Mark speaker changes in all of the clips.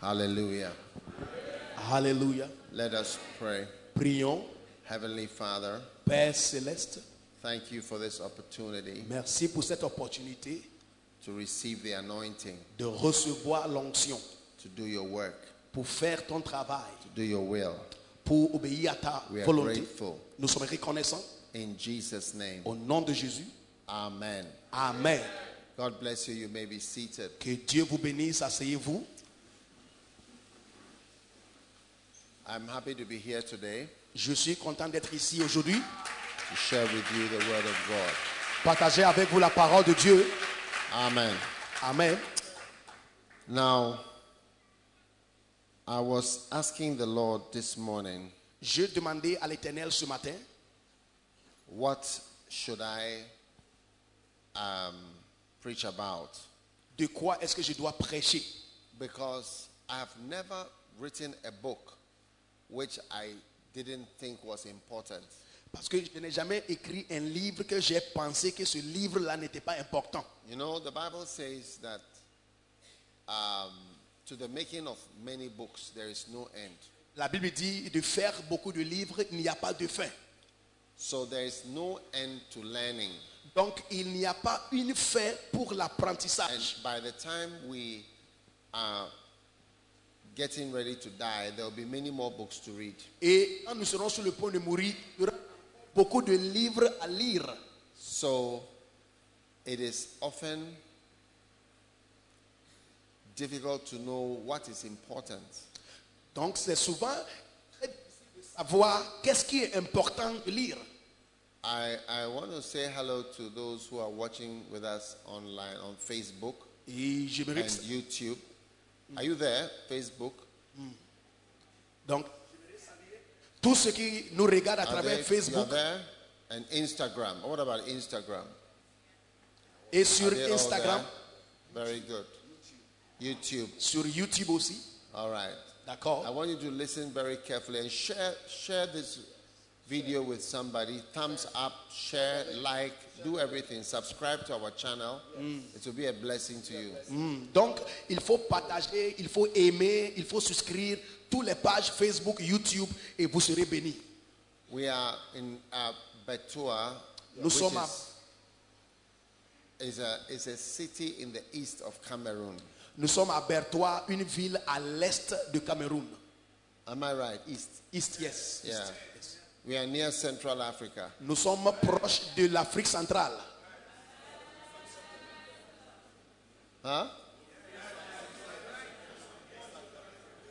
Speaker 1: Hallelujah.
Speaker 2: Hallelujah.
Speaker 1: Let us pray.
Speaker 2: Prions.
Speaker 1: Heavenly Father,
Speaker 2: Père céleste,
Speaker 1: thank you for this opportunity
Speaker 2: merci pour cette opportunité
Speaker 1: to receive the anointing,
Speaker 2: de recevoir l'onction
Speaker 1: to do your work,
Speaker 2: pour faire ton travail,
Speaker 1: to do your will.
Speaker 2: pour obéir à ta
Speaker 1: We are
Speaker 2: volonté.
Speaker 1: grateful.
Speaker 2: Nous sommes reconnaissants
Speaker 1: In Jesus' name,
Speaker 2: au nom de Jésus.
Speaker 1: Amen.
Speaker 2: Amen.
Speaker 1: God bless you. You may be seated.
Speaker 2: Que Dieu vous bénisse. Asseyez-vous.
Speaker 1: I'm happy to be here today
Speaker 2: Je suis content d'être ici aujourd'hui.
Speaker 1: to share with you the word of God.
Speaker 2: Partager avec vous la parole de Dieu.
Speaker 1: Amen.
Speaker 2: Amen.
Speaker 1: Now, I was asking the Lord this morning,
Speaker 2: Je demandais à l'Éternel ce matin,
Speaker 1: what should I um, preach about?
Speaker 2: de quoi est-ce que je dois prêcher
Speaker 1: because I have never written a book which I didn't think was important.
Speaker 2: Parce que je n'ai jamais écrit un livre que j'ai pensé que ce livre-là n'était pas important.
Speaker 1: You know, the Bible says that um, to the making of many books, there is no end.
Speaker 2: La Bible dit de faire beaucoup de livres, il n'y a pas de fin.
Speaker 1: So there is no end to learning.
Speaker 2: Donc il n'y a pas une fin pour
Speaker 1: And
Speaker 2: l'apprentissage.
Speaker 1: by the time we are getting ready to die, there will be many more books to read.
Speaker 2: Et quand nous serons sur le point de mourir, il y aura beaucoup de livres à lire.
Speaker 1: So it is often difficult to know what is important.
Speaker 2: Donc c'est souvent très difficile de savoir qu'est-ce qui est important de lire.
Speaker 1: I, I want to say hello to those who are watching with us online on Facebook
Speaker 2: Et j'aimerais
Speaker 1: and YouTube. Are you there, Facebook?
Speaker 2: donc tous ceux qui nous regardent à
Speaker 1: Are
Speaker 2: travers
Speaker 1: they- You are
Speaker 2: Facebook
Speaker 1: there? And Instagram. What about Instagram?
Speaker 2: et
Speaker 1: Are
Speaker 2: sur
Speaker 1: they all
Speaker 2: Instagram,
Speaker 1: there? Very good. YouTube.
Speaker 2: sur YouTube aussi,
Speaker 1: All right. I
Speaker 2: d'accord
Speaker 1: want you to listen very carefully and share share this video with somebody. Thumbs up, share, like, do everything. Subscribe to our channel. It will be a blessing to you.
Speaker 2: Mm. Donc il faut partager, il faut aimer, il faut souscrire toutes les pages Facebook, YouTube et vous serez bénis.
Speaker 1: We are in uh, Betua,
Speaker 2: Nous
Speaker 1: which
Speaker 2: sommes à-
Speaker 1: is, is a, is a city in the east of Cameroon.
Speaker 2: Nous sommes à Bertois, une ville à l'est de Cameroun.
Speaker 1: Am I right? East.
Speaker 2: East, yes. East,
Speaker 1: Yeah.
Speaker 2: yes.
Speaker 1: We are near Central Africa.
Speaker 2: Nous sommes proches de l'Afrique centrale.
Speaker 1: Huh?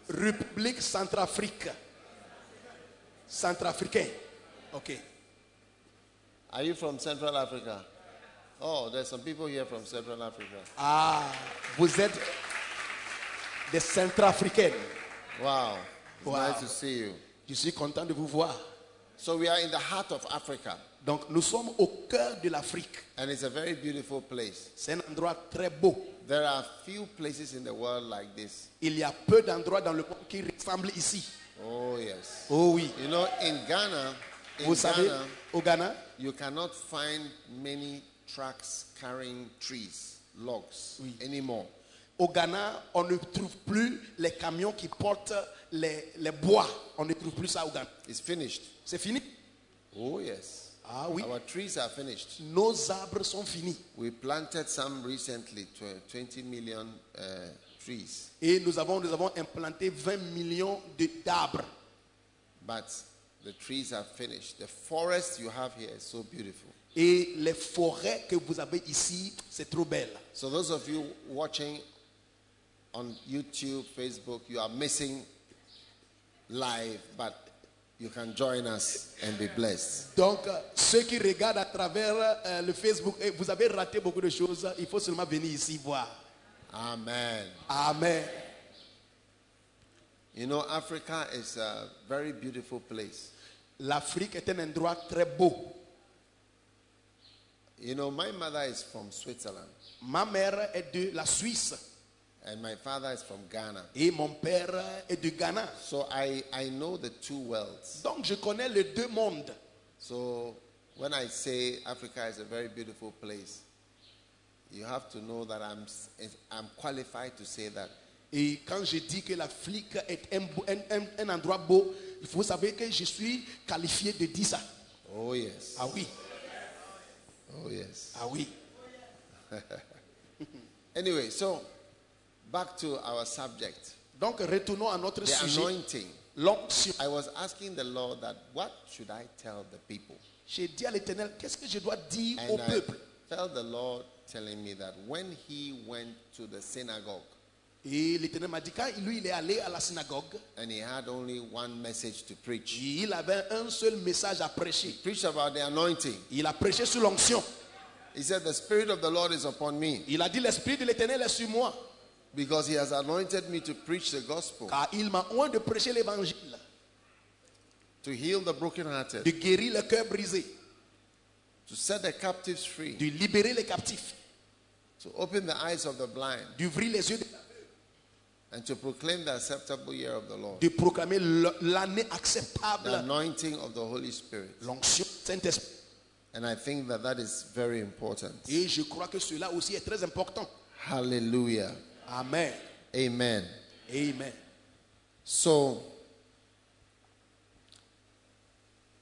Speaker 2: République centrafrique. Centrafricain. Ok.
Speaker 1: Are you from Central Africa? Oh, there's some people here from Central Africa.
Speaker 2: Ah, vous êtes des centrafricaines.
Speaker 1: Wow. It's
Speaker 2: Wow.
Speaker 1: Nice to see you.
Speaker 2: Je suis content de vous voir.
Speaker 1: So we are in the heart of Africa,
Speaker 2: Donc nous sommes au cœur de l'Afrique.
Speaker 1: and it's a very beautiful place.
Speaker 2: C'est un endroit très beau.
Speaker 1: There are few places in the world like this.
Speaker 2: Il y a peu d'endroits dans le monde qui ressemblent ici.
Speaker 1: Oh yes.
Speaker 2: Oh oui.
Speaker 1: You know, in Ghana, in
Speaker 2: Vous savez,
Speaker 1: Ghana,
Speaker 2: au Ghana,
Speaker 1: you cannot find many trucks carrying trees, logs anymore.
Speaker 2: Au Ghana, on ne trouve plus les camions qui portent les, les bois. On ne trouve plus ça au Ghana.
Speaker 1: It's finished.
Speaker 2: C'est fini.
Speaker 1: Oh yes.
Speaker 2: Ah oui.
Speaker 1: Our trees are finished.
Speaker 2: Nos arbres sont finis.
Speaker 1: We planted some recently, tw- 20 million uh, trees,
Speaker 2: Et nous avons, nous avons implanté 20 millions de- d'arbres.
Speaker 1: but the trees are finished. The forest you have here is so beautiful.
Speaker 2: Et les forêts que vous avez ici, c'est trop belle.
Speaker 1: So those of you watching on YouTube, Facebook, you are missing live, but you can join us and be blessed.
Speaker 2: Donc, euh, ceux qui regardent à travers euh, le Facebook, eh, vous avez raté beaucoup de choses. Il faut seulement venir ici voir.
Speaker 1: Amen.
Speaker 2: Amen.
Speaker 1: You know, Africa is a very beautiful place.
Speaker 2: L'Afrique est un endroit très beau.
Speaker 1: You know, my mother is from Switzerland
Speaker 2: Ma mère est de la Suisse
Speaker 1: and my father is from Ghana.
Speaker 2: et mon père est du Ghana.
Speaker 1: So I, I know the two worlds.
Speaker 2: Donc je connais les deux mondes.
Speaker 1: So when I say Africa is a very beautiful place, you have to know that I'm, s- I'm qualified to say that
Speaker 2: Et quand je dis que l'Afrique est un, beau- un- un- un endroit beau, il faut savoir que je suis qualifié de dire ça.
Speaker 1: Oh, yes.
Speaker 2: Ah oui,
Speaker 1: Oh, yes.
Speaker 2: ah oui.
Speaker 1: Anyway, so back to our subject
Speaker 2: Donc retournons à notre
Speaker 1: the
Speaker 2: sujet.
Speaker 1: anointing.
Speaker 2: L'onction.
Speaker 1: I was asking the Lord that what should I tell the people?
Speaker 2: J'ai dit à l'Éternel, qu'est-ce que je dois dire au
Speaker 1: And I
Speaker 2: peuple
Speaker 1: felt the Lord telling me that when he went to the synagogue
Speaker 2: Et l'Éternel m'a dit, quand lui, il est allé à la synagogue,
Speaker 1: and he had only one message to preach,
Speaker 2: il avait un seul message à
Speaker 1: he
Speaker 2: prêcher.
Speaker 1: preached about the anointing.
Speaker 2: Il a prêché sur l'onction.
Speaker 1: He said, The Spirit of the Lord is upon me
Speaker 2: Il a dit, l'Esprit de l'Éternel est sur moi,
Speaker 1: because he has anointed me to preach the gospel,
Speaker 2: car il m'a oint de prêcher l'Évangile,
Speaker 1: to heal the brokenhearted,
Speaker 2: de guérir le cœur brisé,
Speaker 1: to set the captives free,
Speaker 2: de libérer les captifs,
Speaker 1: to open the eyes of the blind,
Speaker 2: d'ouvrir les yeux,
Speaker 1: and to proclaim the acceptable year of the Lord.
Speaker 2: de proclamer le- l'année
Speaker 1: The
Speaker 2: acceptable,
Speaker 1: anointing of the Holy Spirit.
Speaker 2: l'onction du Saint-Esprit.
Speaker 1: And I think that that is very important.
Speaker 2: Et je crois que cela aussi est très important.
Speaker 1: Hallelujah.
Speaker 2: Amen.
Speaker 1: Amen.
Speaker 2: Amen.
Speaker 1: So,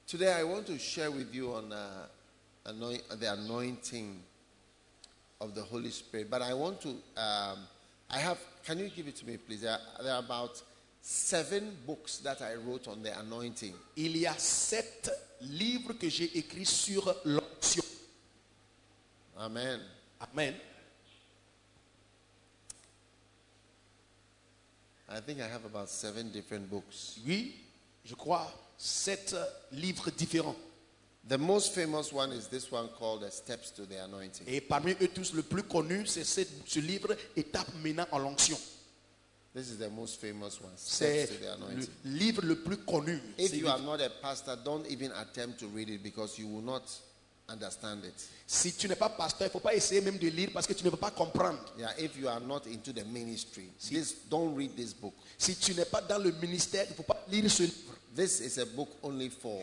Speaker 1: today I want to share with you on uh, anoint, the anointing of the Holy Spirit. But I want to, um, I have, can you give it to me, please? There are, there are about seven books that I wrote on the anointing.
Speaker 2: Il y a sept livres que j'ai écrits sur l'onction.
Speaker 1: Amen.
Speaker 2: Amen.
Speaker 1: I think I have about seven different books.
Speaker 2: Oui, je crois, sept livres différents.
Speaker 1: The most famous one is this one called The Steps to the Anointing.
Speaker 2: Et parmi eux tous, le plus connu, c'est ce, ce livre Étape menant en l'onction.
Speaker 1: This is the most famous one. Steps
Speaker 2: C'est
Speaker 1: to the Anointing.
Speaker 2: le livre le plus connu.
Speaker 1: If
Speaker 2: C'est-
Speaker 1: you are not a pastor, don't even attempt to read it because you will not understand it.
Speaker 2: Si tu n'es pas pasteur, il ne faut pas essayer même de lire parce que tu ne vas pas comprendre.
Speaker 1: Yeah, if you are not into the ministry, this, don't read this book.
Speaker 2: Si tu n'es pas dans le ministère, il ne faut pas lire ce livre.
Speaker 1: This is a book only for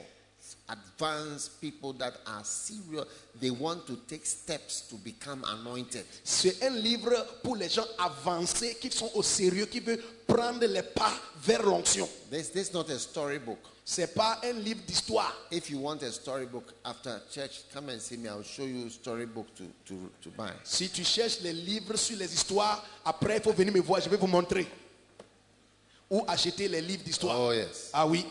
Speaker 1: advanced people that are serious. They want to take steps to become anointed.
Speaker 2: C'est un livre pour les gens avancés qui sont au sérieux, qui veulent prendre les pas vers l'onction.
Speaker 1: This, this is not a storybook.
Speaker 2: Ce n'est pas un livre d'histoire.
Speaker 1: If you want a storybook after church, come and see me. I'll show you a storybook to, to, to buy.
Speaker 2: Si tu cherches les livres sur les histoires, après il faut venir me voir, je vais vous montrer. Ou acheter les livres d'histoire.
Speaker 1: Oh, yes.
Speaker 2: Ah oui.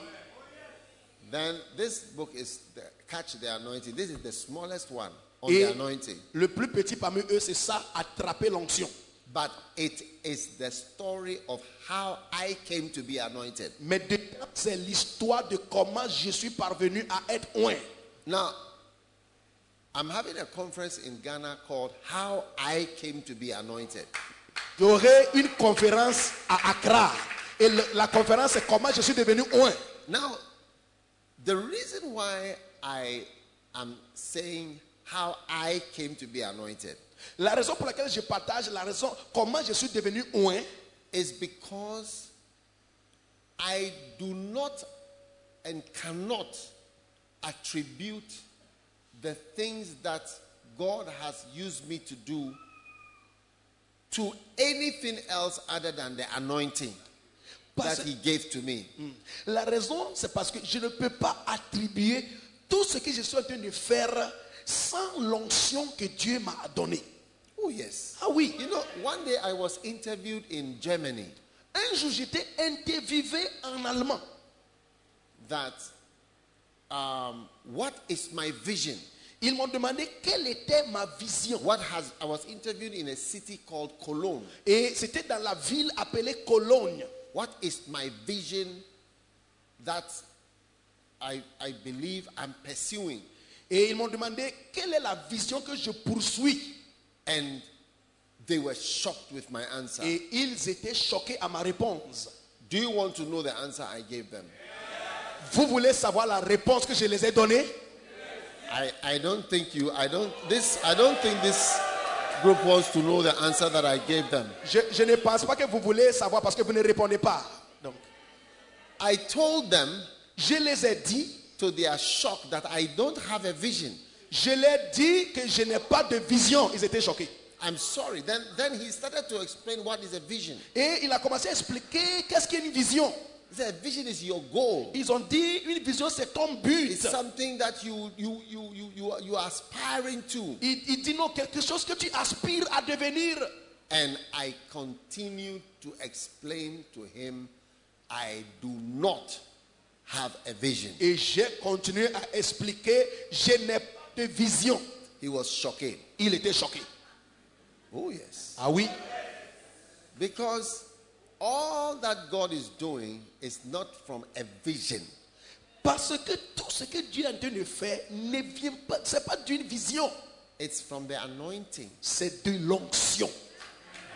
Speaker 1: Then this book is the, Catch the Anointing. This is the smallest one on
Speaker 2: Et
Speaker 1: the anointing.
Speaker 2: le plus petit parmi eux, c'est ça, attraper l'onction.
Speaker 1: But it is the story of how I came to be anointed.
Speaker 2: Mais dedans, c'est l'histoire de comment je suis parvenu à être oint.
Speaker 1: Now, I'm having a conference in Ghana called How I Came to be Anointed.
Speaker 2: J'aurai une conférence à Accra. Et le- la conférence, c'est comment je suis devenu oint.
Speaker 1: Now, the reason why I am saying how I came to be anointed
Speaker 2: La raison pour laquelle je partage la raison comment je suis devenu oint,
Speaker 1: is because I do not and cannot attribute the things that God has used me to do to anything else other than the anointing
Speaker 2: Parce-
Speaker 1: that He gave to me.
Speaker 2: La raison, c'est parce que je ne peux pas attribuer tout ce que je suis en train de faire sans l'onction que Dieu m'a donnée.
Speaker 1: Oh, yes.
Speaker 2: Ah oui,
Speaker 1: You know, one day I was interviewed in Germany
Speaker 2: un jour j'étais interviewé en allemand.
Speaker 1: that um, what is my vision?
Speaker 2: Ils m'ont demandé quelle était ma vision.
Speaker 1: What has I was interviewed in a city called Cologne.
Speaker 2: Et c'était dans la ville appelée Cologne.
Speaker 1: What is my vision that I, I believe I'm pursuing?
Speaker 2: Et ils m'ont demandé quelle est la vision que je poursuis.
Speaker 1: And they were shocked with my answer.
Speaker 2: Et ils étaient choqués à ma réponse.
Speaker 1: Do you want to know the answer I gave them?
Speaker 2: Vous voulez savoir la réponse que je les ai donnée
Speaker 1: I, I don't think you I don't this I don't think this group wants to know the answer that I gave them.
Speaker 2: je, je ne pense pas que vous voulez savoir parce que vous ne répondez pas. Donc,
Speaker 1: I told them
Speaker 2: je les ai dit
Speaker 1: to their shock that I don't have a vision.
Speaker 2: Je leur dis que je n'ai pas de vision. Ils étaient choqués.
Speaker 1: I'm sorry. Then, then he started to explain what is a vision.
Speaker 2: Et il a commencé à expliquer qu'est-ce qu'est une vision.
Speaker 1: He said, a vision is your goal.
Speaker 2: Ils ont dit une vision c'est ton but.
Speaker 1: It's something that you you you you you are, you are aspiring to.
Speaker 2: Il, il dit non, quelque chose que tu aspires à devenir.
Speaker 1: And I continued to explain to him, I do not have a vision.
Speaker 2: Et j'ai continué à expliquer, je n'ai pas de vision.
Speaker 1: He was shocked.
Speaker 2: Il était choqué.
Speaker 1: Oh yes.
Speaker 2: Ah oui
Speaker 1: Because all that God is doing is not from a vision.
Speaker 2: Parce que tout ce que Dieu est en train de faire ne vient pas, c'est pas d'une vision,
Speaker 1: It's from the anointing.
Speaker 2: c'est de l'onction.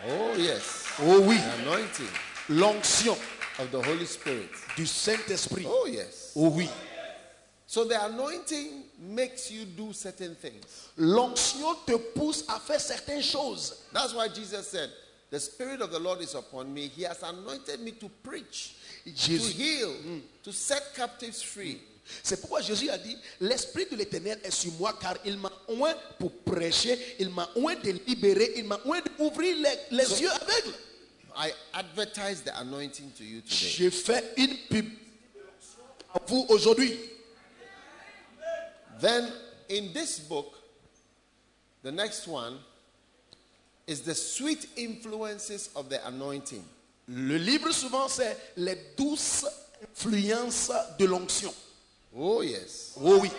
Speaker 1: Oh yes.
Speaker 2: Oh oui,
Speaker 1: The anointing
Speaker 2: l'onction
Speaker 1: of the Holy Spirit.
Speaker 2: du Saint-Esprit.
Speaker 1: Oh yes.
Speaker 2: Oh oui,
Speaker 1: So the anointing makes you do certain things.
Speaker 2: l'onction te pousse à faire certaines choses.
Speaker 1: That's why Jesus said, The Spirit of the Lord is upon me. He has anointed me to preach, to
Speaker 2: Jésus-
Speaker 1: heal, to set captives free.
Speaker 2: C'est pourquoi Jésus a dit, l'Esprit de l'Éternel est sur moi car il m'a oint pour prêcher, il m'a oint de libérer, il m'a oint d'ouvrir les, les yeux aveugles.
Speaker 1: I advertise the anointing to you today.
Speaker 2: Je fais une pub à vous aujourd'hui.
Speaker 1: Then in this book, the next one is the sweet influences of the anointing.
Speaker 2: Le livre souvent c'est les douces influences de l'onction.
Speaker 1: Oh, yes.
Speaker 2: Oh oui.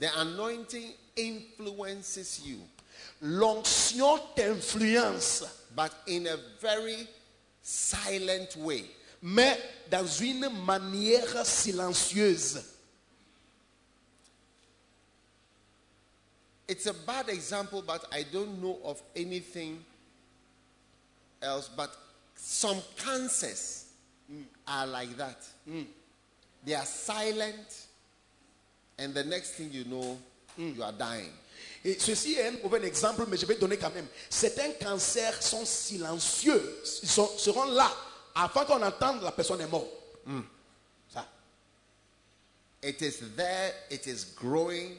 Speaker 1: The anointing influences you,
Speaker 2: L'onction t'influence,
Speaker 1: but in a very silent way.
Speaker 2: mais dans une manière silencieuse.
Speaker 1: It's a bad example, but I don't know of anything else. But some cancers are like that. They are silent, and the next thing you know, you are dying.
Speaker 2: Et ceci est un mauvais exemple, mais je vais donner quand même. Certains cancers sont silencieux, ils sont- seront là. Avant qu'on entende, la personne est morte. Hmm. Ça.
Speaker 1: It is there, it is growing,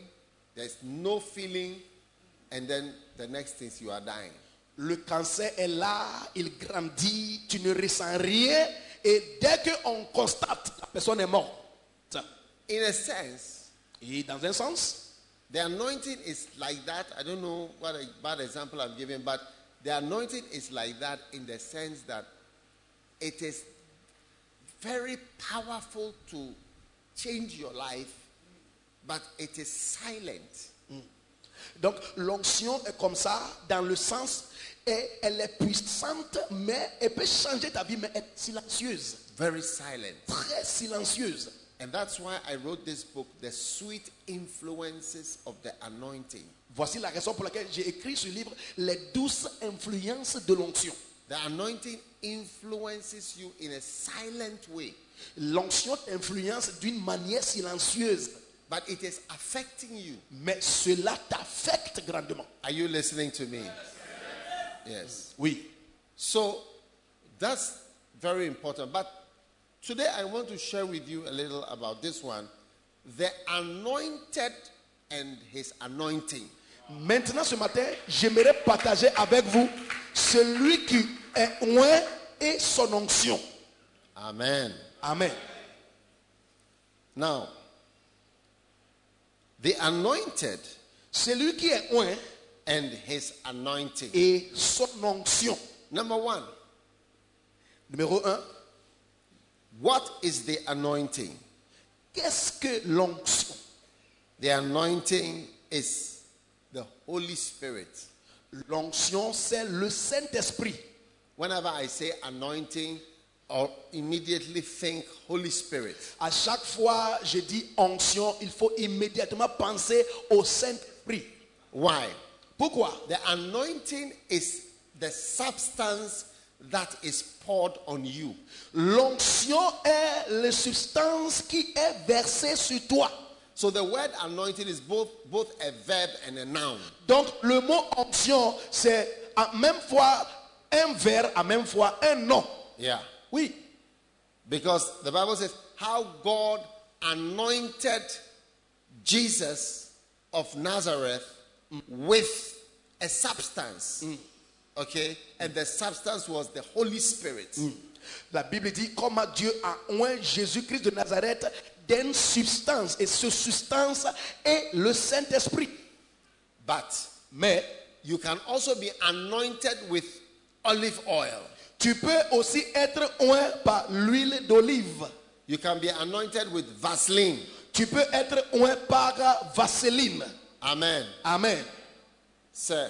Speaker 1: there's no feeling, and then the next thing is you are dying.
Speaker 2: Le cancer est là, il grandit, tu ne ressens rien. Et dès qu'on constate, la personne est morte. Ça.
Speaker 1: In a sense,
Speaker 2: Et dans un sens,
Speaker 1: the anointing is like that. I don't know what a bad example I'm giving, but the anointing is like that in the sense that it is very powerful to change your life, but it is silent.
Speaker 2: donc l'onction est comme ça, dans le sens, et elle est puissante, mais elle peut changer ta vie, mais elle est silencieuse,
Speaker 1: Very silent.
Speaker 2: très silencieuse.
Speaker 1: And that's why I wrote this book, The Sweet Influences of the Anointing.
Speaker 2: Voici la raison pour laquelle j'ai écrit ce livre, Les douces influences de l'onction.
Speaker 1: The anointing influences you in a silent way,
Speaker 2: L'onction t'influence d'une manière silencieuse,
Speaker 1: but it is affecting you.
Speaker 2: mais cela t'affecte grandement.
Speaker 1: Are you listening to me? Yes.
Speaker 2: Oui.
Speaker 1: So that's very important. But today I want to share with you a little about this one the anointed and his anointing.
Speaker 2: Maintenant, ce matin, j'aimerais partager avec vous celui qui est loin et son onction.
Speaker 1: Amen.
Speaker 2: Amen.
Speaker 1: Now, the anointed
Speaker 2: Celui qui est loin
Speaker 1: and his anointing.
Speaker 2: et son onction.
Speaker 1: Number one,
Speaker 2: Numéro un,
Speaker 1: what is the anointing?
Speaker 2: qu'est-ce que l'onction
Speaker 1: The anointing is the Holy Spirit.
Speaker 2: L'onction, c'est le Saint-Esprit.
Speaker 1: Whenever I say anointing, or immediately think Holy Spirit.
Speaker 2: À chaque fois, je dis onction, il faut immédiatement penser au Saint-Esprit.
Speaker 1: Why?
Speaker 2: Pourquoi
Speaker 1: The anointing is the substance that is poured on you.
Speaker 2: L'onction est la substance qui est versée sur toi.
Speaker 1: So the word anointing is both both a verb and a noun.
Speaker 2: Donc le mot onction, c'est à même fois un verre, à même fois un nom.
Speaker 1: Yeah.
Speaker 2: Oui,
Speaker 1: Because the Bible says how God anointed Jesus of Nazareth with a substance. Okay? And the substance was the Holy Spirit.
Speaker 2: La Bible dit comment Dieu a oint Jésus-Christ de Nazareth d'une substance. Et ce substance est le Saint-Esprit.
Speaker 1: But
Speaker 2: Mais
Speaker 1: you can also be anointed with olive oil.
Speaker 2: tu peux aussi être oint par l'huile d'olive.
Speaker 1: You can be anointed with Vaseline.
Speaker 2: Tu peux être oint par vaseline.
Speaker 1: Amen.
Speaker 2: Amen.
Speaker 1: Sir,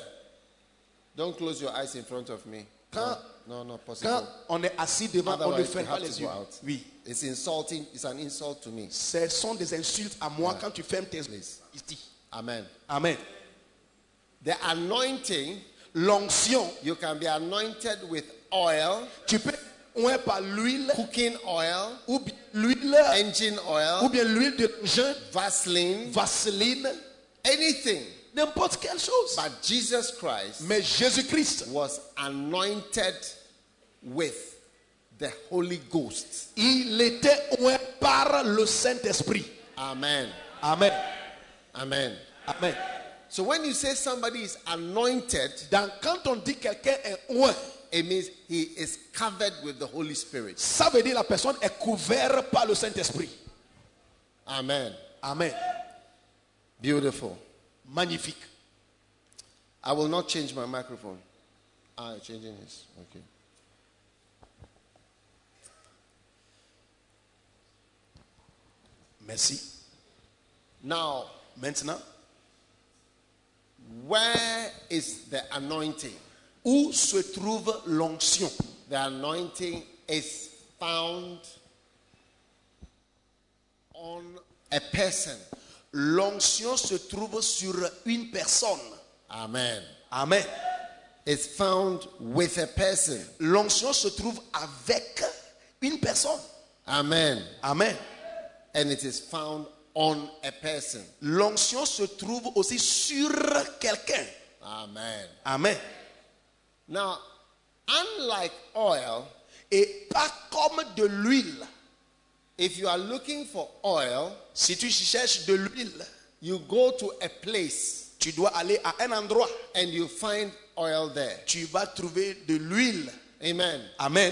Speaker 1: don't close your eyes in front of me.
Speaker 2: Quand-
Speaker 1: no, no, not possible.
Speaker 2: Quand on est assis devant, on ne
Speaker 1: Otherwise, you
Speaker 2: ferme pas
Speaker 1: have to
Speaker 2: les
Speaker 1: go
Speaker 2: yeux.
Speaker 1: out.
Speaker 2: Oui.
Speaker 1: It's insulting. It's an insult to me.
Speaker 2: Ce sont des insultes à moi quand tu fermes tes yeux.
Speaker 1: Please.
Speaker 2: Ici.
Speaker 1: Amen.
Speaker 2: Amen.
Speaker 1: The anointing,
Speaker 2: L'onction,
Speaker 1: you can be anointed with oil,
Speaker 2: tu peux être oint par l'huile
Speaker 1: cooking oil,
Speaker 2: ou bien l'huile
Speaker 1: engine
Speaker 2: ou
Speaker 1: oil,
Speaker 2: bien l'huile de l'engin,
Speaker 1: Vaseline,
Speaker 2: vaseline,
Speaker 1: anything.
Speaker 2: n'importe quelle chose.
Speaker 1: But Jesus Christ
Speaker 2: Mais Jésus-Christ,
Speaker 1: was anointed with the Holy Ghost.
Speaker 2: il était oint par le Saint-Esprit.
Speaker 1: Amen.
Speaker 2: Amen.
Speaker 1: Amen.
Speaker 2: Amen.
Speaker 1: So when you say somebody is anointed,
Speaker 2: Donc quand on dit quelqu'un est oint,
Speaker 1: it means he is covered with the Holy Spirit.
Speaker 2: ça veut dire la personne est couverte par le Saint-Esprit.
Speaker 1: Amen.
Speaker 2: Amen.
Speaker 1: Beautiful.
Speaker 2: Magnifique.
Speaker 1: I will not change my microphone. Ah, you're changing this. Okay.
Speaker 2: Merci.
Speaker 1: Now,
Speaker 2: Maintenant,
Speaker 1: where is the anointing?
Speaker 2: où se trouve l'onction
Speaker 1: The anointing is found on a person.
Speaker 2: L'onction se trouve sur une personne.
Speaker 1: Amen.
Speaker 2: Amen.
Speaker 1: It's found with a person.
Speaker 2: L'onction se trouve avec une personne.
Speaker 1: Amen.
Speaker 2: Amen.
Speaker 1: And it is found on a person.
Speaker 2: L'onction se trouve aussi sur quelqu'un.
Speaker 1: Amen.
Speaker 2: Amen.
Speaker 1: Now, unlike oil,
Speaker 2: Et pas comme de l'huile.
Speaker 1: if you are looking for oil,
Speaker 2: Si tu cherches de l'huile,
Speaker 1: you go to a place
Speaker 2: tu dois aller à un endroit.
Speaker 1: and you find oil there.
Speaker 2: Tu vas trouver de l'huile.
Speaker 1: Amen.
Speaker 2: Amen.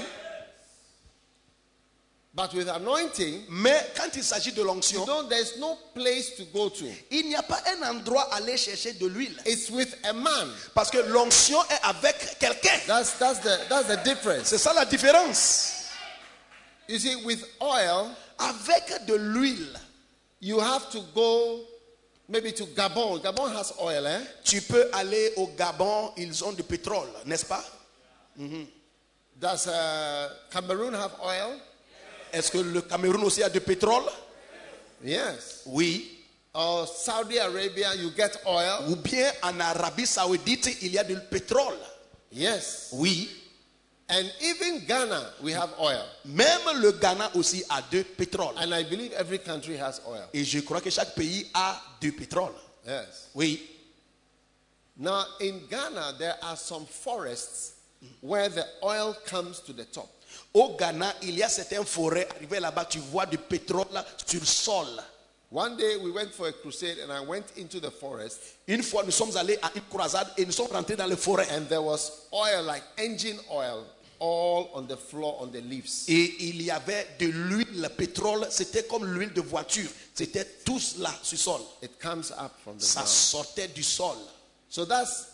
Speaker 1: But with anointing,
Speaker 2: Mais quand il s'agit de
Speaker 1: you
Speaker 2: l'onction,
Speaker 1: know there's no place to go to.
Speaker 2: il n'y a pas un endroit à aller chercher de l'huile.
Speaker 1: It's with a man.
Speaker 2: Parce que l'onction est avec quelqu'un.
Speaker 1: That's that's the that's the difference.
Speaker 2: C'est ça la différence.
Speaker 1: You see, with oil,
Speaker 2: Avec de l'huile,
Speaker 1: you have to go maybe to Gabon. Gabon has oil, eh?
Speaker 2: tu peux aller au Gabon, ils ont du pétrole, n'est-ce pas
Speaker 1: Does uh, Cameroon have oil?
Speaker 2: Est-ce que le Cameroun aussi a du pétrole
Speaker 1: Yes.
Speaker 2: Oui.
Speaker 1: Or Saudi Arabia, you get oil?
Speaker 2: Ou bien en Arabie Saoudite, il y a du pétrole
Speaker 1: Yes.
Speaker 2: Oui.
Speaker 1: And even Ghana, we have oil.
Speaker 2: Même le Ghana aussi a du pétrole.
Speaker 1: And I believe every country has oil.
Speaker 2: Et je crois que chaque pays a du pétrole.
Speaker 1: Yes.
Speaker 2: Oui.
Speaker 1: Now, in Ghana, there are some forests where the oil comes to the top.
Speaker 2: Au Ghana, il y a certaines forêts. Arrivé là-bas, tu vois du pétrole sur le sol.
Speaker 1: One day we went for a crusade and I went into the forest
Speaker 2: Une fois, nous sommes allés à une croisade et nous sommes rentrés dans les forêts. hein.
Speaker 1: and there was oil, like engine oil, all on the floor on the leaves.
Speaker 2: Et il y avait de l'huile, le pétrole, c'était comme l'huile de voiture. C'était tous là sur le sol.
Speaker 1: It comes up from the
Speaker 2: Ça
Speaker 1: ground.
Speaker 2: sortait du sol.
Speaker 1: So that's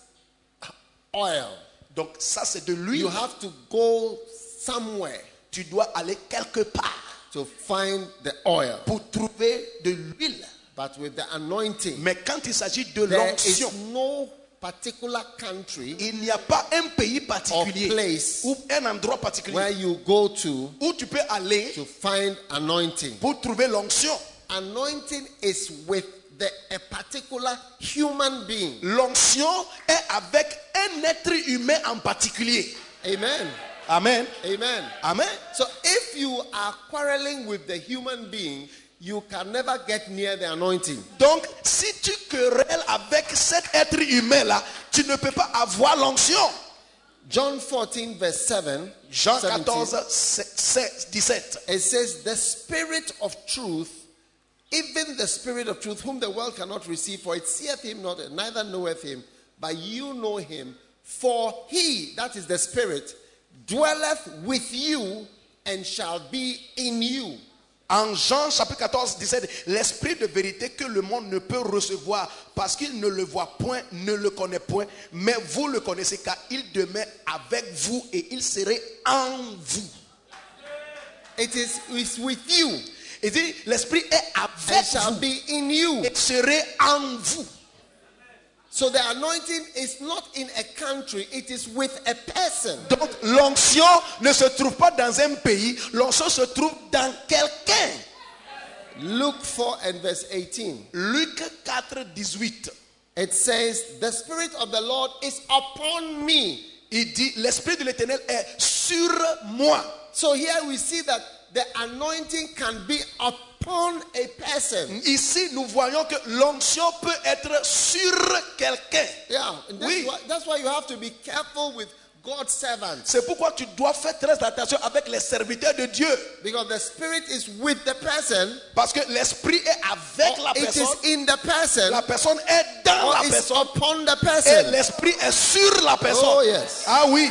Speaker 1: oil.
Speaker 2: Donc ça, c'est de
Speaker 1: You
Speaker 2: l'huile.
Speaker 1: have to go somewhere
Speaker 2: Tu dois aller quelque part
Speaker 1: to find the oil.
Speaker 2: pour trouver de l'huile.
Speaker 1: But with the anointing,
Speaker 2: Mais quand il s'agit de
Speaker 1: there is
Speaker 2: l'onction,
Speaker 1: no particular country
Speaker 2: il n'y a pas un pays
Speaker 1: Or
Speaker 2: particulier
Speaker 1: place.
Speaker 2: ou un endroit particulier
Speaker 1: where you go to
Speaker 2: où tu peux aller
Speaker 1: to find anointing.
Speaker 2: pour trouver l'onction.
Speaker 1: Anointing is with the, a particular human being.
Speaker 2: L'onction est avec un être humain en particulier.
Speaker 1: Amen.
Speaker 2: Amen.
Speaker 1: Amen.
Speaker 2: Amen.
Speaker 1: So if you are quarreling with the human being, you can never get near the anointing.
Speaker 2: Donc, si tu querelles avec cet être humain-là, tu ne peux pas avoir l'onction.
Speaker 1: John 14, verse 7.
Speaker 2: Jean
Speaker 1: 17,
Speaker 2: 14, 16, 17.
Speaker 1: It says, The spirit of truth, even the spirit of truth, whom the world cannot receive, for it seeth him not, and neither knoweth him, but you know him, For he, that is the Spirit, dwelleth with you and shall be in you.
Speaker 2: En Jean chapitre 14, 17, l'esprit de vérité que le monde ne peut recevoir parce qu'il ne le voit point, ne le connaît point, mais vous le connaissez car il demeure avec vous et il serait en vous.
Speaker 1: It is is with you
Speaker 2: Il dit, l'esprit est
Speaker 1: and
Speaker 2: avec
Speaker 1: shall
Speaker 2: vous
Speaker 1: be in you.
Speaker 2: et serait en vous.
Speaker 1: So the anointing is not in a country, it is with a person.
Speaker 2: Donc l'onction ne se trouve pas dans un pays, l'onction se trouve dans quelqu'un.
Speaker 1: Luke 4 and verse 18.
Speaker 2: Luc 4, 18.
Speaker 1: It says, The Spirit of the Lord is upon me.
Speaker 2: Il dit, l'esprit de l'éternel est sur moi.
Speaker 1: So here we see that the anointing can be upon a person.
Speaker 2: Ici, nous voyons que l'onction peut être sur quelqu'un.
Speaker 1: Yeah, and that's,
Speaker 2: Oui.
Speaker 1: why, that's why you have to be careful with God's servants
Speaker 2: C'est pourquoi tu dois faire très attention avec les serviteurs de Dieu.
Speaker 1: because the Spirit is with the person,
Speaker 2: Parce que l'esprit est avec
Speaker 1: or
Speaker 2: la
Speaker 1: Oh, it
Speaker 2: personne.
Speaker 1: is in Oh, the person,
Speaker 2: La personne est dans
Speaker 1: or
Speaker 2: la
Speaker 1: it's
Speaker 2: personne.
Speaker 1: upon the
Speaker 2: Et
Speaker 1: person.
Speaker 2: l'esprit est sur la personne.
Speaker 1: Oh, yes.
Speaker 2: Ah oui.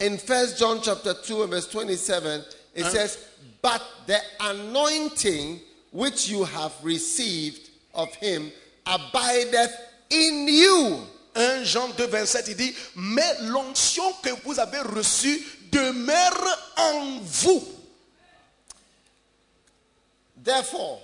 Speaker 1: In First John chapter 2 and verse 27, it
Speaker 2: Uh-huh.
Speaker 1: says, But the anointing which you have received of him abideth in you.
Speaker 2: 1 Jean 2, 27, il dit, mais l'onction que vous avez reçue demeure en vous.
Speaker 1: Therefore,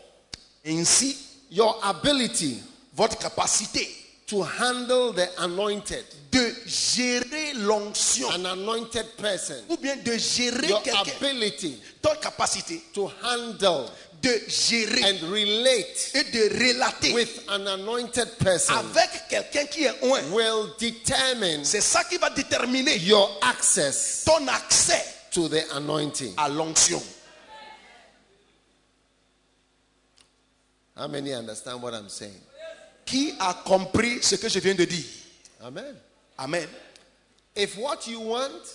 Speaker 2: Ainsi,
Speaker 1: your ability
Speaker 2: votre capacité
Speaker 1: to handle the anointed,
Speaker 2: de gérer l'onction
Speaker 1: an anointed person,
Speaker 2: ou bien de gérer
Speaker 1: your
Speaker 2: quelqu'un,
Speaker 1: ability
Speaker 2: ta capacité
Speaker 1: to handle
Speaker 2: de gérer
Speaker 1: and relate
Speaker 2: et de relater
Speaker 1: with an anointed person
Speaker 2: avec quelqu'un qui est loin.
Speaker 1: will determine
Speaker 2: C'est ça qui va déterminer
Speaker 1: your access
Speaker 2: ton accès
Speaker 1: to the anointing.
Speaker 2: à l'onction.
Speaker 1: How many understand what I'm saying?
Speaker 2: Qui a compris ce que je viens de dire
Speaker 1: Amen.
Speaker 2: Amen.
Speaker 1: If what you want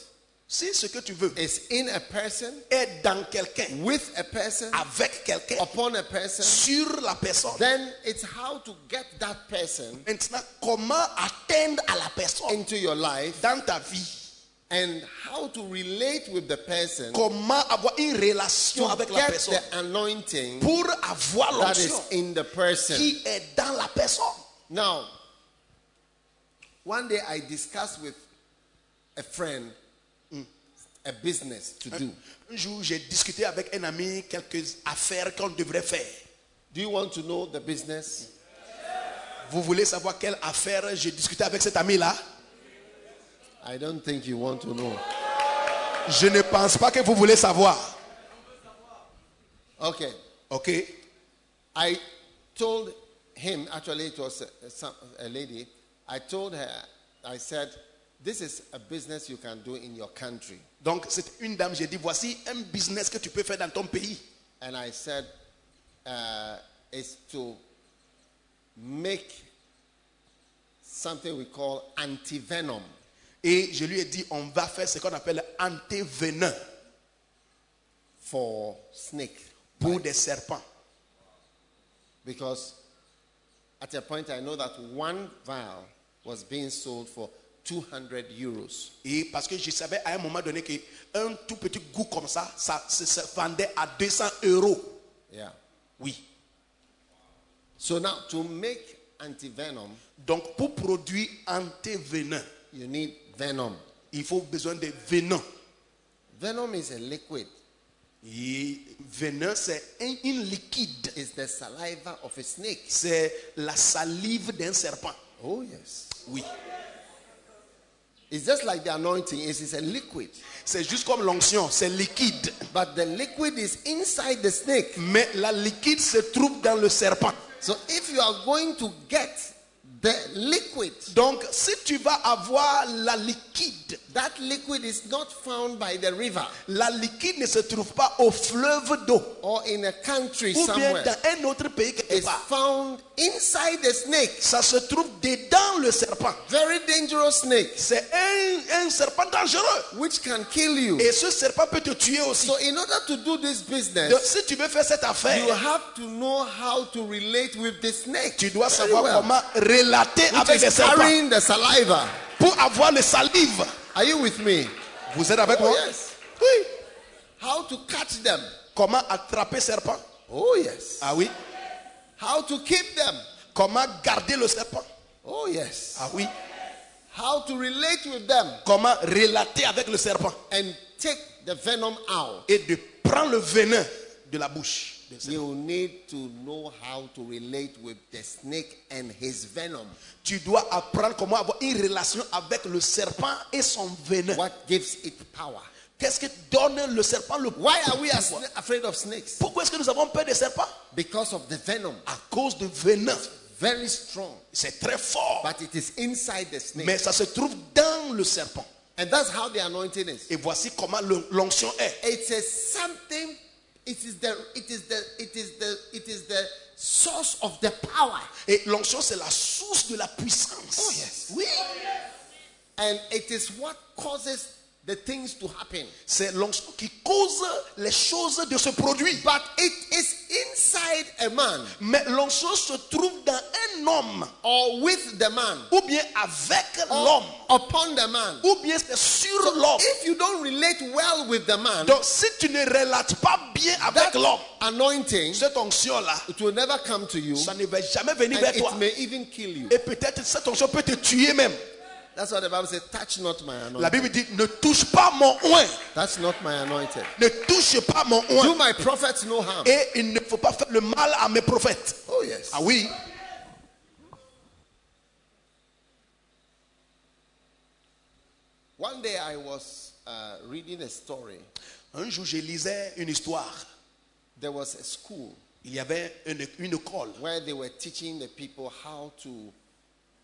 Speaker 2: Si ce que tu veux
Speaker 1: is in a person,
Speaker 2: est dans quelqu'un,
Speaker 1: with a person,
Speaker 2: avec quelqu'un,
Speaker 1: upon a person,
Speaker 2: sur la personne,
Speaker 1: then it's how to get that person
Speaker 2: maintenant, comment atteindre à la personne
Speaker 1: into your life
Speaker 2: dans ta vie
Speaker 1: and how to relate with the person
Speaker 2: Comment avoir une relation
Speaker 1: to
Speaker 2: avec la
Speaker 1: get
Speaker 2: personne
Speaker 1: the anointing
Speaker 2: pour avoir
Speaker 1: that is
Speaker 2: l'onction
Speaker 1: in the person.
Speaker 2: qui est dans la personne.
Speaker 1: Now, one day I discussed with a friend mm, a business to do.
Speaker 2: Un jour, j'ai discuté avec un ami quelques affaires qu'on devrait faire.
Speaker 1: Do you want to know the business?
Speaker 2: Vous voulez savoir quelle affaire j'ai discuté avec cet ami-là
Speaker 1: I don't think you want to know.
Speaker 2: Je ne pense pas que vous voulez savoir.
Speaker 1: Okay.
Speaker 2: Ok
Speaker 1: I told him, actually, it was a, a some- a lady. I told her, I said, This is a business you can do in your country.
Speaker 2: Donc, c'est une dame, j'ai dit voici un business que tu peux faire dans ton pays.
Speaker 1: And I said, uh, It's to make something we call anti venom.
Speaker 2: Et je lui ai dit on va faire ce qu'on appelle antévenin
Speaker 1: for snake
Speaker 2: pour des serpents.
Speaker 1: because at a point I know that one vial was being sold for 200 euros.
Speaker 2: Et parce que je savais à un moment donné qu'un tout petit goût comme ça, ça se se vendait à 200 euros.
Speaker 1: Yeah.
Speaker 2: Oui.
Speaker 1: So now to make antivenom,
Speaker 2: Donc, pour produire antévenin,
Speaker 1: you need venom.
Speaker 2: il faut besoin de venin.
Speaker 1: Venom is a liquid.
Speaker 2: Et venin, c'est un, un liquide.
Speaker 1: It's the saliva of a snake.
Speaker 2: C'est la salive d'un serpent.
Speaker 1: Oh yes.
Speaker 2: Oui.
Speaker 1: It's just like the anointing. It's, it's a liquid,
Speaker 2: C'est juste comme l'onction, c'est liquide.
Speaker 1: but the liquid is inside the snake.
Speaker 2: Mais la liquide se trouve dans le serpent.
Speaker 1: So if you are going to get the liquid,
Speaker 2: Donc, si tu vas avoir la liquide,
Speaker 1: That liquid is not found by the river
Speaker 2: La liquide ne se trouve pas au fleuve d'eau
Speaker 1: or in a country
Speaker 2: ou bien
Speaker 1: somewhere.
Speaker 2: dans un autre pays quelque
Speaker 1: It's
Speaker 2: part.
Speaker 1: found inside the snake.
Speaker 2: Ça se trouve dedans le serpent.
Speaker 1: Very dangerous snake
Speaker 2: C'est un, un serpent dangereux.
Speaker 1: which can kill you.
Speaker 2: Et ce serpent peut te tuer aussi.
Speaker 1: So in order to do this business,
Speaker 2: Donc, si tu veux faire cette affaire,
Speaker 1: you have to know how to relate with the snake.
Speaker 2: tu dois
Speaker 1: Very
Speaker 2: savoir
Speaker 1: well.
Speaker 2: comment relater
Speaker 1: Which
Speaker 2: avec
Speaker 1: is
Speaker 2: les serpents
Speaker 1: carrying the saliva.
Speaker 2: pour avoir les salives.
Speaker 1: Are you with me?
Speaker 2: Vous êtes avec
Speaker 1: Oh,
Speaker 2: moi
Speaker 1: yes.
Speaker 2: Oui.
Speaker 1: How to catch them.
Speaker 2: Comment attraper serpent
Speaker 1: Oh, yes.
Speaker 2: Ah oui.
Speaker 1: How to keep them.
Speaker 2: Comment garder le serpent
Speaker 1: Oh, yes.
Speaker 2: Ah oui.
Speaker 1: How to relate with them
Speaker 2: Comment relater avec le serpent
Speaker 1: and take the venom out.
Speaker 2: et de prendre le venin de la bouche. du serpent.
Speaker 1: You need to know how to relate with the snake and his venom.
Speaker 2: Tu dois apprendre comment avoir une relation avec le serpent et son venin.
Speaker 1: What gives it power?
Speaker 2: Qu'est-ce que donne le serpent le
Speaker 1: Why are we as- afraid of snakes?
Speaker 2: Pourquoi est-ce que nous avons peur des serpents
Speaker 1: Because of the venom.
Speaker 2: À cause du venin.
Speaker 1: Very strong.
Speaker 2: C'est très fort.
Speaker 1: But it is inside the snake.
Speaker 2: Mais ça se trouve dans le serpent.
Speaker 1: And that's how the anointing is.
Speaker 2: Et voici comment le- l'onction est.
Speaker 1: It's a something. It is the. It is the. It is the. It is the source of the power,
Speaker 2: Et l'onction, c'est la source de la puissance.
Speaker 1: Oh, yes.
Speaker 2: Oui.
Speaker 1: and it is what causes the things to happen.
Speaker 2: C'est l'onction qui cause les choses de se produire.
Speaker 1: But it is inside a man
Speaker 2: Mais l'onction se trouve dans un homme.
Speaker 1: or with the man
Speaker 2: Ou bien avec
Speaker 1: or
Speaker 2: l'homme.
Speaker 1: upon the man.
Speaker 2: Ou bien c'est sur l'homme.
Speaker 1: If you don't relate well with the man,
Speaker 2: Donc si tu ne relates pas bien avec l'homme,
Speaker 1: that anointing
Speaker 2: cette onction-là,
Speaker 1: it will never come to you,
Speaker 2: ça ne va jamais venir
Speaker 1: and
Speaker 2: vers toi.
Speaker 1: it may even kill you.
Speaker 2: Et peut-être cette onction peut te tuer même.
Speaker 1: That's what the Bible says. Touch not my
Speaker 2: La
Speaker 1: anointing.
Speaker 2: Bible dit, ne touche pas mon oin.
Speaker 1: That's not my anointed.
Speaker 2: Ne touche pas mon
Speaker 1: Do
Speaker 2: oin.
Speaker 1: my prophets no harm?
Speaker 2: Et il ne faut pas faire le mal à mes prophètes.
Speaker 1: Oh yes.
Speaker 2: Ah oui,
Speaker 1: One day I was uh, reading a story.
Speaker 2: un jour je lisais une histoire.
Speaker 1: There was a school
Speaker 2: Il y avait une, une école
Speaker 1: where they were teaching the people how to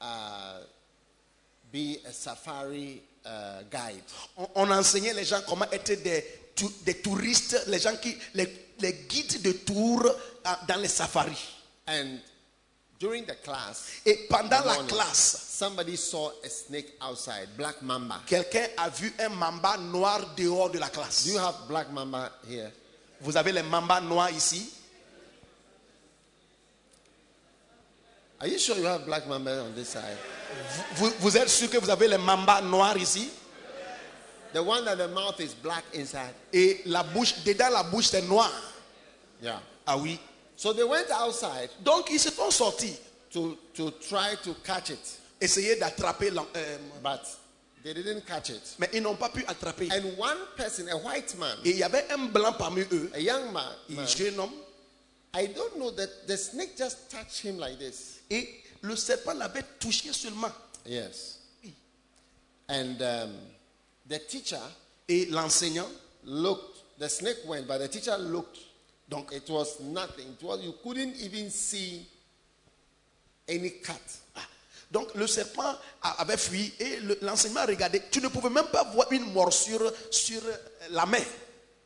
Speaker 1: uh, be a safari uh, guide.
Speaker 2: On, on enseignait les gens comment être des, tou- des touristes, les gens qui les, les guides de tour euh, dans les safaris.
Speaker 1: And during the class,
Speaker 2: Et pendant la
Speaker 1: morning,
Speaker 2: classe,
Speaker 1: somebody saw a snake outside, black mamba.
Speaker 2: quelqu'un a vu un mamba noir dehors de la classe.
Speaker 1: Do you have black mamba here?
Speaker 2: Vous avez les mambas noirs ici.
Speaker 1: Are you sure you have black mamba on this side?
Speaker 2: Vous, vous êtes sûr que vous avez les mambas noirs ici.
Speaker 1: The one that the mouth is black inside.
Speaker 2: Et la bouche, dedans la bouche, c'est noir.
Speaker 1: Yeah.
Speaker 2: Ah oui.
Speaker 1: So they went outside
Speaker 2: Donc ils se sont sortis,
Speaker 1: to, to try to catch it,
Speaker 2: essayer d'attraper. l'en- euh,
Speaker 1: but they didn't catch it.
Speaker 2: mais ils n'ont pas pu attraper.
Speaker 1: And one person, a white man,
Speaker 2: Et il y avait un blanc parmi eux.
Speaker 1: a young man,
Speaker 2: Il
Speaker 1: man,
Speaker 2: jeune homme.
Speaker 1: I don't know that the snake just touched him like this.
Speaker 2: Et le serpent l'avait touché seulement.
Speaker 1: Yes. And um, the teacher
Speaker 2: Et l'enseignant,
Speaker 1: looked, the snake went, but the teacher looked.
Speaker 2: donc,
Speaker 1: It was nothing. It was, you couldn't even see any cut.
Speaker 2: ah. donc le serpent a- avait fui et le- l'enseignant regardait. Tu ne pouvais même pas voir une morsure sur euh, la main.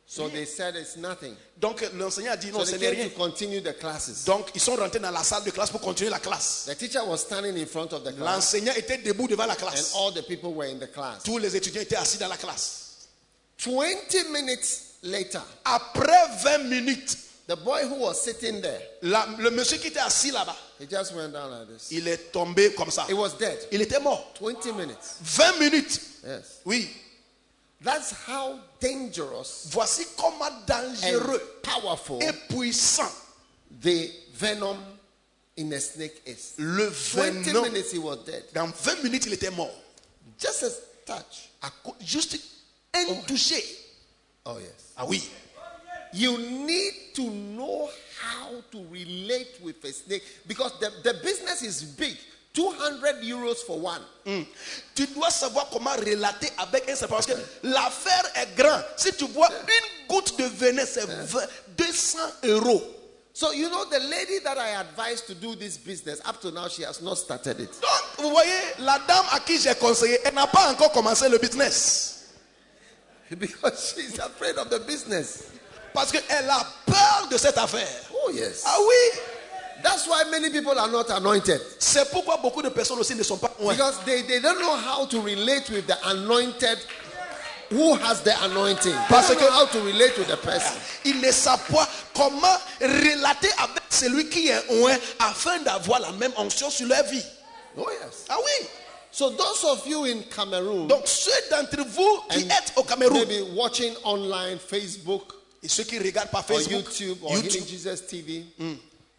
Speaker 1: So they said it's nothing.
Speaker 2: Donc l'enseignant a dit non,
Speaker 1: So
Speaker 2: ce
Speaker 1: they
Speaker 2: n'est
Speaker 1: came
Speaker 2: rien.
Speaker 1: to continue the classes.
Speaker 2: Donc ils sont rentrés dans la salle de classe pour continuer la classe.
Speaker 1: The teacher was standing in front of the class,
Speaker 2: L'enseignant était debout devant la
Speaker 1: and
Speaker 2: classe. Oh,
Speaker 1: all the people were in the class.
Speaker 2: Tous les étudiants étaient assis dans la classe.
Speaker 1: 20 minutes later,
Speaker 2: Après 20 minutes,
Speaker 1: the boy who was sitting there,
Speaker 2: la- le monsieur qui était assis là-bas,
Speaker 1: he just went down like this.
Speaker 2: il est tombé comme ça.
Speaker 1: It was dead.
Speaker 2: Il était mort.
Speaker 1: 20 minutes.
Speaker 2: 20 minutes.
Speaker 1: Yes.
Speaker 2: Oui.
Speaker 1: That's how dangerous
Speaker 2: Voici comment
Speaker 1: and
Speaker 2: dangereux
Speaker 1: powerful
Speaker 2: et puissant
Speaker 1: the venom in a snake is.
Speaker 2: le
Speaker 1: 20
Speaker 2: venin.
Speaker 1: minutes he was dead.
Speaker 2: Dans 20 minutes, il était mort.
Speaker 1: Just a touch.
Speaker 2: À cau- Juste un touché.
Speaker 1: Oh, yes.
Speaker 2: Ah oui.
Speaker 1: You need to know how to relate with a snake because the, the business is big. 200 euros for one.
Speaker 2: Hmm. Tu dois savoir comment relater avec un serpent. Parce que Hein. l'affaire est grande. Si tu vois une goutte de venin, c'est 20 200 euros.
Speaker 1: So, you know, the lady that I advised to do this business, up to now, she has not started it.
Speaker 2: Donc, vous voyez, la dame à qui j'ai conseillé, elle n'a pas encore commencé le business.
Speaker 1: Because she's afraid of the business.
Speaker 2: Parce qu'elle a peur de cette affaire.
Speaker 1: Oh, yes.
Speaker 2: Ah oui,
Speaker 1: That's why many people are not anointed.
Speaker 2: c'est pourquoi beaucoup de personnes aussi ne sont pas loin.
Speaker 1: Because they, they don't know how to relate with the anointed who has the anointing.
Speaker 2: Parce
Speaker 1: They don't
Speaker 2: que-
Speaker 1: know how to relate with the person.
Speaker 2: Ils ne savent pas comment relater avec celui qui est loin afin d'avoir la même onction sur leur vie.
Speaker 1: Oh, yes.
Speaker 2: Ah oui.
Speaker 1: So, those of you in Cameroon,
Speaker 2: Donc ceux d'entre vous qui
Speaker 1: and
Speaker 2: êtes au Cameroun
Speaker 1: maybe watching online, Facebook,
Speaker 2: et ceux qui regardent par
Speaker 1: or
Speaker 2: Facebook,
Speaker 1: YouTube, or
Speaker 2: YouTube,
Speaker 1: Healing Jesus TV,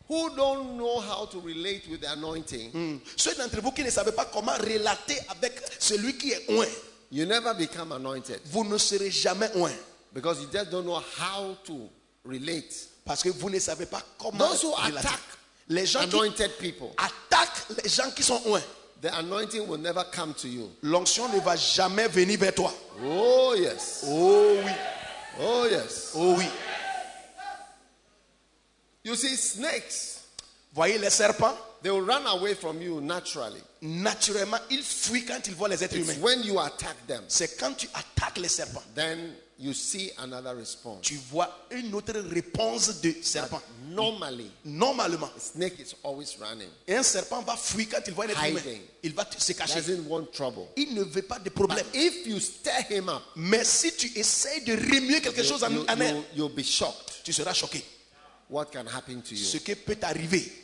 Speaker 1: who don't know how to relate with the anointing,
Speaker 2: hmm, ceux d'entre vous qui ne savez pas comment relater avec celui qui est loin,
Speaker 1: you never become anointed
Speaker 2: vous ne serez jamais loin
Speaker 1: because you just don't know how to relate.
Speaker 2: parce que vous ne savez pas comment
Speaker 1: Those who
Speaker 2: relater.
Speaker 1: attack
Speaker 2: Les gens qui
Speaker 1: anointed people,
Speaker 2: attaquent les gens qui sont loin,
Speaker 1: the anointing will never come to you.
Speaker 2: l'onction ne va jamais venir vers toi.
Speaker 1: Oh, yes.
Speaker 2: Oh oui,
Speaker 1: Oh, yes.
Speaker 2: oh oui.
Speaker 1: You see, snakes,
Speaker 2: Voyez les serpents,
Speaker 1: they will run away from you naturally.
Speaker 2: naturellement, ils fuient quand ils voient les êtres
Speaker 1: It's
Speaker 2: humains.
Speaker 1: when you attack them,
Speaker 2: C'est quand tu attaques les serpents,
Speaker 1: then you see another response.
Speaker 2: tu vois une autre réponse de serpent.
Speaker 1: Normally,
Speaker 2: Normalement,
Speaker 1: snake is always running,
Speaker 2: un serpent va fuir quand il voit un être humain.
Speaker 1: Hiding.
Speaker 2: Il va se cacher.
Speaker 1: doesn't want trouble.
Speaker 2: Il ne veut pas de problème.
Speaker 1: But if you stir him up,
Speaker 2: Mais si tu essayes de remuer quelque chose en,
Speaker 1: you,
Speaker 2: en elle,
Speaker 1: you, will be shocked
Speaker 2: tu seras choqué.
Speaker 1: what can happen to
Speaker 2: Ce
Speaker 1: you.
Speaker 2: qui peut t'arriver,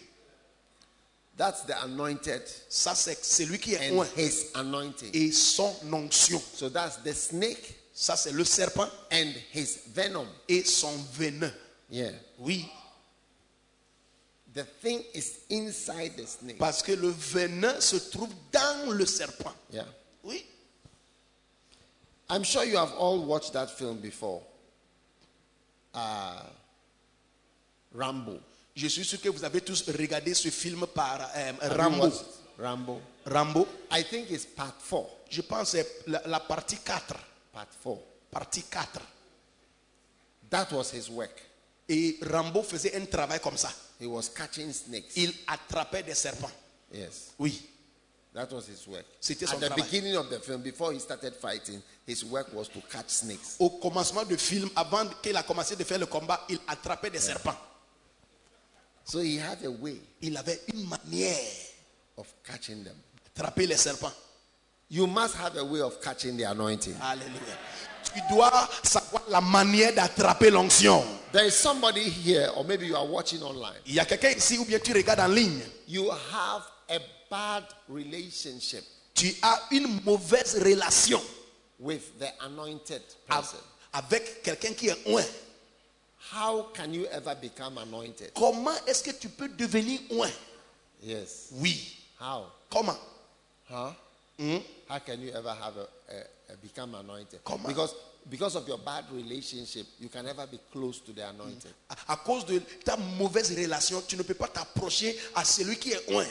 Speaker 1: That's the anointed
Speaker 2: ça c'est celui qui est
Speaker 1: and
Speaker 2: loin
Speaker 1: his anointing.
Speaker 2: et son onction.
Speaker 1: So that's the snake
Speaker 2: Ça c'est le serpent
Speaker 1: and his venom.
Speaker 2: et son venin.
Speaker 1: Yeah.
Speaker 2: Oui,
Speaker 1: The thing is inside the snake.
Speaker 2: parce que le venin se trouve dans le serpent.
Speaker 1: Yeah.
Speaker 2: Oui.
Speaker 1: I'm sure you have all watched that film before. Uh, Rambo.
Speaker 2: Je suis sûr que vous avez tous regardé ce film par euh,
Speaker 1: Have you
Speaker 2: Rambo.
Speaker 1: watched Rambo.
Speaker 2: Rambo,
Speaker 1: I think it's part four.
Speaker 2: je pense, c'est la, la partie 4.
Speaker 1: Part four.
Speaker 2: Partie 4.
Speaker 1: That was his work.
Speaker 2: Et Rambo faisait un travail comme ça.
Speaker 1: He was catching snakes.
Speaker 2: Il attrapait des serpents.
Speaker 1: Yes.
Speaker 2: Oui.
Speaker 1: That was his work.
Speaker 2: C'était son
Speaker 1: At the
Speaker 2: travail.
Speaker 1: beginning of the film, before he started fighting, his work was to catch snakes.
Speaker 2: Au commencement du film, avant qu'il a commencé de faire le combat, il attrapait des serpents.
Speaker 1: So he had a way
Speaker 2: Il avait une manière
Speaker 1: of catching them.
Speaker 2: d'attraper les serpents.
Speaker 1: You must have a way of catching the anointing.
Speaker 2: Alléluia. Tu dois savoir la manière d'attraper l'onction.
Speaker 1: There is somebody here, or maybe you are watching online.
Speaker 2: Il y a quelqu'un ici ou bien tu regardes en ligne.
Speaker 1: You have a bad relationship
Speaker 2: Tu as une mauvaise relation
Speaker 1: with the anointed
Speaker 2: av-
Speaker 1: person.
Speaker 2: avec quelqu'un qui est loin.
Speaker 1: How can you ever become anointed?
Speaker 2: Comment est-ce que tu peux devenir loin
Speaker 1: Yes.
Speaker 2: Oui.
Speaker 1: How?
Speaker 2: Comment
Speaker 1: Huh? Hmm? How can you ever have a, a, a become anointed?
Speaker 2: Come on.
Speaker 1: Because because of your bad relationship, you can never be close to the anointed.
Speaker 2: à, à cause de ta mauvaise relation, tu ne peux pas t'approcher à celui qui est loin.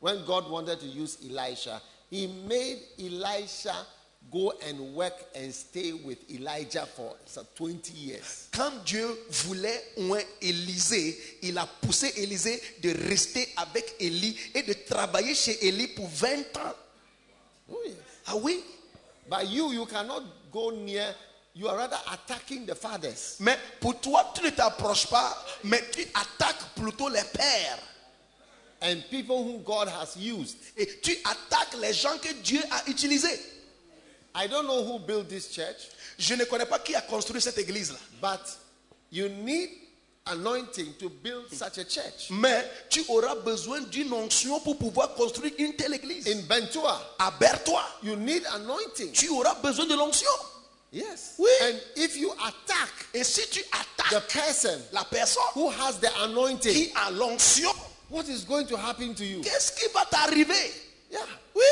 Speaker 1: When God wanted to use Elisha, He made Elisha go and work and stay with Elijah for some 20 years.
Speaker 2: Quand Dieu voulait loin Élisée, il a poussé Élisée de rester avec Élie et de travailler chez Élie pour 20 ans.
Speaker 1: Oh yes.
Speaker 2: Ah oui
Speaker 1: But you, you cannot go near. You are rather attacking the fathers.
Speaker 2: Mais pour toi, tu ne t'approches pas, mais tu attaques plutôt les pères.
Speaker 1: And people whom God has used.
Speaker 2: Et tu attaques les gens que Dieu a utilisés.
Speaker 1: I don't know who built this church,
Speaker 2: Je ne connais pas qui a construit cette église-là.
Speaker 1: but you need anointing to build such a church.
Speaker 2: Mais tu auras besoin d'une onction pour pouvoir construire une telle église.
Speaker 1: In Bentua,
Speaker 2: Aberre-toi.
Speaker 1: you need anointing.
Speaker 2: Tu auras besoin de l'onction.
Speaker 1: Yes.
Speaker 2: Oui.
Speaker 1: And if you attack
Speaker 2: Et si tu
Speaker 1: the
Speaker 2: attaques
Speaker 1: person
Speaker 2: la personne
Speaker 1: who has the anointing,
Speaker 2: qui a l'onction,
Speaker 1: what is going to happen to you?
Speaker 2: qu'est-ce qui va t'arriver
Speaker 1: Yeah.
Speaker 2: Oui.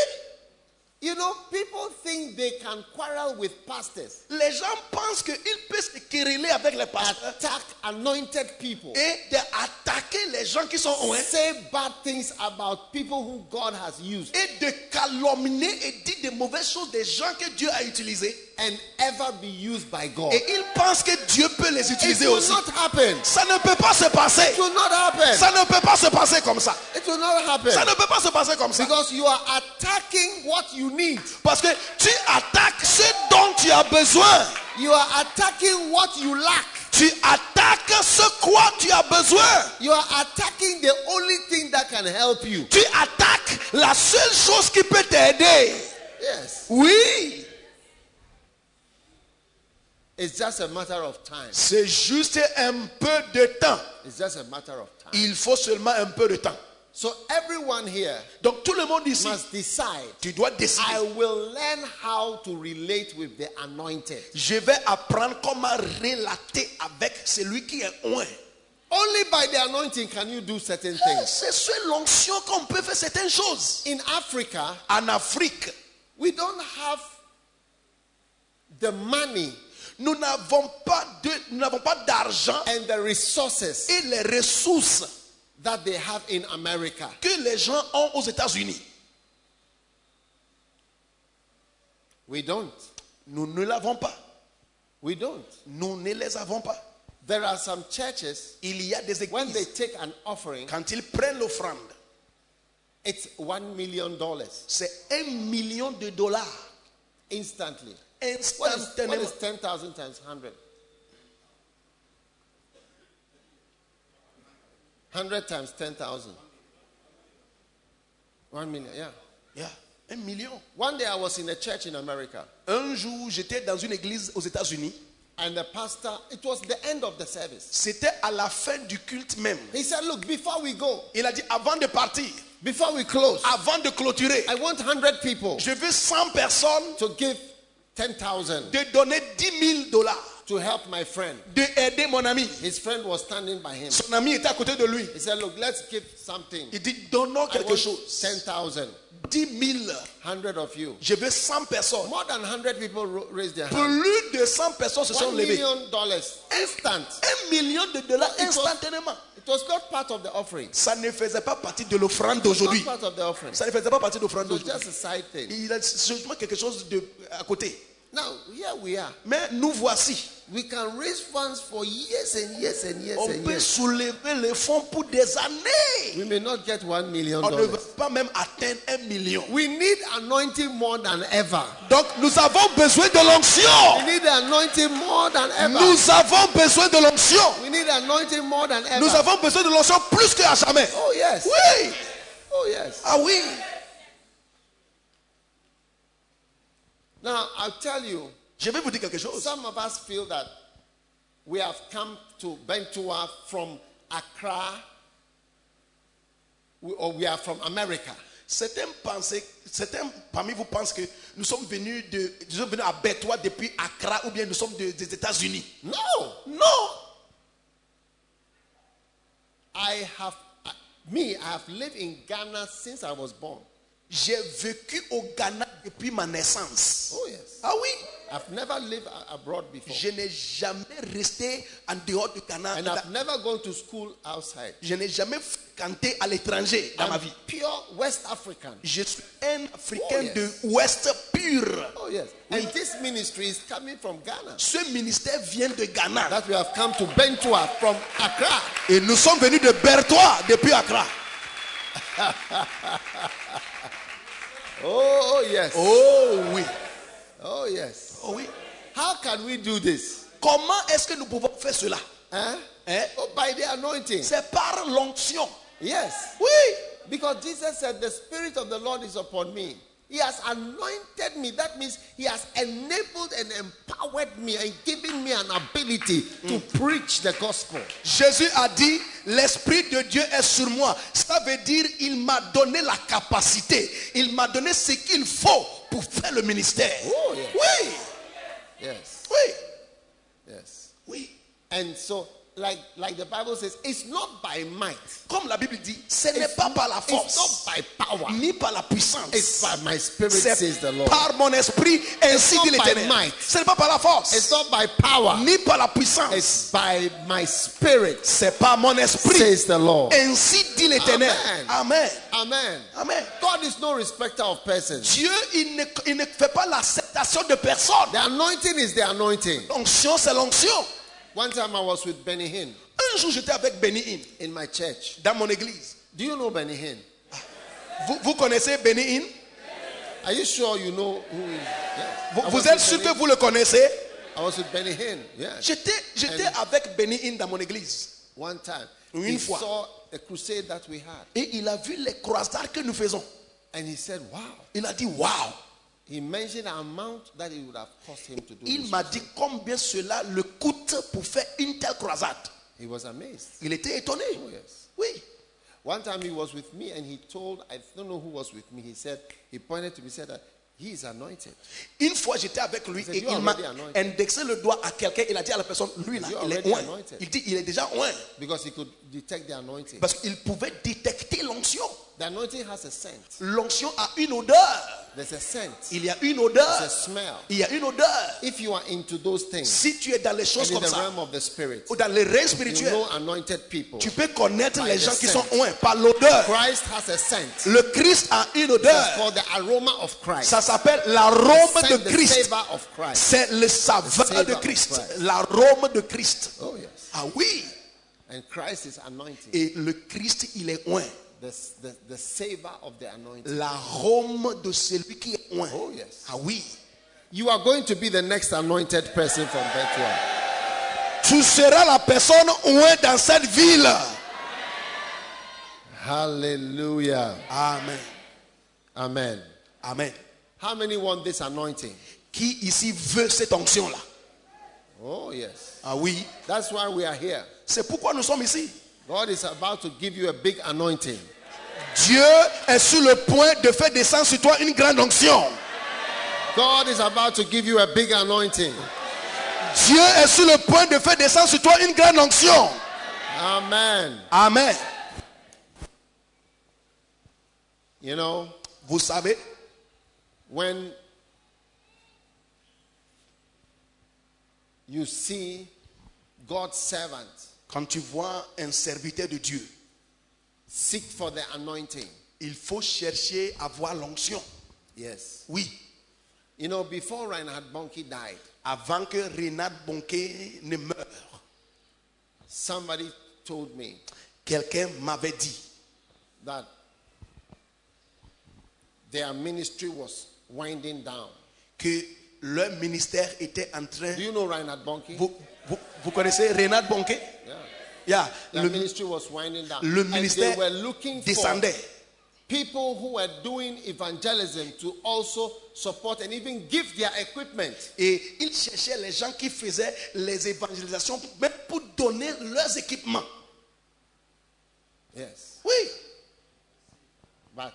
Speaker 1: You know, people think they can quarrel with pastors,
Speaker 2: Les gens pensent qu'ils peuvent se quereller avec les pasteurs
Speaker 1: attack anointed people,
Speaker 2: et d'attaquer les gens qui sont loin
Speaker 1: say bad things about people who God has used.
Speaker 2: et de calomnier et dire des mauvaises choses des gens que Dieu a utilisés.
Speaker 1: and ever be used by God.
Speaker 2: Et ils pensent que Dieu peut les
Speaker 1: It
Speaker 2: utiliser
Speaker 1: will
Speaker 2: aussi.
Speaker 1: not happen.
Speaker 2: Ça ne peut pas se passer.
Speaker 1: It will not happen.
Speaker 2: Ça ne peut pas se passer comme ça.
Speaker 1: It will not
Speaker 2: Ça
Speaker 1: happen.
Speaker 2: ne peut pas se passer comme ça.
Speaker 1: Because you are attacking what you need.
Speaker 2: Parce que tu attaques ce dont tu as besoin.
Speaker 1: You are attacking what you lack.
Speaker 2: Tu attaques ce quoi tu as besoin.
Speaker 1: You are attacking the only thing that can help you.
Speaker 2: Tu attaques la seule chose qui peut t'aider.
Speaker 1: Yes.
Speaker 2: Oui.
Speaker 1: It's just a matter of time.
Speaker 2: C'est juste un peu de temps.
Speaker 1: It's just a matter of time.
Speaker 2: Il faut seulement un peu de temps.
Speaker 1: So everyone here
Speaker 2: Donc tout le monde ici,
Speaker 1: must decide.
Speaker 2: tu dois décider.
Speaker 1: I will learn how to relate with the anointed.
Speaker 2: Je vais apprendre comment relater avec celui qui est loin.
Speaker 1: Only by the anointing can you do certain things.
Speaker 2: C'est sur l'onction qu'on peut faire certaines choses.
Speaker 1: In Africa,
Speaker 2: En Afrique,
Speaker 1: we don't have the money
Speaker 2: nous n'avons pas de, nous n'avons pas d'argent
Speaker 1: and the resources
Speaker 2: et les ressources
Speaker 1: that they have in America.
Speaker 2: que les gens ont aux États-Unis.
Speaker 1: We don't.
Speaker 2: Nous ne l'avons pas.
Speaker 1: We don't.
Speaker 2: Nous ne les avons pas.
Speaker 1: There are some churches,
Speaker 2: Il y a des
Speaker 1: when they
Speaker 2: églises.
Speaker 1: take an offering,
Speaker 2: Quand ils prennent l'offrande,
Speaker 1: it's $1 million
Speaker 2: c'est un million de dollars
Speaker 1: instantly. What is, what
Speaker 2: instantanément.
Speaker 1: is 10,000 times 100? 100 times 10,000. 1 million, yeah.
Speaker 2: Yeah, Un million.
Speaker 1: One day I was in a church in America,
Speaker 2: Un jour, j'étais dans une église aux États-Unis.
Speaker 1: and the pastor, it was the end of the service.
Speaker 2: C'était à la fin du culte même.
Speaker 1: He said, Look, before we go,
Speaker 2: Il a dit avant de partir,
Speaker 1: before we close,
Speaker 2: avant de clôturer,
Speaker 1: I want 100 people
Speaker 2: je veux 100 personnes
Speaker 1: to give 10,000
Speaker 2: de donner 10 000 dollars,
Speaker 1: to help my friend.
Speaker 2: de aider mon ami.
Speaker 1: His friend was standing by him.
Speaker 2: Son ami était à côté de lui.
Speaker 1: He said, Look, let's give something.
Speaker 2: Il dit donnons
Speaker 1: I
Speaker 2: quelque
Speaker 1: want
Speaker 2: chose.
Speaker 1: 10,000,
Speaker 2: 10 000.
Speaker 1: 100 of you.
Speaker 2: Je veux 100 personnes.
Speaker 1: More than 100 people ro- raised their hand.
Speaker 2: Plus de 100 personnes se sont
Speaker 1: One
Speaker 2: levées.
Speaker 1: million dollars instant.
Speaker 2: Un million de dollars
Speaker 1: It was-
Speaker 2: instantanément.
Speaker 1: It was not part of the offering.
Speaker 2: Ça ne faisait pas partie de l'offrande
Speaker 1: Not
Speaker 2: d'aujourd'hui.
Speaker 1: part of the offering.
Speaker 2: Ça ne faisait pas partie de l'offrande
Speaker 1: It was
Speaker 2: d'aujourd'hui.
Speaker 1: just a side thing.
Speaker 2: Il a seulement quelque chose de, à côté.
Speaker 1: Now here we are.
Speaker 2: Mais nous voici.
Speaker 1: We can raise funds for years and years and years
Speaker 2: On
Speaker 1: and
Speaker 2: peut
Speaker 1: years.
Speaker 2: soulever les fonds pour des années.
Speaker 1: We may not get one million
Speaker 2: On ne veut
Speaker 1: dollars.
Speaker 2: pas même atteindre un million.
Speaker 1: We need anointing more than ever.
Speaker 2: Donc nous avons besoin de
Speaker 1: We
Speaker 2: l'onction.
Speaker 1: need anointing more than ever.
Speaker 2: Nous avons besoin de l'onction.
Speaker 1: We need anointing more than ever.
Speaker 2: Nous avons besoin de l'onction plus qu'à jamais.
Speaker 1: Oh yes.
Speaker 2: Oui.
Speaker 1: Oh yes.
Speaker 2: Ah oui.
Speaker 1: Now I'll tell you.
Speaker 2: Je vais vous dire quelque chose.
Speaker 1: Some of us feel that we have come to Bentua from Accra we- or we are from America.
Speaker 2: Certains, pensaient- certains parmi vous pensent que nous sommes venus, de, nous sommes venus à Bétois depuis Accra ou bien nous sommes de- des États-Unis.
Speaker 1: No,
Speaker 2: Non.
Speaker 1: I have, I- me, I have lived in Ghana since I was born.
Speaker 2: J'ai vécu au Ghana depuis ma naissance.
Speaker 1: Oh, yes.
Speaker 2: Ah oui,
Speaker 1: I've never lived a- abroad before.
Speaker 2: je n'ai jamais resté en dehors du
Speaker 1: And
Speaker 2: Ghana.
Speaker 1: I've never gone to school outside.
Speaker 2: Je n'ai jamais fréquenté à l'étranger dans ma
Speaker 1: I'm
Speaker 2: vie.
Speaker 1: pure West African.
Speaker 2: Je suis un Africain
Speaker 1: Oh, yes.
Speaker 2: de l'Ouest pur.
Speaker 1: Oh, yes. And this ministry is coming from Ghana.
Speaker 2: Ce ministère vient de Ghana.
Speaker 1: That we have come to Bentua from Accra.
Speaker 2: Et nous sommes venus de Bertois depuis Accra.
Speaker 1: Oh, yes.
Speaker 2: Oh oui.
Speaker 1: Oh, yes.
Speaker 2: Oh oui.
Speaker 1: How can we do this?
Speaker 2: Comment est-ce que nous pouvons faire cela
Speaker 1: Huh?
Speaker 2: Hein?
Speaker 1: Oh, by the anointing.
Speaker 2: C'est par l'onction.
Speaker 1: Yes.
Speaker 2: Oui.
Speaker 1: Because Jesus said, The Spirit of the Lord is upon me. He has anointed me. That means He has enabled and empowered me and given me an ability to preach the gospel.
Speaker 2: Jésus a dit, l'Esprit de Dieu est sur moi. Ça veut dire, il m'a donné la capacité. Il m'a donné ce qu'il faut pour faire le ministère.
Speaker 1: Oh, yeah.
Speaker 2: Oui,
Speaker 1: Yes.
Speaker 2: oui,
Speaker 1: Yes.
Speaker 2: oui.
Speaker 1: And so like, like the Bible says, it's not by might,
Speaker 2: Comme la Bible dit, ce n'est pas par la
Speaker 1: it's
Speaker 2: force,
Speaker 1: not by power,
Speaker 2: ni par la puissance.
Speaker 1: it's by my spirit, says the
Speaker 2: C'est
Speaker 1: Lord.
Speaker 2: par mon esprit, ainsi
Speaker 1: not
Speaker 2: dit
Speaker 1: by
Speaker 2: l'éternel.
Speaker 1: might.
Speaker 2: Ce n'est pas par la
Speaker 1: It's
Speaker 2: force,
Speaker 1: not by power,
Speaker 2: ni par la puissance.
Speaker 1: it's by my spirit,
Speaker 2: C'est par mon esprit,
Speaker 1: says the Lord.
Speaker 2: ainsi dit l'éternel.
Speaker 1: Amen.
Speaker 2: Amen.
Speaker 1: Amen.
Speaker 2: Amen.
Speaker 1: God is no respecter of persons.
Speaker 2: Dieu, il ne, il ne fait pas l'acceptation de personne.
Speaker 1: The anointing is the anointing.
Speaker 2: L'onction, c'est l'onction.
Speaker 1: One time I was with Benny Hinn
Speaker 2: Un jour, j'étais avec Benny Hinn
Speaker 1: in my church.
Speaker 2: dans mon église.
Speaker 1: Do you know Benny Hinn?
Speaker 2: Vous, vous connaissez Benny Hinn
Speaker 1: Are you sure you know who he is? Yes.
Speaker 2: vous,
Speaker 1: I
Speaker 2: vous
Speaker 1: was
Speaker 2: êtes
Speaker 1: with
Speaker 2: sûr
Speaker 1: Benny-
Speaker 2: que vous le connaissez
Speaker 1: I was with Benny Hinn. Yes.
Speaker 2: J'étais j'étais avec Benny Hinn dans mon église.
Speaker 1: One time.
Speaker 2: Une
Speaker 1: he
Speaker 2: fois.
Speaker 1: saw the crusade that we had.
Speaker 2: Et il a vu les croisades que nous faisons.
Speaker 1: And he said, wow.
Speaker 2: Il a dit, waouh
Speaker 1: He mentioned the amount that it would have cost him to do
Speaker 2: Il
Speaker 1: this.
Speaker 2: m'a dit combien cela le coûte pour faire une telle croisade.
Speaker 1: He was amazed.
Speaker 2: Il était étonné.
Speaker 1: Oh, yes.
Speaker 2: Oui.
Speaker 1: One time he was with me and he told, I don't know who was with me. He said, he pointed to me, said that he is anointed.
Speaker 2: Une fois, j'étais avec lui
Speaker 1: said,
Speaker 2: et
Speaker 1: "You
Speaker 2: il
Speaker 1: are
Speaker 2: m'a
Speaker 1: already anointed."
Speaker 2: indexé le doigt à quelqu'un. Il a dit à la personne, lui là,
Speaker 1: You are
Speaker 2: il est
Speaker 1: already
Speaker 2: oint.
Speaker 1: anointed.
Speaker 2: Il dit, il est déjà oint.
Speaker 1: Because he could detect the anointing.
Speaker 2: Parce qu'il pouvait détecter l'onction.
Speaker 1: the anointing has a scent.
Speaker 2: L'onction a une odeur.
Speaker 1: There's a scent.
Speaker 2: Il y a une
Speaker 1: There's a
Speaker 2: odeur.
Speaker 1: smell.
Speaker 2: Il y a une odeur.
Speaker 1: If you are into those things
Speaker 2: Si tu es dans les
Speaker 1: and
Speaker 2: choses
Speaker 1: in
Speaker 2: comme
Speaker 1: the
Speaker 2: ça,
Speaker 1: realm of the Oh, spirit,
Speaker 2: ou dans les règles
Speaker 1: you
Speaker 2: spirituelles,
Speaker 1: know anointed people.
Speaker 2: tu peux connaître
Speaker 1: By
Speaker 2: les
Speaker 1: the
Speaker 2: gens qui
Speaker 1: scent.
Speaker 2: sont oints par l'odeur.
Speaker 1: Christ has a scent.
Speaker 2: Le Christ a une
Speaker 1: It's
Speaker 2: odeur.
Speaker 1: called the aroma of Christ.
Speaker 2: Ça s'appelle
Speaker 1: The
Speaker 2: l'arôme de
Speaker 1: scent, the
Speaker 2: Christ.
Speaker 1: savor of Christ.
Speaker 2: C'est le saveur
Speaker 1: savor
Speaker 2: de
Speaker 1: of
Speaker 2: Christ.
Speaker 1: Christ.
Speaker 2: L'arôme de Christ.
Speaker 1: Oh yes.
Speaker 2: Ah oui.
Speaker 1: And Christ is anointing.
Speaker 2: Et le Christ, il est oint.
Speaker 1: The, the, the savor of the anointing.
Speaker 2: L'arôme de celui qui est oint.
Speaker 1: Oh, yes.
Speaker 2: Ah oui.
Speaker 1: You are going to be the next anointed person from Bethlehem.
Speaker 2: Tu seras la personne ointe dans cette ville.
Speaker 1: Hallelujah.
Speaker 2: Amen.
Speaker 1: Amen.
Speaker 2: Amen.
Speaker 1: How many want this anointing?
Speaker 2: Qui ici veut cette onction-là
Speaker 1: Oh, yes.
Speaker 2: Ah oui.
Speaker 1: That's why we are here.
Speaker 2: C'est pourquoi nous sommes ici.
Speaker 1: God is about to give you a big anointing.
Speaker 2: Dieu est sur le point de faire descendre sur toi une grande onction.
Speaker 1: God is about to give you a big anointing.
Speaker 2: Dieu est sur le point de faire descendre sur toi une grande onction.
Speaker 1: Amen.
Speaker 2: Amen.
Speaker 1: You know,
Speaker 2: Vous savez,
Speaker 1: when you see God's servant
Speaker 2: quand tu vois un serviteur de Dieu,
Speaker 1: seek for the anointing.
Speaker 2: il faut chercher à voir l'onction.
Speaker 1: Yes.
Speaker 2: Oui.
Speaker 1: You know, before Reinhard Bonnke died,
Speaker 2: Avant que Renat Bonquet ne meure,
Speaker 1: somebody told me
Speaker 2: quelqu'un m'avait dit
Speaker 1: that their ministry was winding down.
Speaker 2: que leur ministère était en train.
Speaker 1: Do you know Reinhard Bonnke?
Speaker 2: Vous, vous- vous connaissez Renat Bonquet
Speaker 1: Yeah.
Speaker 2: Yeah.
Speaker 1: Their
Speaker 2: Le,
Speaker 1: ministry was winding down.
Speaker 2: le
Speaker 1: and they
Speaker 2: ministère
Speaker 1: were looking for
Speaker 2: descendait.
Speaker 1: people who were doing evangelism to also support and even give their equipment.
Speaker 2: Et ils cherchaient les gens qui faisaient les évangélisations, même pour donner leurs équipements.
Speaker 1: Yes.
Speaker 2: Oui.
Speaker 1: But,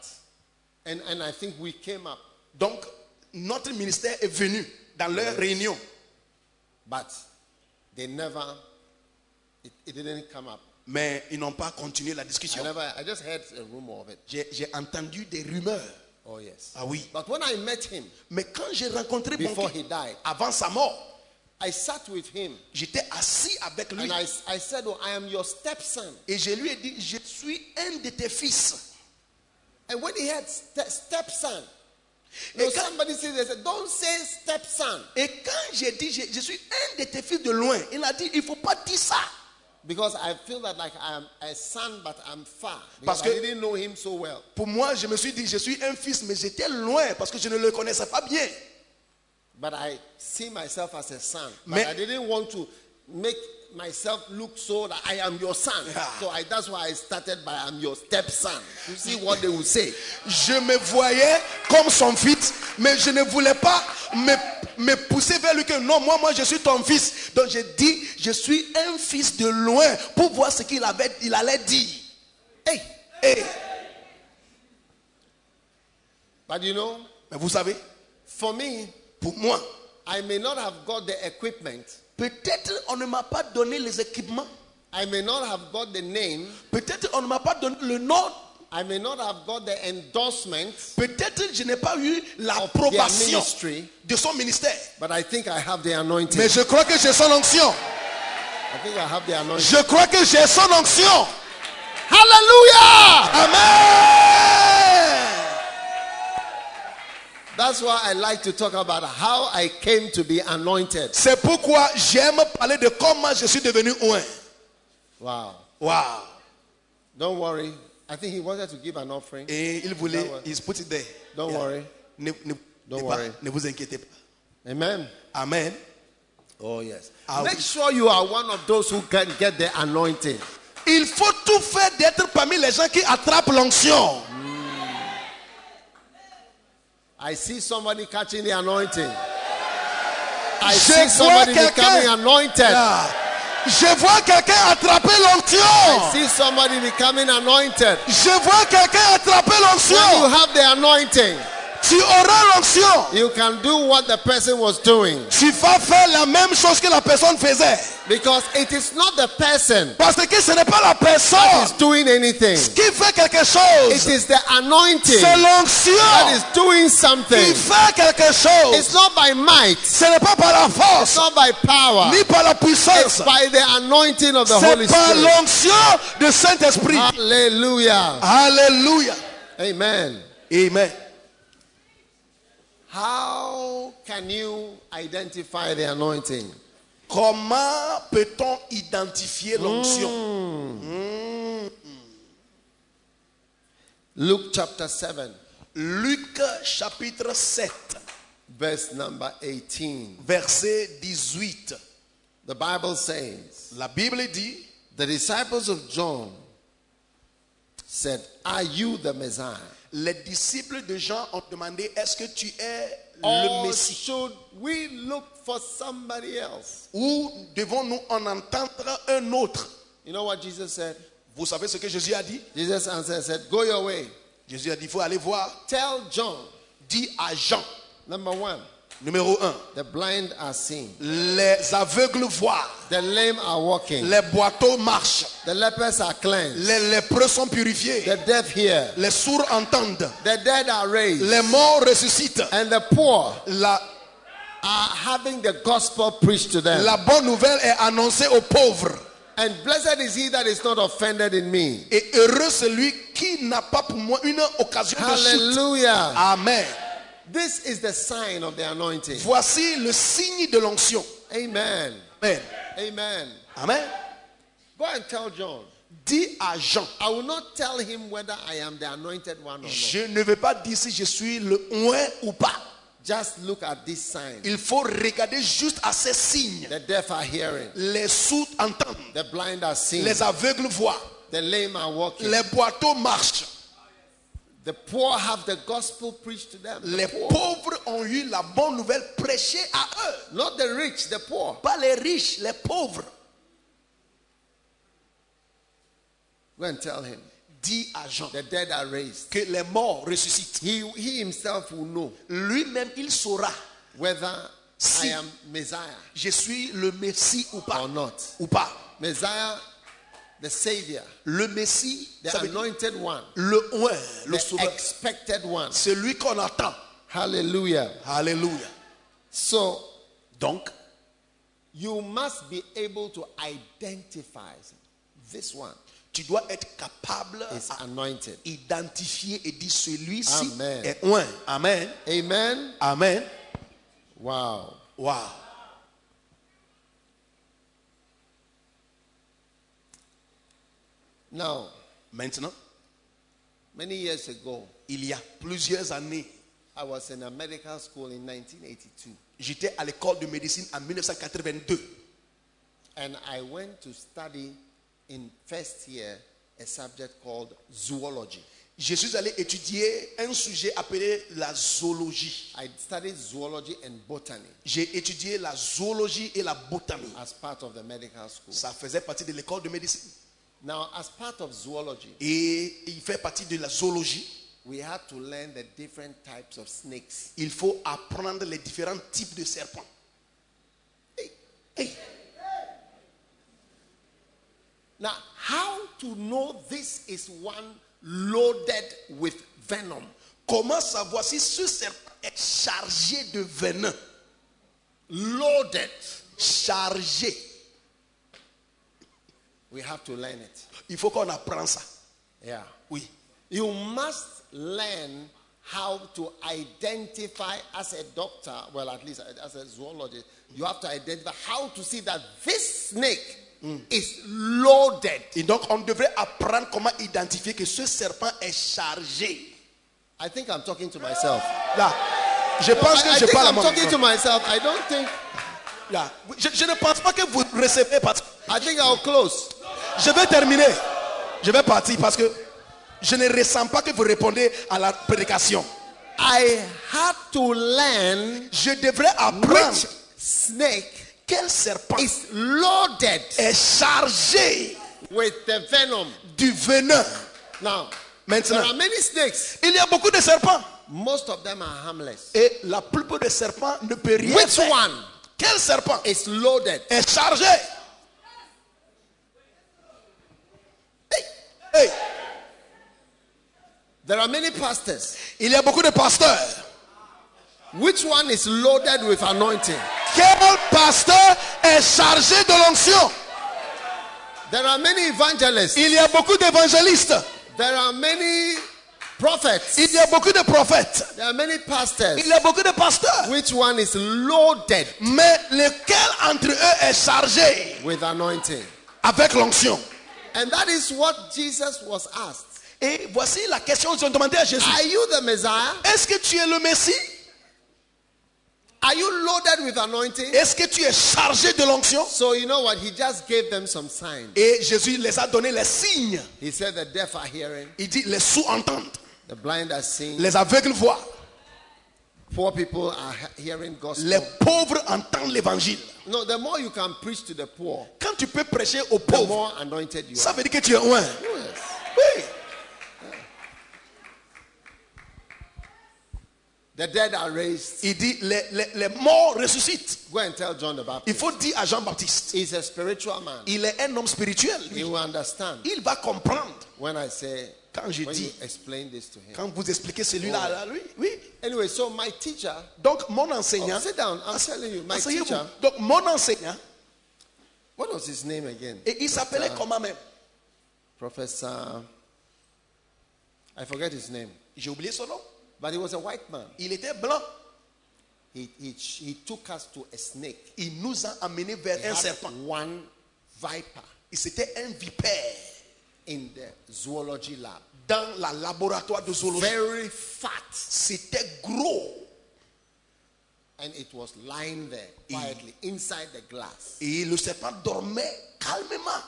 Speaker 1: and, and I think we came up,
Speaker 2: Donc, notre ministère est venu dans leur réunion.
Speaker 1: but they never, it, it didn't come up.
Speaker 2: Mais ils n'ont pas continué la
Speaker 1: I
Speaker 2: discussion.
Speaker 1: never, I just heard a rumor of it.
Speaker 2: J'ai j'ai entendu des rumeurs.
Speaker 1: Oh, yes.
Speaker 2: Ah oui.
Speaker 1: But when I met him
Speaker 2: Mais quand j'ai rencontré
Speaker 1: before
Speaker 2: Bonquet,
Speaker 1: he died,
Speaker 2: avant sa mort,
Speaker 1: I sat with him
Speaker 2: j'étais assis avec lui.
Speaker 1: and I, I said, Oh, I am your stepson.
Speaker 2: Et je lui ai dit, je suis un de tes fils.
Speaker 1: And when he had ste- stepson, you know,
Speaker 2: Et quand-
Speaker 1: somebody said, they said, Don't say stepson.
Speaker 2: Et quand j'ai dit, je, je suis un de tes fils de loin, il a dit, il ne faut pas dire ça.
Speaker 1: Because I feel that like I am a son, but I'm far. Because
Speaker 2: Parce que-
Speaker 1: I didn't know him so well.
Speaker 2: Pour moi, je me suis dit, je suis un fils, mais j'étais loin parce que je ne le connaissais pas bien.
Speaker 1: But I see myself as a son. But
Speaker 2: Mais-
Speaker 1: I didn't want to make myself look so that I am your son.
Speaker 2: Ah.
Speaker 1: So I, that's why I started by I'm your stepson. You see what they will say.
Speaker 2: Je me voyais comme son fils, mais je ne voulais pas me, me pousser vers lui que non, moi, moi, je suis ton fils. Donc j'ai dit, je suis un fils de loin pour voir ce qu'il avait, il allait dire. Hey, hey.
Speaker 1: But you know,
Speaker 2: Mais vous savez,
Speaker 1: for me,
Speaker 2: pour moi,
Speaker 1: I may not have got the equipment,
Speaker 2: peut-être on ne m'a pas donné les équipements,
Speaker 1: I may not have got the name,
Speaker 2: Peut-être on ne m'a pas donné le nom.
Speaker 1: I may not have got the endorsement
Speaker 2: Peut-être je n'ai pas eu
Speaker 1: of their
Speaker 2: l'approbation
Speaker 1: ministry,
Speaker 2: de son ministère.
Speaker 1: but I think I have the anointing.
Speaker 2: Mais je crois que j'ai son onction.
Speaker 1: I think I have the anointing.
Speaker 2: Je crois que j'ai son onction.
Speaker 1: Hallelujah!
Speaker 2: Amen.
Speaker 1: That's why I like to talk about how I came to be anointed.
Speaker 2: C'est pourquoi j'aime parler de comment je suis devenu un.
Speaker 1: Wow.
Speaker 2: Wow.
Speaker 1: Don't worry. I think he wanted to give an offering.
Speaker 2: Et il voulait,
Speaker 1: Don't worry.
Speaker 2: il put it there.
Speaker 1: Don't
Speaker 2: Yeah.
Speaker 1: worry.
Speaker 2: Ne, ne-
Speaker 1: Don't
Speaker 2: ne pas-
Speaker 1: worry.
Speaker 2: ne vous inquiétez pas.
Speaker 1: Amen.
Speaker 2: Amen.
Speaker 1: Oh, yes.
Speaker 2: Ah,
Speaker 1: Make
Speaker 2: oui.
Speaker 1: sure you are one of those who can get the anointing.
Speaker 2: Il faut tout faire d'être parmi les gens qui attrapent l'onction.
Speaker 1: I see somebody catching the anointing. I
Speaker 2: Je
Speaker 1: see
Speaker 2: vois
Speaker 1: somebody
Speaker 2: quelqu'un.
Speaker 1: becoming anointed.
Speaker 2: Ah. Je vois quelqu'un attraper
Speaker 1: I
Speaker 2: l'onction.
Speaker 1: see somebody becoming anointed.
Speaker 2: Je vois quelqu'un attraper
Speaker 1: When you
Speaker 2: l'onction.
Speaker 1: have the anointing,
Speaker 2: Tu auras l'onction.
Speaker 1: you can do what the person was doing
Speaker 2: Tu vas faire la même chose que la personne faisait.
Speaker 1: because it is not the person
Speaker 2: Parce que ce n'est pas la
Speaker 1: that is
Speaker 2: personne
Speaker 1: doing anything.
Speaker 2: qui fait quelque
Speaker 1: It
Speaker 2: chose.
Speaker 1: is the anointing
Speaker 2: C'est
Speaker 1: that
Speaker 2: l'onction
Speaker 1: is doing
Speaker 2: qui
Speaker 1: something.
Speaker 2: fait quelque chose.
Speaker 1: It's not by might,
Speaker 2: Ce n'est pas par la
Speaker 1: it's
Speaker 2: force,
Speaker 1: not by power,
Speaker 2: ni par la
Speaker 1: it's
Speaker 2: puissance.
Speaker 1: by the anointing of the Holy
Speaker 2: C'est par
Speaker 1: Spirit.
Speaker 2: l'onction du Saint-Esprit.
Speaker 1: Hallelujah.
Speaker 2: Alléluia.
Speaker 1: Ah. Amen.
Speaker 2: Amen.
Speaker 1: How can you identify the anointing?
Speaker 2: Comment peut-on identifier
Speaker 1: Hmm.
Speaker 2: l'onction
Speaker 1: Luke chapter 7,
Speaker 2: Luc chapitre 7,
Speaker 1: verse number 18.
Speaker 2: verset 18.
Speaker 1: The Bible says,
Speaker 2: La Bible dit,
Speaker 1: The disciples of John said, Are you the Messiah?
Speaker 2: les disciples de Jean ont demandé, est-ce que tu es le
Speaker 1: Or
Speaker 2: Messie
Speaker 1: should we look for somebody else?
Speaker 2: Ou devons-nous en entendre un autre
Speaker 1: You know what Jesus said?
Speaker 2: Vous savez ce que Jésus a dit
Speaker 1: Jesus answered and said, Go your way.
Speaker 2: Jésus a dit, il faut aller voir.
Speaker 1: Tell John,
Speaker 2: Dis à Jean,
Speaker 1: number one,
Speaker 2: numéro 1,
Speaker 1: the blind are seeing,
Speaker 2: les aveugles voient,
Speaker 1: the lame are walking,
Speaker 2: les boiteaux marchent,
Speaker 1: the lepers are cleansed,
Speaker 2: les lépreux sont purifiés,
Speaker 1: the deaf hear,
Speaker 2: les sourds entendent,
Speaker 1: the dead are raised.
Speaker 2: les morts ressuscitent.
Speaker 1: And the poor
Speaker 2: La,
Speaker 1: are having the gospel preached to them.
Speaker 2: la bonne nouvelle est annoncée aux pauvres.
Speaker 1: And blessed is he that is not offended in me.
Speaker 2: Et heureux celui qui n'a pas pour moi une occasion de chute.
Speaker 1: Hallelujah.
Speaker 2: Amen.
Speaker 1: This is the sign of the anointing.
Speaker 2: Voici le signe de l'onction.
Speaker 1: Amen.
Speaker 2: Amen.
Speaker 1: Amen.
Speaker 2: Amen.
Speaker 1: Go and tell John.
Speaker 2: Dis à Jean,
Speaker 1: I will not tell him whether I am the anointed one or not.
Speaker 2: je ne vais pas dire si je suis le ouin ou pas.
Speaker 1: Just look at this sign.
Speaker 2: Il faut regarder juste à ces signes.
Speaker 1: The deaf are hearing.
Speaker 2: Les sourds entendent,
Speaker 1: The blind are seeing.
Speaker 2: les aveugles voient,
Speaker 1: The lame are walking.
Speaker 2: les boiteaux marchent,
Speaker 1: The poor have the gospel preached to them.
Speaker 2: les pauvres ont eu la bonne nouvelle prêchée à eux.
Speaker 1: Not the rich, the poor.
Speaker 2: Pas les riches, les pauvres.
Speaker 1: Go and tell him.
Speaker 2: Dis à Jean
Speaker 1: The dead are raised.
Speaker 2: que les morts ressuscitent.
Speaker 1: He, he himself will know.
Speaker 2: Lui-même, il saura,
Speaker 1: whether
Speaker 2: Si.
Speaker 1: I am Messiah
Speaker 2: je suis le Messie ou pas.
Speaker 1: or not.
Speaker 2: Ou pas.
Speaker 1: Messiah, the Savior,
Speaker 2: Le Messie,
Speaker 1: the
Speaker 2: ça veut dire
Speaker 1: anointed one,
Speaker 2: le ouin, le
Speaker 1: the
Speaker 2: sauveur.
Speaker 1: expected one.
Speaker 2: Celui qu'on attend.
Speaker 1: Hallelujah.
Speaker 2: Alléluia.
Speaker 1: So
Speaker 2: Donc,
Speaker 1: you must be able to identify this one
Speaker 2: tu dois être capable
Speaker 1: is
Speaker 2: à
Speaker 1: anointed.
Speaker 2: identifier et dire celui-ci
Speaker 1: Amen.
Speaker 2: est un. Amen.
Speaker 1: Amen.
Speaker 2: Amen.
Speaker 1: Wow.
Speaker 2: Wow.
Speaker 1: Now,
Speaker 2: Maintenant,
Speaker 1: many years ago,
Speaker 2: il y a plusieurs années,
Speaker 1: I was in a medical school in 1982,
Speaker 2: j'étais à l'école de médecine en 1982
Speaker 1: and I went to study in first year a subject called zoology.
Speaker 2: Je suis allé étudier un sujet appelé la zoologie.
Speaker 1: I studied zoology and botany
Speaker 2: J'ai étudié la zoologie et la botanie.
Speaker 1: as part of the medical school.
Speaker 2: Ça faisait partie de l'école de médecine.
Speaker 1: Now, as part of zoology,
Speaker 2: Et il fait partie de la zoologie.
Speaker 1: we had to learn the different types of snakes.
Speaker 2: Il faut apprendre les différents types de serpents. Hey, hey.
Speaker 1: to know this is one loaded with venom?
Speaker 2: Comment savoir si ce serpent est chargé de venin
Speaker 1: Loaded.
Speaker 2: Chargé.
Speaker 1: We have to learn it.
Speaker 2: Il faut qu'on apprend ça.
Speaker 1: Yeah.
Speaker 2: Oui.
Speaker 1: You must learn how to identify as a doctor, well, at least as a zoologist, you have to identify how to see that this snake is loaded.
Speaker 2: Et donc, on devrait apprendre comment identifier que ce serpent est chargé.
Speaker 1: I think I'm talking to myself.
Speaker 2: Là, je pense
Speaker 1: I, I
Speaker 2: que je
Speaker 1: think
Speaker 2: parle à
Speaker 1: I'm
Speaker 2: mon
Speaker 1: talking to myself. I don't think.
Speaker 2: Là, je, je ne pense pas que vous recevez parce que
Speaker 1: I think I'll close.
Speaker 2: je vais terminer. Je vais partir parce que je ne ressens pas que vous répondez à la prédication.
Speaker 1: I had to learn
Speaker 2: Je devrais apprendre
Speaker 1: which snake
Speaker 2: quel serpent
Speaker 1: is loaded
Speaker 2: est chargé
Speaker 1: with the venom.
Speaker 2: du venin.
Speaker 1: Now, there
Speaker 2: Maintenant,
Speaker 1: are many snakes.
Speaker 2: il y a beaucoup de serpents
Speaker 1: Most of them are harmless.
Speaker 2: et la plupart des serpents ne peut rien
Speaker 1: Which
Speaker 2: faire.
Speaker 1: one
Speaker 2: Quel serpent
Speaker 1: is loaded?
Speaker 2: est chargé Hey, hey.
Speaker 1: There are many pastors.
Speaker 2: Il y a beaucoup de pasteurs.
Speaker 1: Which one is loaded with anointing?
Speaker 2: Quel pasteur est chargé de l'onction
Speaker 1: There are many evangelists.
Speaker 2: Il y a beaucoup d'évangélistes.
Speaker 1: There are many prophets.
Speaker 2: Il y a beaucoup de prophètes.
Speaker 1: There are many
Speaker 2: Il
Speaker 1: pastors.
Speaker 2: y a beaucoup de pasteurs.
Speaker 1: Which one is loaded
Speaker 2: Mais lequel entre eux est chargé
Speaker 1: with anointing?
Speaker 2: avec l'onction
Speaker 1: And that is what Jesus was asked.
Speaker 2: Et voici la question qu'ils ont demandé à Jésus.
Speaker 1: Are you the Messiah?
Speaker 2: Est-ce que tu es le Messie
Speaker 1: Are you loaded with anointing?
Speaker 2: Est-ce que tu es chargé de l'onction
Speaker 1: So you know what? He just gave them some signs.
Speaker 2: Et Jésus les a donné les signes.
Speaker 1: He said the deaf are hearing,
Speaker 2: Il dit les sous entendent,
Speaker 1: the blind are seeing,
Speaker 2: les aveugles voient,
Speaker 1: poor people are he- hearing gospel.
Speaker 2: les pauvres entendent l'évangile.
Speaker 1: No, the more you can preach to the poor,
Speaker 2: Quand tu peux prêcher aux
Speaker 1: the
Speaker 2: pauvres,
Speaker 1: more anointed you
Speaker 2: ça
Speaker 1: are.
Speaker 2: veut dire que tu es un.
Speaker 1: Yes.
Speaker 2: Oui.
Speaker 1: The dead are raised.
Speaker 2: Il dit les, les- les morts ressuscitent.
Speaker 1: Go and tell John the
Speaker 2: Il
Speaker 1: Baptist.
Speaker 2: faut dire à Jean-Baptiste,
Speaker 1: He's a spiritual man.
Speaker 2: il est un homme spirituel.
Speaker 1: He will understand
Speaker 2: Il va comprendre
Speaker 1: when I say,
Speaker 2: quand je
Speaker 1: when you
Speaker 2: dis,
Speaker 1: explain this to him.
Speaker 2: quand vous expliquez celui-là à lui. Oui.
Speaker 1: Anyway, so my teacher,
Speaker 2: Donc mon
Speaker 1: oh,
Speaker 2: enseignant,
Speaker 1: sit down, I'm telling you, my
Speaker 2: asseyez-vous.
Speaker 1: teacher,
Speaker 2: Donc mon enseignant,
Speaker 1: what was his name again?
Speaker 2: et il s'appelait comment même
Speaker 1: Professor, I forget his name,
Speaker 2: J'ai oublié son nom.
Speaker 1: but he was a white man.
Speaker 2: Il était blanc.
Speaker 1: He, he, he took us to a snake.
Speaker 2: Il nous a amenés
Speaker 1: He
Speaker 2: vers un
Speaker 1: had
Speaker 2: serpent.
Speaker 1: one viper
Speaker 2: Et C'était un vipère
Speaker 1: in the zoology lab.
Speaker 2: dans la laboratoire de zoologie.
Speaker 1: Very fat.
Speaker 2: C'était gros.
Speaker 1: And it was lying there quietly inside the glass.
Speaker 2: Et le serpent dormait calmement.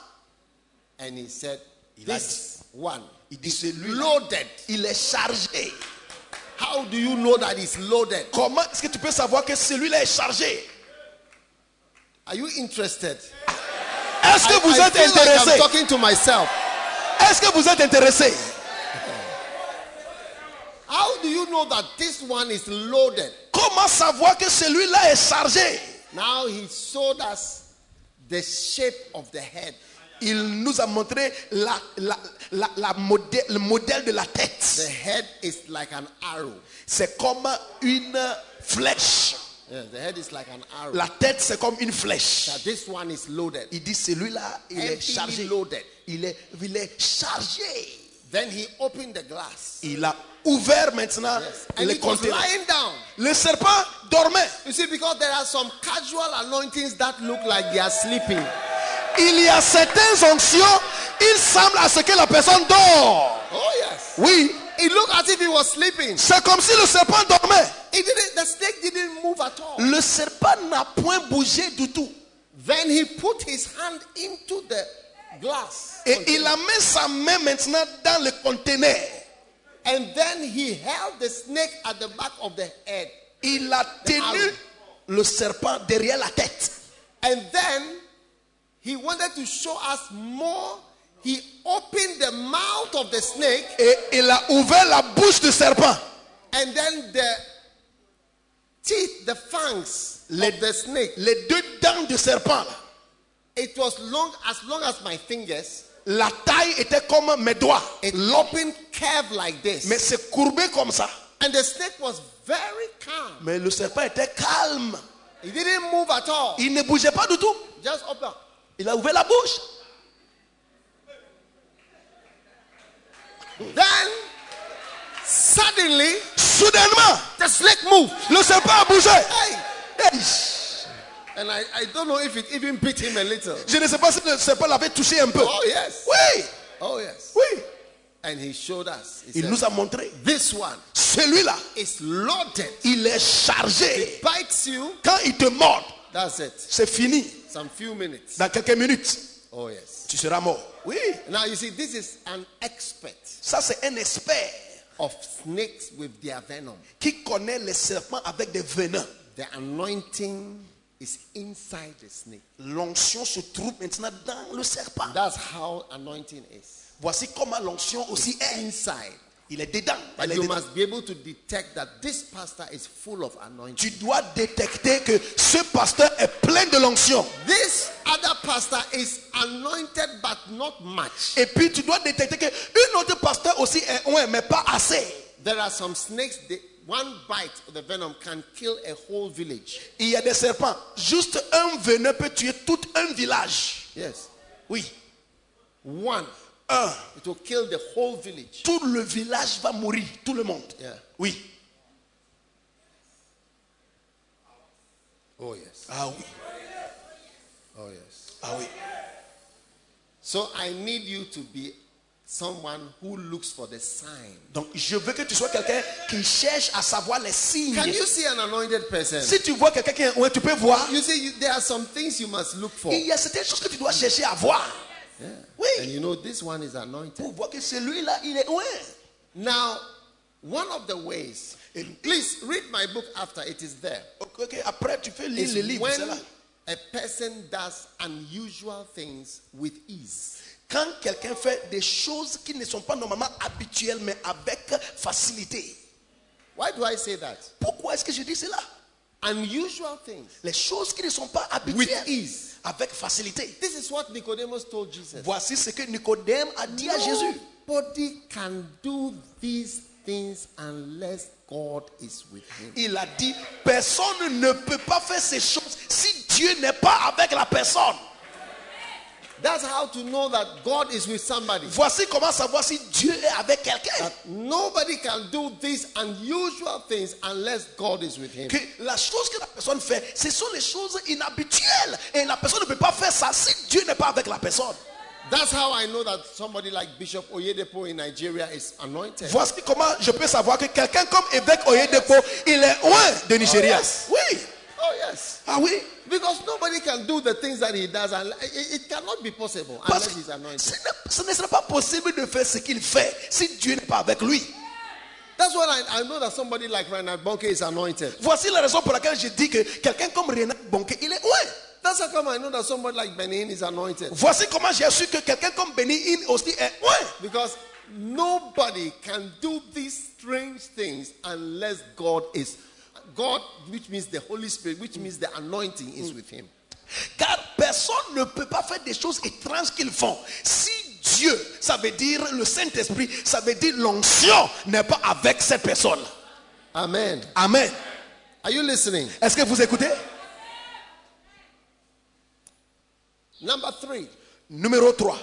Speaker 1: And he said,
Speaker 2: Il a
Speaker 1: This one
Speaker 2: Il dit celui
Speaker 1: loaded.
Speaker 2: il est chargé.
Speaker 1: How do you know that it's loaded?
Speaker 2: Comment est-ce que tu peux savoir que celui-là est chargé
Speaker 1: Are you interested?
Speaker 2: Est-ce que vous
Speaker 1: I
Speaker 2: êtes
Speaker 1: feel like
Speaker 2: intéressé
Speaker 1: I'm talking to myself.
Speaker 2: Est-ce que vous êtes intéressé
Speaker 1: How do you know that this one is loaded?
Speaker 2: Comment savoir que celui-là est chargé
Speaker 1: Now he showed us the shape of the head.
Speaker 2: Il nous a montré la, la, la- la modè- le modèle de la
Speaker 1: The
Speaker 2: tête.
Speaker 1: head is like an arrow.
Speaker 2: C'est comme une flèche.
Speaker 1: Yeah, the head is like an arrow.
Speaker 2: La tête, c'est comme une flèche.
Speaker 1: That this one is loaded.
Speaker 2: Il dit celui-là, il est
Speaker 1: Heavily
Speaker 2: chargé.
Speaker 1: loaded.
Speaker 2: Il est, il est chargé.
Speaker 1: Then he opened the glass.
Speaker 2: Il a ouvert maintenant
Speaker 1: Yes. And
Speaker 2: le
Speaker 1: it was
Speaker 2: contenant.
Speaker 1: lying down.
Speaker 2: Le serpent dormait.
Speaker 1: You see, because there are some casual anointings that look like they are sleeping.
Speaker 2: Il y a certaines onctions, il semble à ce que la personne dort.
Speaker 1: Oh yes.
Speaker 2: Oui,
Speaker 1: It looked as if he was sleeping.
Speaker 2: c'est comme si le serpent dormait.
Speaker 1: It didn't, the snake didn't move at all.
Speaker 2: Le serpent n'a point bougé du tout.
Speaker 1: Then he put his hand into the glass.
Speaker 2: Et il a mis sa main maintenant dans le conteneur.
Speaker 1: And then he held the snake at the back of the head.
Speaker 2: Il a tenu le serpent derrière la tête.
Speaker 1: And then he wanted to show us more. He opened the mouth of the snake
Speaker 2: Et il a ouvert la bouche du serpent.
Speaker 1: and then the teeth, the fangs
Speaker 2: Les-
Speaker 1: of the snake.
Speaker 2: Les deux dents du serpent, là,
Speaker 1: It was long as long as my fingers.
Speaker 2: La taille était comme mes doigts.
Speaker 1: It
Speaker 2: long,
Speaker 1: opened curve like this.
Speaker 2: mais c'est courbé comme ça.
Speaker 1: And the snake was very calm.
Speaker 2: Mais le serpent était calme.
Speaker 1: He didn't move at all.
Speaker 2: Il ne bougeait pas du tout.
Speaker 1: Just opened. up.
Speaker 2: Il a ouvert la bouche.
Speaker 1: Then suddenly
Speaker 2: Soudainement,
Speaker 1: the snake moved.
Speaker 2: le serpent a bougé.
Speaker 1: Hey!
Speaker 2: Hey.
Speaker 1: And I, I don't know if it even bit him a little.
Speaker 2: Je ne sais pas si le serpent l'avait touché un peu.
Speaker 1: Oh yes.
Speaker 2: Oui,
Speaker 1: Oh yes.
Speaker 2: oui.
Speaker 1: And he showed us. He
Speaker 2: Il
Speaker 1: said,
Speaker 2: nous a montré.
Speaker 1: this one
Speaker 2: Celui-là,
Speaker 1: is loaded.
Speaker 2: il est chargé.
Speaker 1: Bites you.
Speaker 2: Quand il te mord,
Speaker 1: That's it.
Speaker 2: c'est fini.
Speaker 1: Some few minutes.
Speaker 2: Dans quelques minutes,
Speaker 1: Oh yes.
Speaker 2: tu seras mort. Oui.
Speaker 1: Now you see, this is an expert
Speaker 2: Ça, c'est un expert
Speaker 1: of snakes with their venom.
Speaker 2: qui connaît les serpents avec des venins.
Speaker 1: The anointing is inside the snake.
Speaker 2: L'onction se trouve maintenant dans le serpent.
Speaker 1: That's how anointing is.
Speaker 2: Voici comment
Speaker 1: Oh,
Speaker 2: l'onction aussi
Speaker 1: eh.
Speaker 2: est.
Speaker 1: Inside.
Speaker 2: Il est dedans. Elle
Speaker 1: But
Speaker 2: est
Speaker 1: you
Speaker 2: dedans.
Speaker 1: must be able to detect that this pastor is full of anointing.
Speaker 2: Tu dois détecter que ce pasteur est plein de l'onction.
Speaker 1: This other pastor is anointed but not much.
Speaker 2: Et puis tu dois détecter qu'une autre pasteur aussi est ouais, mais pas assez.
Speaker 1: There are some snakes, they, one bite of the venom can kill a whole village.
Speaker 2: Il y a des serpents. Juste un venin peut tuer tout un village.
Speaker 1: Yes.
Speaker 2: Oui.
Speaker 1: One,
Speaker 2: Un.
Speaker 1: it will kill the whole village.
Speaker 2: Tout le village va mourir. Tout le monde.
Speaker 1: Yeah.
Speaker 2: Oui.
Speaker 1: Oh, yes.
Speaker 2: Ah oui.
Speaker 1: Oh, yes.
Speaker 2: Ah oui.
Speaker 1: So I need you to be someone who looks for the sign.
Speaker 2: Donc je veux que tu sois quelqu'un qui cherche à savoir les signes.
Speaker 1: Can you see an anointed person?
Speaker 2: Si tu vois quelqu'un qui est ouais, tu peux voir.
Speaker 1: You see, you, there are some things you must look for.
Speaker 2: Il y a certaines choses que tu dois chercher à voir.
Speaker 1: And
Speaker 2: Oui.
Speaker 1: you know, this one is anointed.
Speaker 2: Pour voir que celui-là, il est loin.
Speaker 1: Now, one of the ways, please read my book after it is there.
Speaker 2: Après, tu fais lire
Speaker 1: is
Speaker 2: le livre. c'est
Speaker 1: when
Speaker 2: là.
Speaker 1: a person does unusual things with ease.
Speaker 2: Quand quelqu'un fait des choses qui ne sont pas normalement habituelles, mais avec facilité.
Speaker 1: Why do I say that?
Speaker 2: Pourquoi est-ce que je dis cela
Speaker 1: Unusual things
Speaker 2: Les choses qui ne sont pas
Speaker 1: with
Speaker 2: habituelles,
Speaker 1: ease.
Speaker 2: avec facilité.
Speaker 1: This is what Nicodemus told Jesus.
Speaker 2: Voici ce que Nicodème a dit à Jésus.
Speaker 1: Nobody can do these things unless God is with him.
Speaker 2: Il a dit, personne ne peut pas faire ces choses si Dieu n'est pas avec la personne.
Speaker 1: That's how to know that God is with somebody.
Speaker 2: Voici comment savoir si Dieu est avec quelqu'un.
Speaker 1: That nobody can do these unusual things unless God is with him.
Speaker 2: Que la chose que la personne fait, ce sont les choses inhabituelles. Et la personne ne peut pas faire ça si Dieu n'est pas avec la personne.
Speaker 1: That's how I know that somebody like Bishop Oyedepo in Nigeria is anointed.
Speaker 2: Voici comment je peux savoir que quelqu'un comme évêque Oyedepo, il est loin de Nigeria. Ah Oui.
Speaker 1: Oh, yes.
Speaker 2: Ah oui.
Speaker 1: Because nobody can do the things that he does, and it, it cannot be possible
Speaker 2: Parce que
Speaker 1: unless he's
Speaker 2: ce
Speaker 1: anointed.
Speaker 2: ne- ce ne sera pas possible de faire ce qu'il fait si Dieu n'est pas avec lui.
Speaker 1: That's why I, I know that somebody like Reinhard Bonke is anointed.
Speaker 2: Voici la raison pour laquelle je dis que quelqu'un comme Renat Bonke, il est loin.
Speaker 1: That's how come I know that somebody like Benin is anointed.
Speaker 2: Voici comment j'ai su que quelqu'un comme Benny Hinn aussi est loin.
Speaker 1: Because nobody can do these strange things unless God is God, which means the Holy Spirit, which means the anointing is with him.
Speaker 2: Car personne ne peut pas faire des choses étranges qu'ils font. Si Dieu, ça veut dire le Saint-Esprit, ça veut dire l'onction n'est pas avec cette personne.
Speaker 1: Amen.
Speaker 2: Amen.
Speaker 1: Are you listening?
Speaker 2: Est-ce que vous écoutez
Speaker 1: Number three,
Speaker 2: Numéro 3.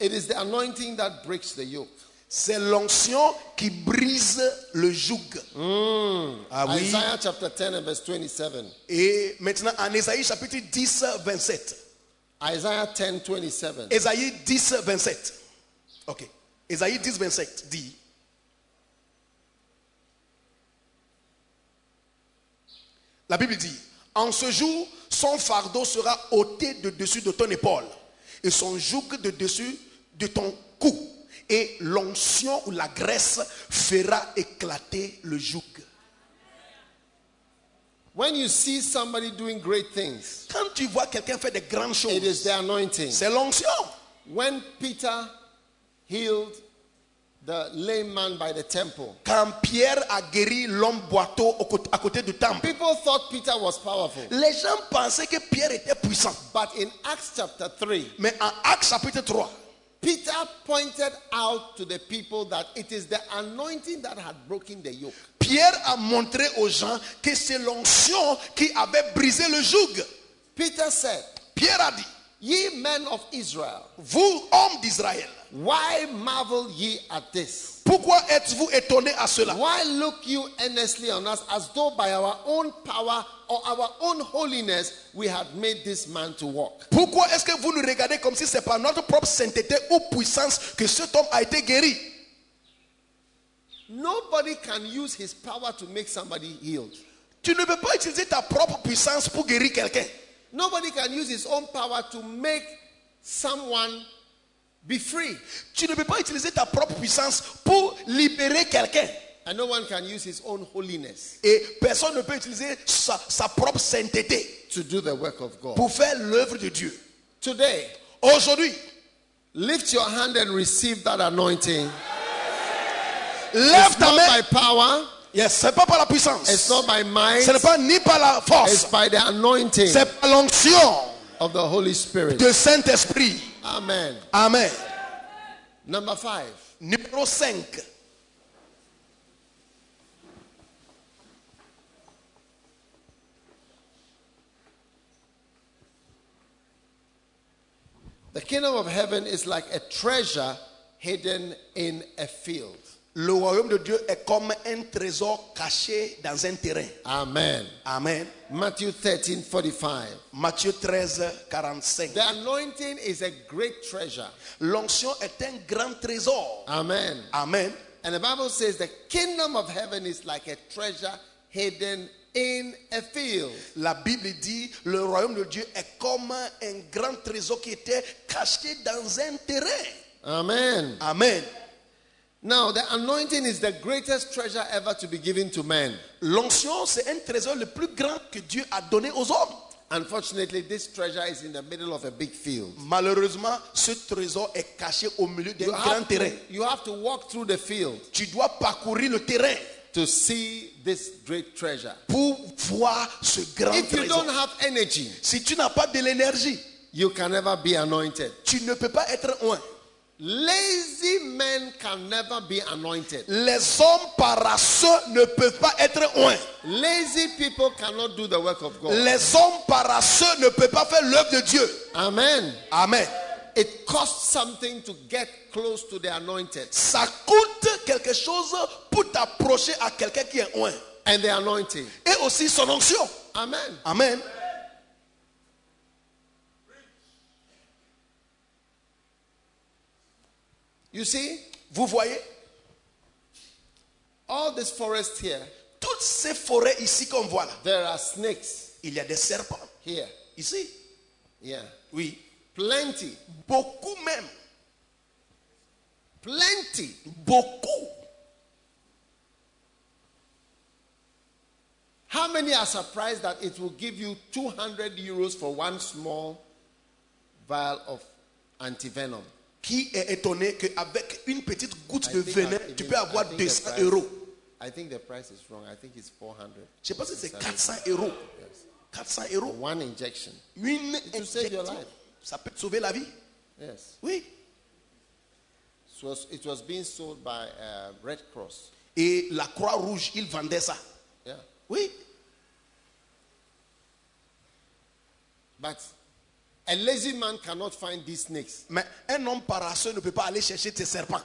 Speaker 1: it is the anointing that breaks the yoke.
Speaker 2: C'est l'onction qui brise le joug. Ah oui.
Speaker 1: Isaiah chapter 10 and verse 27.
Speaker 2: Et maintenant, en Ésaïe chapitre 10, 27.
Speaker 1: Isaiah 10 27.
Speaker 2: Ésaïe 10, 27. Ok. Ésaïe 10, 27 dit La Bible dit En ce jour, son fardeau sera ôté de dessus de ton épaule et son joug de dessus de ton cou. Et l'onction ou la graisse fera éclater le joug.
Speaker 1: When you see somebody doing great things,
Speaker 2: Quand tu vois quelqu'un faire des grandes
Speaker 1: it
Speaker 2: choses,
Speaker 1: is the anointing.
Speaker 2: c'est l'onction.
Speaker 1: When Peter healed the lame man by the temple.
Speaker 2: Quand Pierre a guéri l'homme boiteux au côté- à côté du temple,
Speaker 1: People thought Peter was powerful.
Speaker 2: les gens pensaient que Pierre était puissant.
Speaker 1: But in Acts chapter 3,
Speaker 2: Mais en Acte chapitre 3,
Speaker 1: Peter pointed out to the people that it is the anointing that had broken the yoke.
Speaker 2: Pierre a montré aux gens que c'est l'onction qui avait brisé le joug.
Speaker 1: Peter said,
Speaker 2: Pierre a dit,
Speaker 1: Ye men of Israel,
Speaker 2: vous, hommes d'Israël,
Speaker 1: why marvel ye at this?
Speaker 2: pourquoi êtes-vous étonnés à cela
Speaker 1: Why look you earnestly on us as though by our own power or our own holiness we had made this man to walk?
Speaker 2: Pourquoi est-ce que vous nous regardez comme si c'est par notre propre sainteté ou puissance que cet homme a été guéri
Speaker 1: Nobody can use his power to make somebody healed.
Speaker 2: Tu ne peux pas utiliser ta propre puissance pour guérir quelqu'un.
Speaker 1: Nobody can use his own power to make someone be free.
Speaker 2: Tu ne peux pas utiliser ta propre puissance pour libérer quelqu'un.
Speaker 1: And no one can use his own holiness
Speaker 2: Et personne ne peut utiliser sa, sa propre sainteté
Speaker 1: to do the work of God.
Speaker 2: pour faire l'œuvre de Dieu.
Speaker 1: Today,
Speaker 2: Aujourd'hui,
Speaker 1: lift your hand and receive that anointing.
Speaker 2: lève
Speaker 1: It's
Speaker 2: ta
Speaker 1: not by
Speaker 2: main.
Speaker 1: power,
Speaker 2: Yes, ce n'est pas par la
Speaker 1: it's
Speaker 2: puissance.
Speaker 1: not by might,
Speaker 2: Ce n'est pas ni par la
Speaker 1: it's
Speaker 2: force.
Speaker 1: by the anointing
Speaker 2: C'est par l'onction
Speaker 1: of the Holy Spirit.
Speaker 2: du Saint-Esprit.
Speaker 1: Amen.
Speaker 2: Amen.
Speaker 1: Number five,
Speaker 2: Numéro 5.
Speaker 1: the kingdom of heaven is like a treasure hidden in a field.
Speaker 2: Le royaume de Dieu est comme un trésor caché dans un terrain.
Speaker 1: Amen.
Speaker 2: Amen.
Speaker 1: Matthew 13 45.
Speaker 2: Matthieu 13, 45.
Speaker 1: The anointing is a great treasure.
Speaker 2: L'onction est un grand trésor.
Speaker 1: Amen.
Speaker 2: Amen.
Speaker 1: And the Bible says the kingdom of heaven is like a treasure hidden in a field.
Speaker 2: La Bible dit le royaume de Dieu est comme un grand trésor qui était caché dans un terrain.
Speaker 1: Amen.
Speaker 2: Amen.
Speaker 1: Now, the anointing is the greatest treasure ever to be given to man.
Speaker 2: L'onction, c'est un trésor le plus grand que Dieu a donné aux hommes.
Speaker 1: Unfortunately, this treasure is in the middle of a big field.
Speaker 2: Malheureusement, ce trésor est caché au milieu d'un
Speaker 1: You
Speaker 2: grand
Speaker 1: have,
Speaker 2: terrain.
Speaker 1: to, you have to walk through the field
Speaker 2: Tu dois parcourir le terrain
Speaker 1: to see this great treasure.
Speaker 2: pour voir ce grand
Speaker 1: If you
Speaker 2: trésor.
Speaker 1: don't have energy,
Speaker 2: Si tu n'as pas de l'énergie,
Speaker 1: you can never be anointed.
Speaker 2: tu ne peux pas être un.
Speaker 1: Lazy men can never be anointed.
Speaker 2: Les hommes paresseux ne peuvent pas être un.
Speaker 1: Lazy people cannot do the work of God.
Speaker 2: Les hommes paresseux ne peuvent pas faire l'œuvre de Dieu.
Speaker 1: Amen.
Speaker 2: Amen.
Speaker 1: It costs something to get close to the anointed.
Speaker 2: Ça coûte quelque chose pour t'approcher à quelqu'un qui est un.
Speaker 1: And the anointing.
Speaker 2: Et aussi son onction.
Speaker 1: Amen.
Speaker 2: Amen.
Speaker 1: You see,
Speaker 2: Vous voyez,
Speaker 1: all this forest here,
Speaker 2: toutes ces forêts ici qu'on voit là,
Speaker 1: there are snakes
Speaker 2: il y a des serpents.
Speaker 1: here.
Speaker 2: Ici,
Speaker 1: Yeah.
Speaker 2: oui.
Speaker 1: Plenty.
Speaker 2: Beaucoup même.
Speaker 1: Plenty.
Speaker 2: Beaucoup.
Speaker 1: How many are surprised that it will give you 200 euros for one small vial of antivenom?
Speaker 2: Qui est étonné qu'avec une petite goutte
Speaker 1: I
Speaker 2: de
Speaker 1: think I've
Speaker 2: venin, tu
Speaker 1: even-
Speaker 2: peux avoir
Speaker 1: I think the
Speaker 2: 200
Speaker 1: price-
Speaker 2: euros.
Speaker 1: I think the price is wrong. I think it's 400.
Speaker 2: Je pense que c'est
Speaker 1: Yes.
Speaker 2: 400 euros. 400 euros.
Speaker 1: One injection.
Speaker 2: Une
Speaker 1: will save your
Speaker 2: injection,
Speaker 1: life.
Speaker 2: ça peut te sauver la vie.
Speaker 1: Yes.
Speaker 2: Oui.
Speaker 1: So it was being sold by uh, Red Cross.
Speaker 2: Et la Croix-Rouge, ils vendaient ça.
Speaker 1: Yeah.
Speaker 2: Oui.
Speaker 1: But a lazy man cannot find these snakes.
Speaker 2: Mais un homme paresseux ne peut pas aller chercher tes serpents.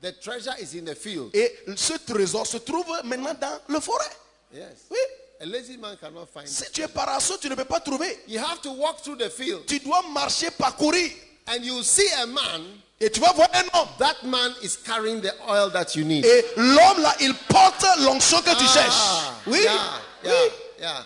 Speaker 1: The treasure is in the field.
Speaker 2: Et ce trésor se trouve maintenant dans le forêt.
Speaker 1: Yes.
Speaker 2: Oui.
Speaker 1: A lazy man cannot find it.
Speaker 2: Si tu es paresseux, tu ne peux pas trouver.
Speaker 1: You have to walk through the field
Speaker 2: Tu dois marcher, parcourir.
Speaker 1: and you see a man.
Speaker 2: Et tu vas voir un homme.
Speaker 1: That man is carrying the oil that you need.
Speaker 2: Et l'homme là, il porte l'onction que tu
Speaker 1: Ah,
Speaker 2: cherches. Oui.
Speaker 1: Yeah, yeah,
Speaker 2: Oui.
Speaker 1: yeah.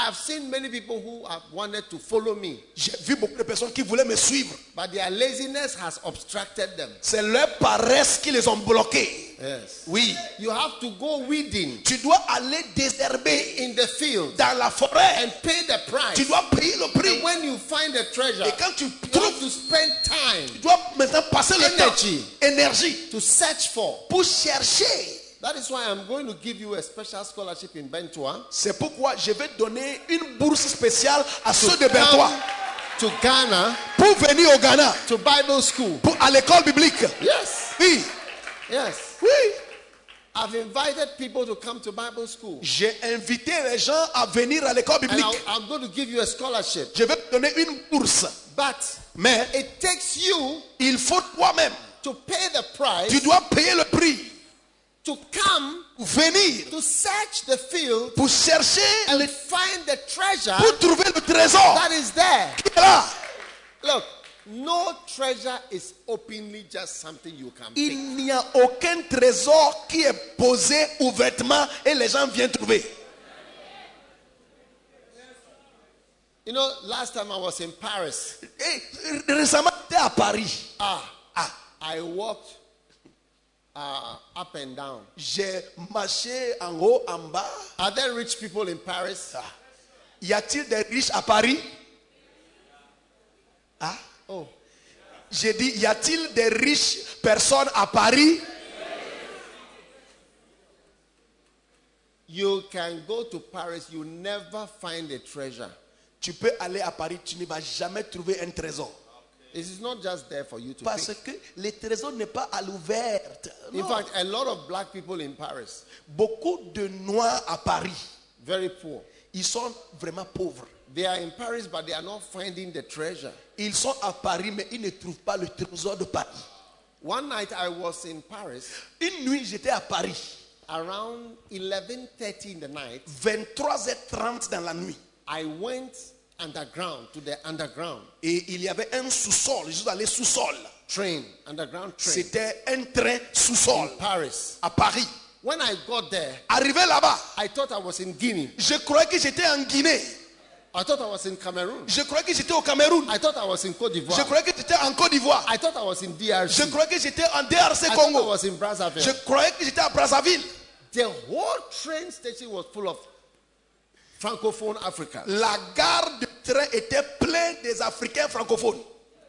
Speaker 1: I've seen many people who have wanted to follow me,
Speaker 2: J'ai vu beaucoup de personnes qui voulaient me suivre.
Speaker 1: but their laziness has obstructed them.
Speaker 2: C'est leur paresse qui les ont bloqués.
Speaker 1: Yes.
Speaker 2: Oui.
Speaker 1: You have to go weeding
Speaker 2: Tu dois aller désherber
Speaker 1: in the field
Speaker 2: dans la forêt.
Speaker 1: and pay the
Speaker 2: Tu
Speaker 1: price.
Speaker 2: dois payer le prix.
Speaker 1: And when you find the treasure,
Speaker 2: Et quand tu
Speaker 1: you have
Speaker 2: trouves,
Speaker 1: to spend time
Speaker 2: tu dois maintenant passer le
Speaker 1: Energy.
Speaker 2: temps, énergie,
Speaker 1: to search for.
Speaker 2: pour chercher.
Speaker 1: That is why I'm going to give you a special scholarship in Bentua.
Speaker 2: C'est pourquoi je vais donner une bourse spéciale à ceux
Speaker 1: Ah.
Speaker 2: de Bertois
Speaker 1: Come to Ghana
Speaker 2: pour venir au Ghana,
Speaker 1: to Bible school.
Speaker 2: pour, à l'école biblique.
Speaker 1: Yes,
Speaker 2: Oui,
Speaker 1: yes.
Speaker 2: oui.
Speaker 1: I've invited people to come to Bible school.
Speaker 2: J'ai invité les gens à venir à l'école
Speaker 1: And I'll,
Speaker 2: biblique.
Speaker 1: I'm going to give you a scholarship.
Speaker 2: Je vais te donner une bourse.
Speaker 1: But
Speaker 2: Mais
Speaker 1: it takes you
Speaker 2: il faut toi-même,
Speaker 1: to pay the price
Speaker 2: tu dois payer le prix
Speaker 1: to come
Speaker 2: pour venir,
Speaker 1: to search the field
Speaker 2: pour chercher,
Speaker 1: and find the treasure
Speaker 2: pour trouver le trésor
Speaker 1: that is there.
Speaker 2: qui est là.
Speaker 1: Look, no treasure is openly just something you can pick.
Speaker 2: Il n'y a aucun trésor qui est posé ouvertement et les gens viennent trouver.
Speaker 1: You know, last time I was in Paris,
Speaker 2: Et récemment, j'étais à Paris.
Speaker 1: ah,
Speaker 2: Ah,
Speaker 1: I walked uh, up and down.
Speaker 2: j'ai marché en haut, en bas.
Speaker 1: Are there rich people in Paris?
Speaker 2: Ah. Y a-t-il des riches à Paris Ah,
Speaker 1: Oh,
Speaker 2: J'ai dit, y a-t-il des riches personnes à Paris
Speaker 1: you can go to Paris, you never find a treasure.
Speaker 2: Tu peux aller à Paris, tu ne vas jamais trouver un trésor.
Speaker 1: It is not just there for you to
Speaker 2: Parce
Speaker 1: pick.
Speaker 2: que le trésor n'est pas à l'ouverte.
Speaker 1: In
Speaker 2: Non.
Speaker 1: fact, a lot of black people in Paris,
Speaker 2: Beaucoup de noirs à Paris,
Speaker 1: very poor.
Speaker 2: ils sont vraiment pauvres.
Speaker 1: They are in Paris, but they are not finding the treasure.
Speaker 2: Ils sont à Paris, mais ils ne trouvent pas le trésor de Paris.
Speaker 1: One night I was in Paris
Speaker 2: Une nuit, j'étais à Paris,
Speaker 1: around 11:30 in the night.
Speaker 2: 23h30 dans la nuit.
Speaker 1: I went underground to the underground
Speaker 2: Et il y avait un sous-sol, je suis allé sous-sol.
Speaker 1: train, underground train,
Speaker 2: C'était un train sous-sol
Speaker 1: Paris.
Speaker 2: à Paris.
Speaker 1: When I got there,
Speaker 2: Arrivé là-bas,
Speaker 1: I thought I was in Guinea.
Speaker 2: je croyais que j'étais en Guinée.
Speaker 1: I thought I was in Cameroon.
Speaker 2: Je croyais que j'étais au Cameroun.
Speaker 1: I thought I was in Cote
Speaker 2: Je
Speaker 1: d'Ivoire.
Speaker 2: croyais que j'étais en Côte d'Ivoire.
Speaker 1: I thought I was in
Speaker 2: Je
Speaker 1: DRC.
Speaker 2: croyais que j'étais en DRC
Speaker 1: I thought I
Speaker 2: Congo.
Speaker 1: was in Brazzaville.
Speaker 2: Je croyais que j'étais à Brazzaville.
Speaker 1: The whole train station was full of francophone Africa.
Speaker 2: La gare de train était pleine des Africains francophones.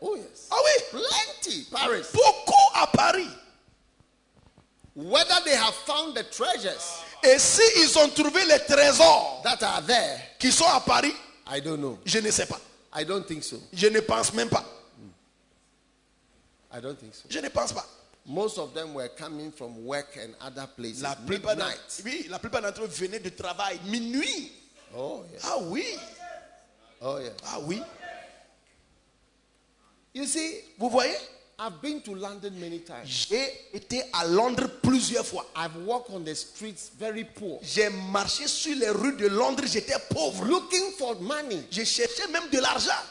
Speaker 1: Oh yes.
Speaker 2: Ah oui,
Speaker 1: Plenty, Paris.
Speaker 2: beaucoup à Paris.
Speaker 1: Whether they have found the treasures
Speaker 2: Et si ils ont trouvé les trésors
Speaker 1: that are there,
Speaker 2: qui sont à Paris,
Speaker 1: I don't know.
Speaker 2: je ne sais pas.
Speaker 1: I don't think so.
Speaker 2: Je ne pense même pas.
Speaker 1: I don't think so.
Speaker 2: Je ne pense pas.
Speaker 1: Most of them were coming from work and other places.
Speaker 2: La plupart
Speaker 1: Midnight.
Speaker 2: d'entre oui, la plupart d'entre eux venaient du travail minuit.
Speaker 1: Oh yes.
Speaker 2: Ah oui,
Speaker 1: Oh yes.
Speaker 2: ah oui.
Speaker 1: You see,
Speaker 2: Vous voyez,
Speaker 1: I've been to London many times.
Speaker 2: j'ai été à Londres plusieurs fois.
Speaker 1: I've walked on the streets very poor,
Speaker 2: J'ai marché sur les rues de Londres, j'étais pauvre.
Speaker 1: looking for money.
Speaker 2: Je cherchais même de l'argent.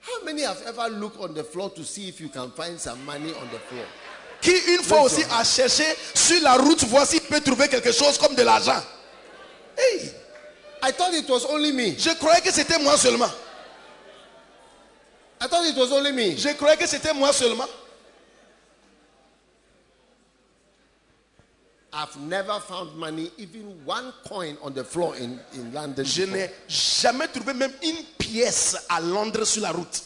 Speaker 1: How many have ever looked on the floor to see if you can find some money on the floor?
Speaker 2: Qui une fois aussi a cherché sur la route, voici s'il peut trouver quelque chose comme de l'argent. Hey,
Speaker 1: I thought it was only me.
Speaker 2: je croyais que c'était moi seulement.
Speaker 1: I thought it was only me.
Speaker 2: Je croyais que c'était moi seulement.
Speaker 1: I've never found money, even one coin on the floor in, in London.
Speaker 2: Je
Speaker 1: before.
Speaker 2: n'ai jamais trouvé même une pièce à Londres sur la route.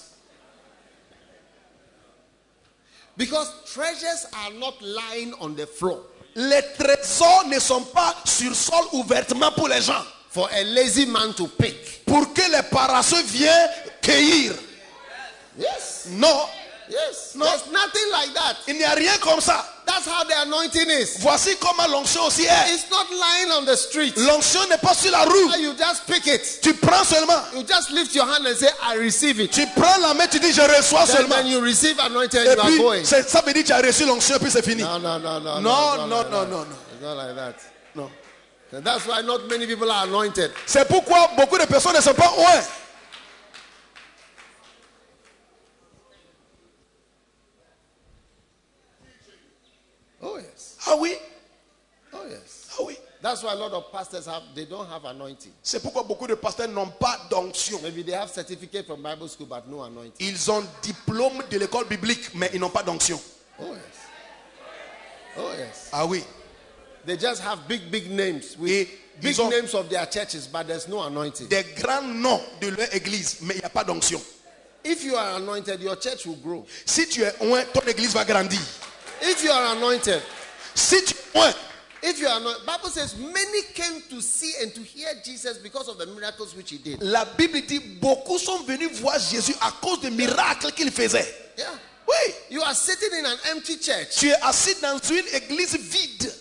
Speaker 1: Because treasures are not lying on the floor
Speaker 2: Les trésors ne sont pas sur sol ouvertement pour les gens.
Speaker 1: for a lazy man to pick.
Speaker 2: Pour que les paresseux viennent cueillir.
Speaker 1: Yes.
Speaker 2: Non,
Speaker 1: Yes.
Speaker 2: No.
Speaker 1: There's nothing like that.
Speaker 2: il n'y a rien comme ça.
Speaker 1: That's how the anointing is.
Speaker 2: Voici comment l'onction aussi est.
Speaker 1: It's not lying on the street.
Speaker 2: L'onction n'est pas sur la route.
Speaker 1: You just pick it.
Speaker 2: Tu prends seulement.
Speaker 1: You just lift your hand and say, I receive it.
Speaker 2: Tu prends la main, tu dis je reçois
Speaker 1: Then
Speaker 2: seulement.
Speaker 1: when you receive anointing,
Speaker 2: Et
Speaker 1: you are going.
Speaker 2: puis, c'est- ça veut dire que tu as reçu l'onction et puis c'est fini.
Speaker 1: No, no, no, no.
Speaker 2: No,
Speaker 1: it's not
Speaker 2: no,
Speaker 1: like
Speaker 2: no,
Speaker 1: that.
Speaker 2: no, no.
Speaker 1: It's not like that.
Speaker 2: Non.
Speaker 1: And that's why not many people are anointed.
Speaker 2: C'est pourquoi beaucoup de personnes ne sont pas loin.
Speaker 1: Oh, yes.
Speaker 2: Ah oui,
Speaker 1: Oh, yes.
Speaker 2: ah oui.
Speaker 1: That's why a lot of pastors have, they don't have anointing.
Speaker 2: C'est pourquoi beaucoup de pasteurs n'ont pas d'onction.
Speaker 1: Maybe they have certificate from Bible school, but no anointing.
Speaker 2: Ils ont diplôme de l'école biblique, mais ils n'ont pas d'onction.
Speaker 1: Oh, yes. Oh, yes.
Speaker 2: Ah oui.
Speaker 1: They just have big, big names with
Speaker 2: Et
Speaker 1: big
Speaker 2: ils ont
Speaker 1: names of their churches, but there's no anointing.
Speaker 2: des grands noms de leur église, mais il n'y a pas d'onction.
Speaker 1: If you are anointed, your church will grow.
Speaker 2: Si tu es oint, ton église va grandir.
Speaker 1: If you are anointed,
Speaker 2: Si tu es oint,
Speaker 1: if you are not, Bible says many came to see and to hear Jesus because of the miracles which he did.
Speaker 2: la Bible dit beaucoup sont venus voir Jésus à cause des miracles qu'il faisait.
Speaker 1: Yeah.
Speaker 2: Oui,
Speaker 1: You are sitting in an empty church,
Speaker 2: tu es assis dans une église vide,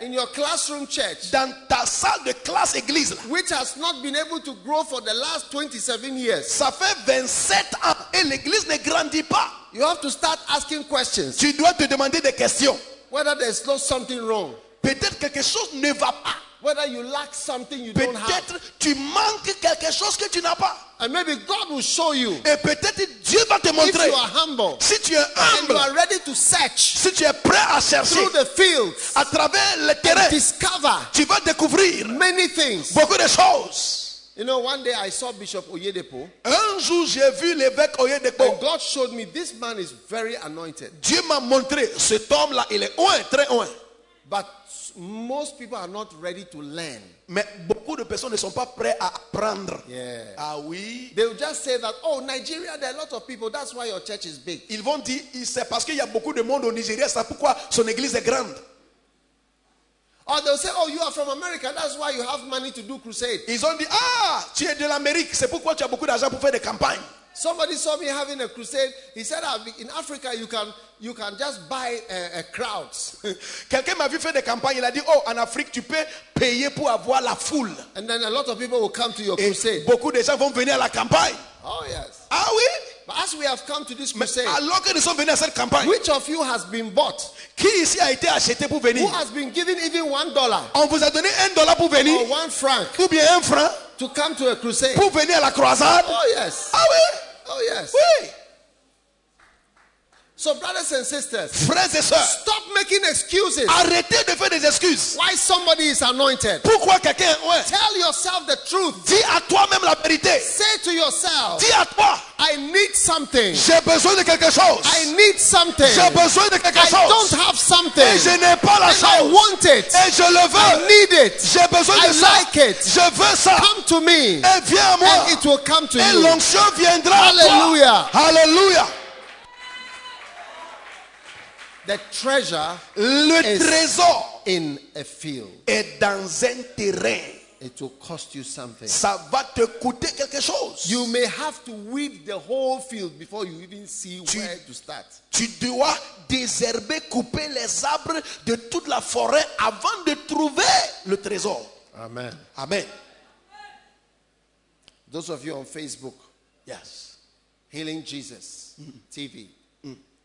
Speaker 1: in your classroom church,
Speaker 2: dans ta salle de classe église. là.
Speaker 1: which has not been able to grow for the last 27 years.
Speaker 2: Ça fait 27 ans et l'église ne grandit pas.
Speaker 1: You have to start asking questions
Speaker 2: Tu dois te demander des questions.
Speaker 1: whether there's not something wrong,
Speaker 2: Peut-être quelque chose ne va pas.
Speaker 1: whether you lack something you don't have.
Speaker 2: Peut-être tu manques quelque chose que tu n'as pas.
Speaker 1: And maybe God will show you
Speaker 2: Et peut-être Dieu va te
Speaker 1: if you
Speaker 2: montrer.
Speaker 1: are humble
Speaker 2: Si tu es
Speaker 1: and you
Speaker 2: humble,
Speaker 1: are ready to search
Speaker 2: si tu es prêt à chercher
Speaker 1: through the fields,
Speaker 2: à travers le terrain,
Speaker 1: discover
Speaker 2: tu vas découvrir
Speaker 1: many things.
Speaker 2: beaucoup de choses.
Speaker 1: You know, one day I saw Bishop Oyedepo,
Speaker 2: Un jour, j'ai vu l'évêque Oyedepo.
Speaker 1: and God showed me this man is very anointed,
Speaker 2: Dieu m'a montré cet homme-là, il est loin, très loin.
Speaker 1: but most people are not ready to learn.
Speaker 2: Mais beaucoup de personnes ne sont pas prêtes à apprendre.
Speaker 1: Yeah.
Speaker 2: Ah oui.
Speaker 1: They'll just say that, oh, Nigeria, there are a lot of people, that's why your church is big.
Speaker 2: Ils vont dire, c'est parce qu'il y a beaucoup de monde au Nigeria, c'est pourquoi son église est grande.
Speaker 1: Or they'll say, oh, you are from America, that's why you have money to do crusade.
Speaker 2: Ils ont dit, ah, tu es de l'Amérique, c'est pourquoi tu as beaucoup d'argent pour faire des campagnes.
Speaker 1: Somebody saw me having a crusade. He said, "Ah, in Africa, you can, you can just buy uh, uh, crowds.
Speaker 2: Quelqu'un m'a vu faire des campagnes, il a dit, oh, en Afrique, tu peux payer pour avoir la foule.
Speaker 1: and then a lot of people will come to your
Speaker 2: Et
Speaker 1: crusade.
Speaker 2: beaucoup de gens vont venir à la campagne.
Speaker 1: Oh, yes.
Speaker 2: Ah oui
Speaker 1: But as we have come to this
Speaker 2: Mais
Speaker 1: crusade,
Speaker 2: alors qu'ils sont venus à cette campagne,
Speaker 1: which of you has been bought?
Speaker 2: qui ici a été acheté pour venir
Speaker 1: Who has been given even one dollar
Speaker 2: On vous a donné un dollar pour venir
Speaker 1: or one franc
Speaker 2: ou bien un franc
Speaker 1: to come to a crusade?
Speaker 2: pour venir à la croisade
Speaker 1: Oh, yes.
Speaker 2: Ah oui
Speaker 1: Oh, yes.
Speaker 2: Oui
Speaker 1: So, brothers and sisters,
Speaker 2: Frères et sœurs,
Speaker 1: stop making excuses
Speaker 2: arrêtez de faire des excuses.
Speaker 1: why somebody is anointed.
Speaker 2: Pourquoi quelqu'un ouais,
Speaker 1: Tell yourself the truth.
Speaker 2: Dis à toi-même la vérité.
Speaker 1: Say to yourself,
Speaker 2: Dis à toi,
Speaker 1: I need something.
Speaker 2: j'ai besoin de quelque chose.
Speaker 1: I need something.
Speaker 2: J'ai
Speaker 1: I
Speaker 2: besoin de quelque
Speaker 1: don't
Speaker 2: chose.
Speaker 1: have something.
Speaker 2: Et je
Speaker 1: And
Speaker 2: n'ai pas la
Speaker 1: I
Speaker 2: chose.
Speaker 1: want it.
Speaker 2: Et je le
Speaker 1: I
Speaker 2: veux.
Speaker 1: need it.
Speaker 2: J'ai besoin
Speaker 1: I
Speaker 2: de ça.
Speaker 1: like it.
Speaker 2: Je veux ça.
Speaker 1: Come to me
Speaker 2: Et viens à moi.
Speaker 1: and it will come to
Speaker 2: Et
Speaker 1: you.
Speaker 2: l'onction viendra. à toi.
Speaker 1: Alléluia.
Speaker 2: Alléluia.
Speaker 1: The treasure
Speaker 2: Le
Speaker 1: Est-
Speaker 2: trésor
Speaker 1: in a field.
Speaker 2: est dans un terrain.
Speaker 1: It will cost you something.
Speaker 2: Ça va te coûter quelque chose.
Speaker 1: You may have to weed the whole field before you even see where to start.
Speaker 2: Tu dois désherber, couper les arbres de toute la forêt avant de trouver le trésor.
Speaker 1: Amen.
Speaker 2: Amen.
Speaker 1: Those of you on Facebook,
Speaker 2: Yes.
Speaker 1: Healing Jesus TV,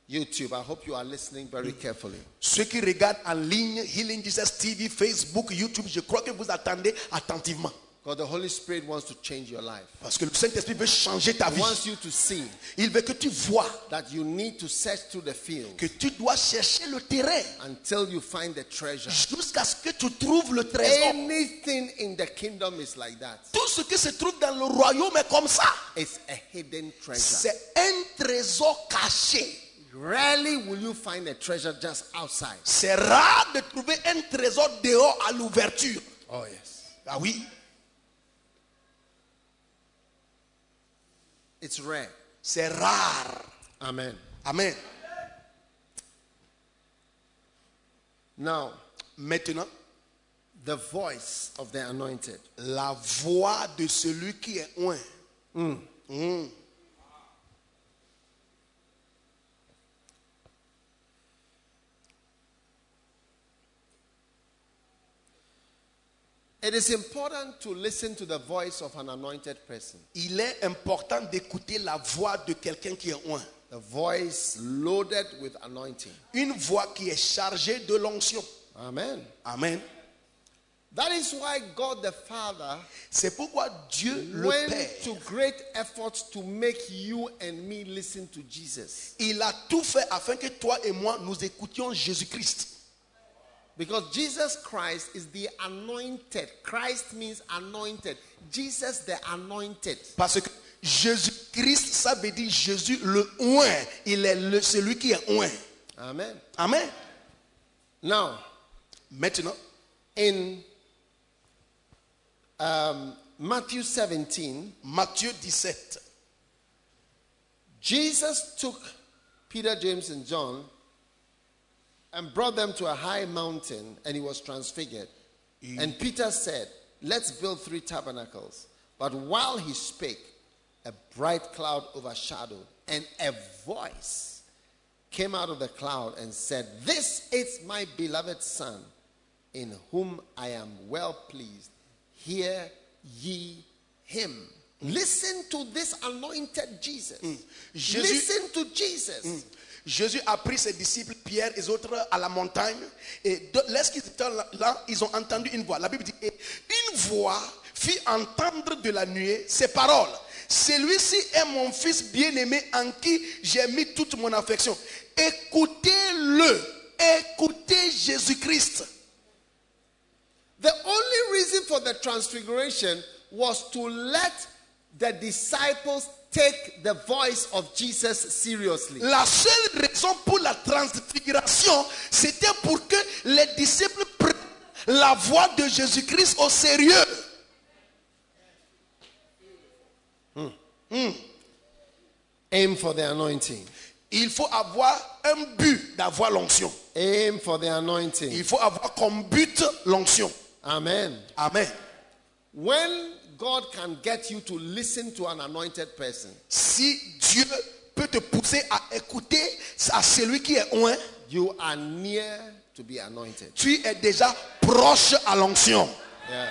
Speaker 1: YouTube, I hope you are listening very carefully.
Speaker 2: Ceux qui regardent en ligne Healing Jesus TV, Facebook, YouTube, je crois que vous attendez attentivement.
Speaker 1: Because the Holy Spirit wants to change your life.
Speaker 2: Parce que le Saint-Esprit veut changer ta
Speaker 1: He
Speaker 2: vie.
Speaker 1: wants you to see
Speaker 2: Il veut que tu vois
Speaker 1: that you need to search through the field
Speaker 2: que tu dois chercher le terrain
Speaker 1: until you find the treasure.
Speaker 2: jusqu'à ce que tu trouves le trésor.
Speaker 1: Anything in the kingdom is like that.
Speaker 2: Tout ce qui se trouve dans le royaume est comme ça.
Speaker 1: It's a hidden treasure.
Speaker 2: C'est un trésor caché.
Speaker 1: Rarely will you find a treasure just outside.
Speaker 2: C'est rare de trouver un trésor dehors à l'ouverture.
Speaker 1: Oh, yes.
Speaker 2: Ah oui,
Speaker 1: It's rare.
Speaker 2: c'est rare.
Speaker 1: Amen.
Speaker 2: Amen.
Speaker 1: Now,
Speaker 2: Maintenant,
Speaker 1: the voice of the anointed.
Speaker 2: la voix de celui qui est loin.
Speaker 1: It is important to listen to the voice of an anointed person.
Speaker 2: Il est important d'écouter la voix de quelqu'un qui est loin.
Speaker 1: A voice loaded with anointing.
Speaker 2: Une voix qui est chargée de l'onction.
Speaker 1: Amen.
Speaker 2: Amen.
Speaker 1: That is why God the Father
Speaker 2: C'est pourquoi Dieu le
Speaker 1: went
Speaker 2: Père,
Speaker 1: to great efforts to make you and me listen to Jesus.
Speaker 2: il a tout fait afin que toi et moi, nous écoutions Jésus-Christ.
Speaker 1: Because Jesus Christ is the anointed. Christ means anointed. Jesus the anointed.
Speaker 2: Parce que Jésus-Christ, ça veut dire Jésus le loin. Il est le- celui qui est loin.
Speaker 1: Amen.
Speaker 2: Amen.
Speaker 1: Now,
Speaker 2: Maintenant,
Speaker 1: in um, Matthew 17,
Speaker 2: Matthieu 17,
Speaker 1: Jesus took Peter, James, and John and brought them to a high mountain, and he was transfigured. And Peter said, Let's build three tabernacles. But while he spake, a bright cloud overshadowed, and a voice came out of the cloud and said, This is my beloved Son, in whom I am well pleased. Hear ye him. Listen to this anointed Jesus.
Speaker 2: Jésus-
Speaker 1: Listen to Jesus.
Speaker 2: Jésus a pris ses disciples, Pierre et les autres, à la montagne. Et de- lorsqu'ils étaient là- là, ils ont entendu une voix. La Bible dit et Une voix fit entendre de la nuée ces paroles. Celui-ci est mon fils bien-aimé en qui j'ai mis toute mon affection. Écoutez-le. Écoutez Jésus-Christ.
Speaker 1: The only reason for the transfiguration was to let the disciples take the voice of Jesus seriously.
Speaker 2: La seule raison pour la transfiguration, c'était pour que les disciples prennent la voix de Jésus-Christ au sérieux.
Speaker 1: Aim for the anointing.
Speaker 2: Il faut avoir un but d'avoir l'onction.
Speaker 1: Aim for the anointing.
Speaker 2: Il faut avoir comme but l'onction.
Speaker 1: Amen.
Speaker 2: Amen.
Speaker 1: When God can get you to listen to an anointed person,
Speaker 2: Si Dieu peut te pousser à écouter à celui qui est loin,
Speaker 1: you are near to be anointed.
Speaker 2: tu es déjà proche à l'onction.
Speaker 1: Yeah.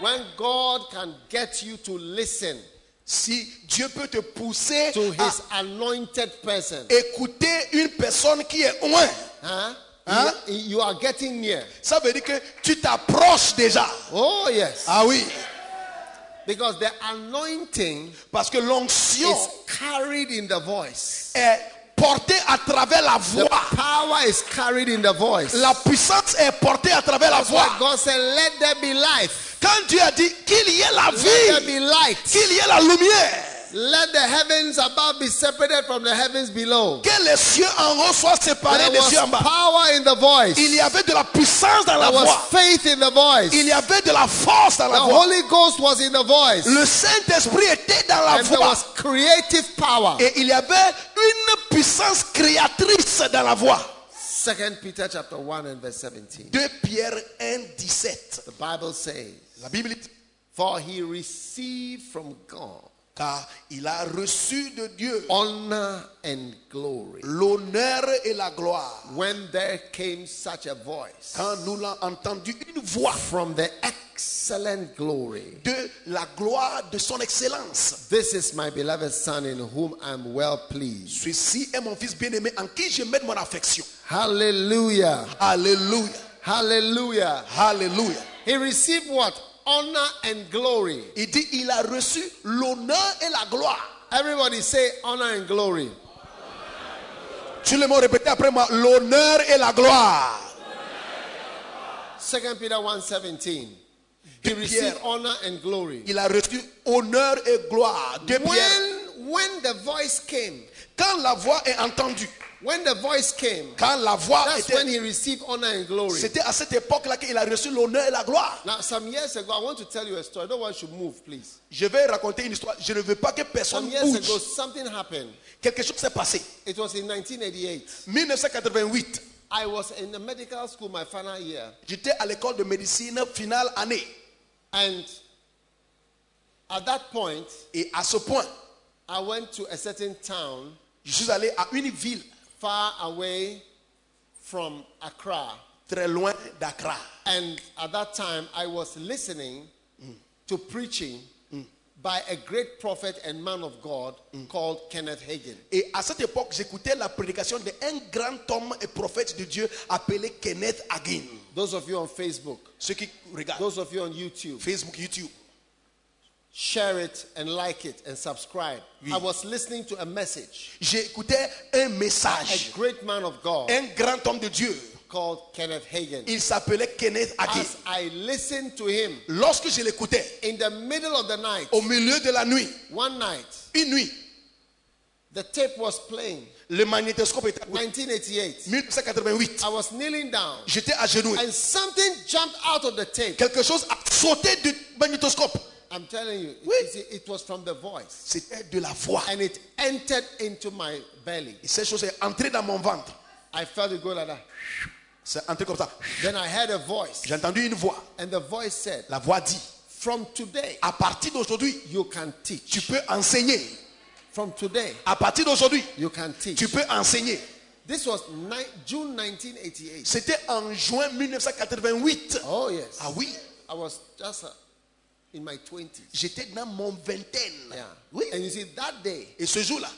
Speaker 1: When God can get you to listen
Speaker 2: Si Dieu peut te pousser
Speaker 1: to
Speaker 2: à
Speaker 1: his anointed person,
Speaker 2: écouter une personne qui est loin,
Speaker 1: huh?
Speaker 2: Huh?
Speaker 1: You, you are getting near.
Speaker 2: ça veut dire que tu t'approches déjà.
Speaker 1: Oh, yes.
Speaker 2: Ah oui,
Speaker 1: Because the anointing
Speaker 2: parce que l'onction
Speaker 1: is carried in the voice.
Speaker 2: est portée à travers la
Speaker 1: The
Speaker 2: voix.
Speaker 1: power is carried in the voice.
Speaker 2: La puissance est portée à travers la voix.
Speaker 1: But God said, Let there be life.
Speaker 2: Quand Dieu a dit qu'il y ait la
Speaker 1: Let there
Speaker 2: vie,
Speaker 1: be light.
Speaker 2: qu'il y ait la lumière,
Speaker 1: Let the heavens above be separated from the heavens below.
Speaker 2: que les cieux en haut soient séparés
Speaker 1: There
Speaker 2: des
Speaker 1: was
Speaker 2: cieux en bas.
Speaker 1: power in the voice.
Speaker 2: Il y avait de la puissance dans la
Speaker 1: There was
Speaker 2: voix.
Speaker 1: faith in the voice.
Speaker 2: Il y avait de la force dans
Speaker 1: The
Speaker 2: la voix.
Speaker 1: Holy Ghost was in the voice.
Speaker 2: Le Saint-Esprit était dans la
Speaker 1: And there
Speaker 2: voix.
Speaker 1: was creative power.
Speaker 2: Et il y avait une puissance créatrice dans la voix.
Speaker 1: Second Peter chapter 1 and verse 17.
Speaker 2: 2 Pierre 1, 17.
Speaker 1: The Bible says,
Speaker 2: La Bible dit,
Speaker 1: For he received from God
Speaker 2: car il a reçu de Dieu
Speaker 1: honor and glory.
Speaker 2: l'honneur et la gloire.
Speaker 1: when there came such a voice
Speaker 2: Quand nous l'avons entendu une voix
Speaker 1: from the excellent glory.
Speaker 2: de la gloire de son excellence.
Speaker 1: This is my beloved Son in whom I'm well pleased.
Speaker 2: Ceci est mon fils bien-aimé en qui je mets mon affection.
Speaker 1: Hallelujah.
Speaker 2: Alléluia.
Speaker 1: Hallelujah.
Speaker 2: Alléluia.
Speaker 1: He received what? Honor and glory.
Speaker 2: Il dit, il a reçu l'honneur et la gloire.
Speaker 1: Everybody say honor and glory.
Speaker 2: Tu le m'as répété après moi, l'honneur et la gloire.
Speaker 1: Second Peter 1:17. He received honor and glory.
Speaker 2: Il a reçu honneur et gloire. De Pierre,
Speaker 1: When when the voice came,
Speaker 2: quand la voix est entendue,
Speaker 1: when the voice came,
Speaker 2: quand la voix
Speaker 1: that's when
Speaker 2: était,
Speaker 1: he received honor and glory.
Speaker 2: c'était à cette époque-là qu'il a reçu l'honneur et la gloire.
Speaker 1: Now, some years ago, I want to tell you a story. No one should move, please.
Speaker 2: Je vais raconter une histoire. Je ne veux pas que personne
Speaker 1: Some years ago,
Speaker 2: bouge.
Speaker 1: something happened.
Speaker 2: Quelque chose s'est passé.
Speaker 1: It was in 1988.
Speaker 2: 1988,
Speaker 1: I was in the medical school my final year,
Speaker 2: j'étais à l'école de médecine finale année.
Speaker 1: and at that point,
Speaker 2: Et à ce point,
Speaker 1: I went to a certain town
Speaker 2: Je suis allé à une ville
Speaker 1: far away from Accra,
Speaker 2: très loin d'Accra.
Speaker 1: and at that time, I was listening to preaching by a great prophet and man of God called Kenneth Hagin.
Speaker 2: Et à cette époque, j'écoutais la prédication d'un grand homme et prophète de Dieu appelé Kenneth Hagin.
Speaker 1: Those of you on Facebook,
Speaker 2: Ceux qui regardent
Speaker 1: those of you on YouTube,
Speaker 2: Facebook, YouTube,
Speaker 1: share it and like it and subscribe.
Speaker 2: Oui.
Speaker 1: I was listening to a message.
Speaker 2: j'écoutais un
Speaker 1: A
Speaker 2: message.
Speaker 1: great man of God
Speaker 2: Un grand homme de Dieu,
Speaker 1: called Kenneth Hagin.
Speaker 2: il s'appelait Kenneth Hagin.
Speaker 1: As I listened to him
Speaker 2: Lorsque je l'écoutais,
Speaker 1: in the middle of the night,
Speaker 2: au milieu de la nuit,
Speaker 1: one night,
Speaker 2: une nuit,
Speaker 1: the tape was playing.
Speaker 2: le magnétoscope était
Speaker 1: 1988.
Speaker 2: 1988.
Speaker 1: I was kneeling down
Speaker 2: J'étais à genoux.
Speaker 1: and something jumped out of the tape.
Speaker 2: Quelque chose a sauté du magnétoscope.
Speaker 1: I'm telling you,
Speaker 2: Oui.
Speaker 1: you see, it was from the voice.
Speaker 2: C'était de la voix.
Speaker 1: And it entered into my belly.
Speaker 2: Et ces choses est entrée dans mon ventre.
Speaker 1: I felt it go like that.
Speaker 2: C'est entré comme ça.
Speaker 1: Then I heard a voice.
Speaker 2: J'ai entendu une voix.
Speaker 1: And the voice said,
Speaker 2: La voix dit,
Speaker 1: From today,
Speaker 2: à partir d'aujourd'hui,
Speaker 1: you can teach.
Speaker 2: tu peux enseigner.
Speaker 1: From today,
Speaker 2: À partir d'aujourd'hui,
Speaker 1: you can teach.
Speaker 2: tu peux enseigner.
Speaker 1: This was ni- June 1988.
Speaker 2: C'était en juin 1988.
Speaker 1: Oh, yes.
Speaker 2: Ah oui,
Speaker 1: I was just uh, in my 20s.
Speaker 2: j'étais dans mon vingtaine.
Speaker 1: Yeah.
Speaker 2: Oui.
Speaker 1: And you see, that day,
Speaker 2: Et ce jour-là,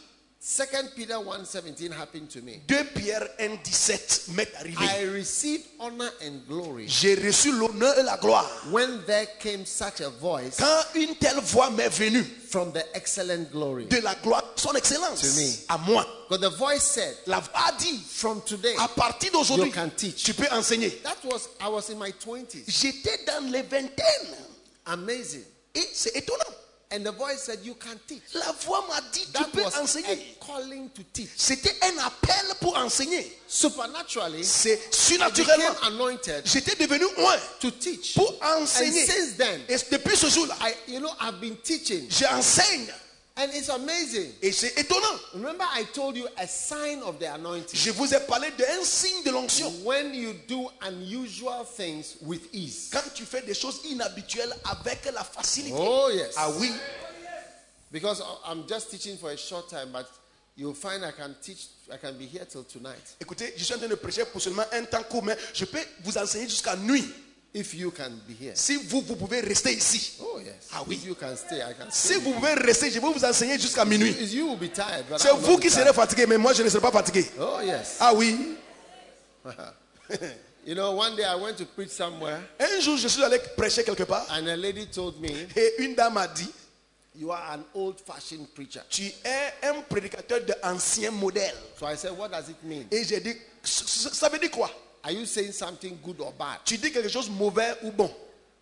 Speaker 1: Second Peter 1.17 happened to me.
Speaker 2: 2 Pierre 1, 17 m'est arrivé.
Speaker 1: I received honor and glory
Speaker 2: J'ai reçu l'honneur et la gloire.
Speaker 1: when there came such a voice
Speaker 2: Quand une telle voix m'est venue
Speaker 1: from the excellent glory.
Speaker 2: de la gloire de son excellence
Speaker 1: To me.
Speaker 2: à moi,
Speaker 1: Because the voice said,
Speaker 2: la voix a dit,
Speaker 1: from today,
Speaker 2: à partir
Speaker 1: Ah, you
Speaker 2: d'aujourd'hui,
Speaker 1: can teach.
Speaker 2: tu peux enseigner.
Speaker 1: That was, I was in my 20s.
Speaker 2: J'étais dans les vingtaines.
Speaker 1: Amazing.
Speaker 2: Et c'est étonnant.
Speaker 1: And the voice said, you can teach.
Speaker 2: La voix m'a dit, tu
Speaker 1: That
Speaker 2: peux
Speaker 1: was
Speaker 2: enseigner.
Speaker 1: a calling to teach.
Speaker 2: C'était un appel pour enseigner.
Speaker 1: Supernaturally,
Speaker 2: C'est
Speaker 1: I became
Speaker 2: surnaturellement.
Speaker 1: anointed
Speaker 2: J'étais devenu loin
Speaker 1: to teach.
Speaker 2: pour
Speaker 1: And
Speaker 2: enseigner.
Speaker 1: since then,
Speaker 2: Et depuis ce jour-là,
Speaker 1: I, you know, I've been teaching.
Speaker 2: j'enseigne.
Speaker 1: And it's amazing.
Speaker 2: Et c'est étonnant.
Speaker 1: Remember, I told you a sign of the anointing.
Speaker 2: Je vous ai parlé d'un signe de l'onction.
Speaker 1: When you do unusual things with ease.
Speaker 2: Quand tu fais des choses inhabituelles avec la facilité.
Speaker 1: Oh, yes.
Speaker 2: Ah oui,
Speaker 1: Because I- I'm just teaching for a short time, but you'll find I can teach, I can be here till tonight.
Speaker 2: écoutez, je suis en train de prêcher pour seulement un temps court, mais je peux vous enseigner jusqu'à nuit.
Speaker 1: If you can be here.
Speaker 2: Si vous, vous pouvez rester ici.
Speaker 1: Oh, yes.
Speaker 2: Ah, oui.
Speaker 1: If you can stay, I can
Speaker 2: Si
Speaker 1: stay.
Speaker 2: vous pouvez rester, je vais vous enseigner jusqu'à minuit.
Speaker 1: It's you will be tired, but
Speaker 2: C'est
Speaker 1: I will not
Speaker 2: vous
Speaker 1: be
Speaker 2: qui
Speaker 1: tired.
Speaker 2: serez fatigué, mais moi je ne serai pas fatigué.
Speaker 1: Oh, yes.
Speaker 2: Ah oui.
Speaker 1: You know, one day I went to preach somewhere,
Speaker 2: Un jour, je suis allé prêcher quelque part
Speaker 1: and a lady told me,
Speaker 2: et une dame a dit
Speaker 1: You are an old fashioned preacher.
Speaker 2: Tu es un prédicateur de ancien modèle.
Speaker 1: So I said, What does it mean?
Speaker 2: Et j'ai dit Ça ça veut dire quoi
Speaker 1: Are you saying something good or bad?
Speaker 2: Tu dis quelque chose mauvais ou bon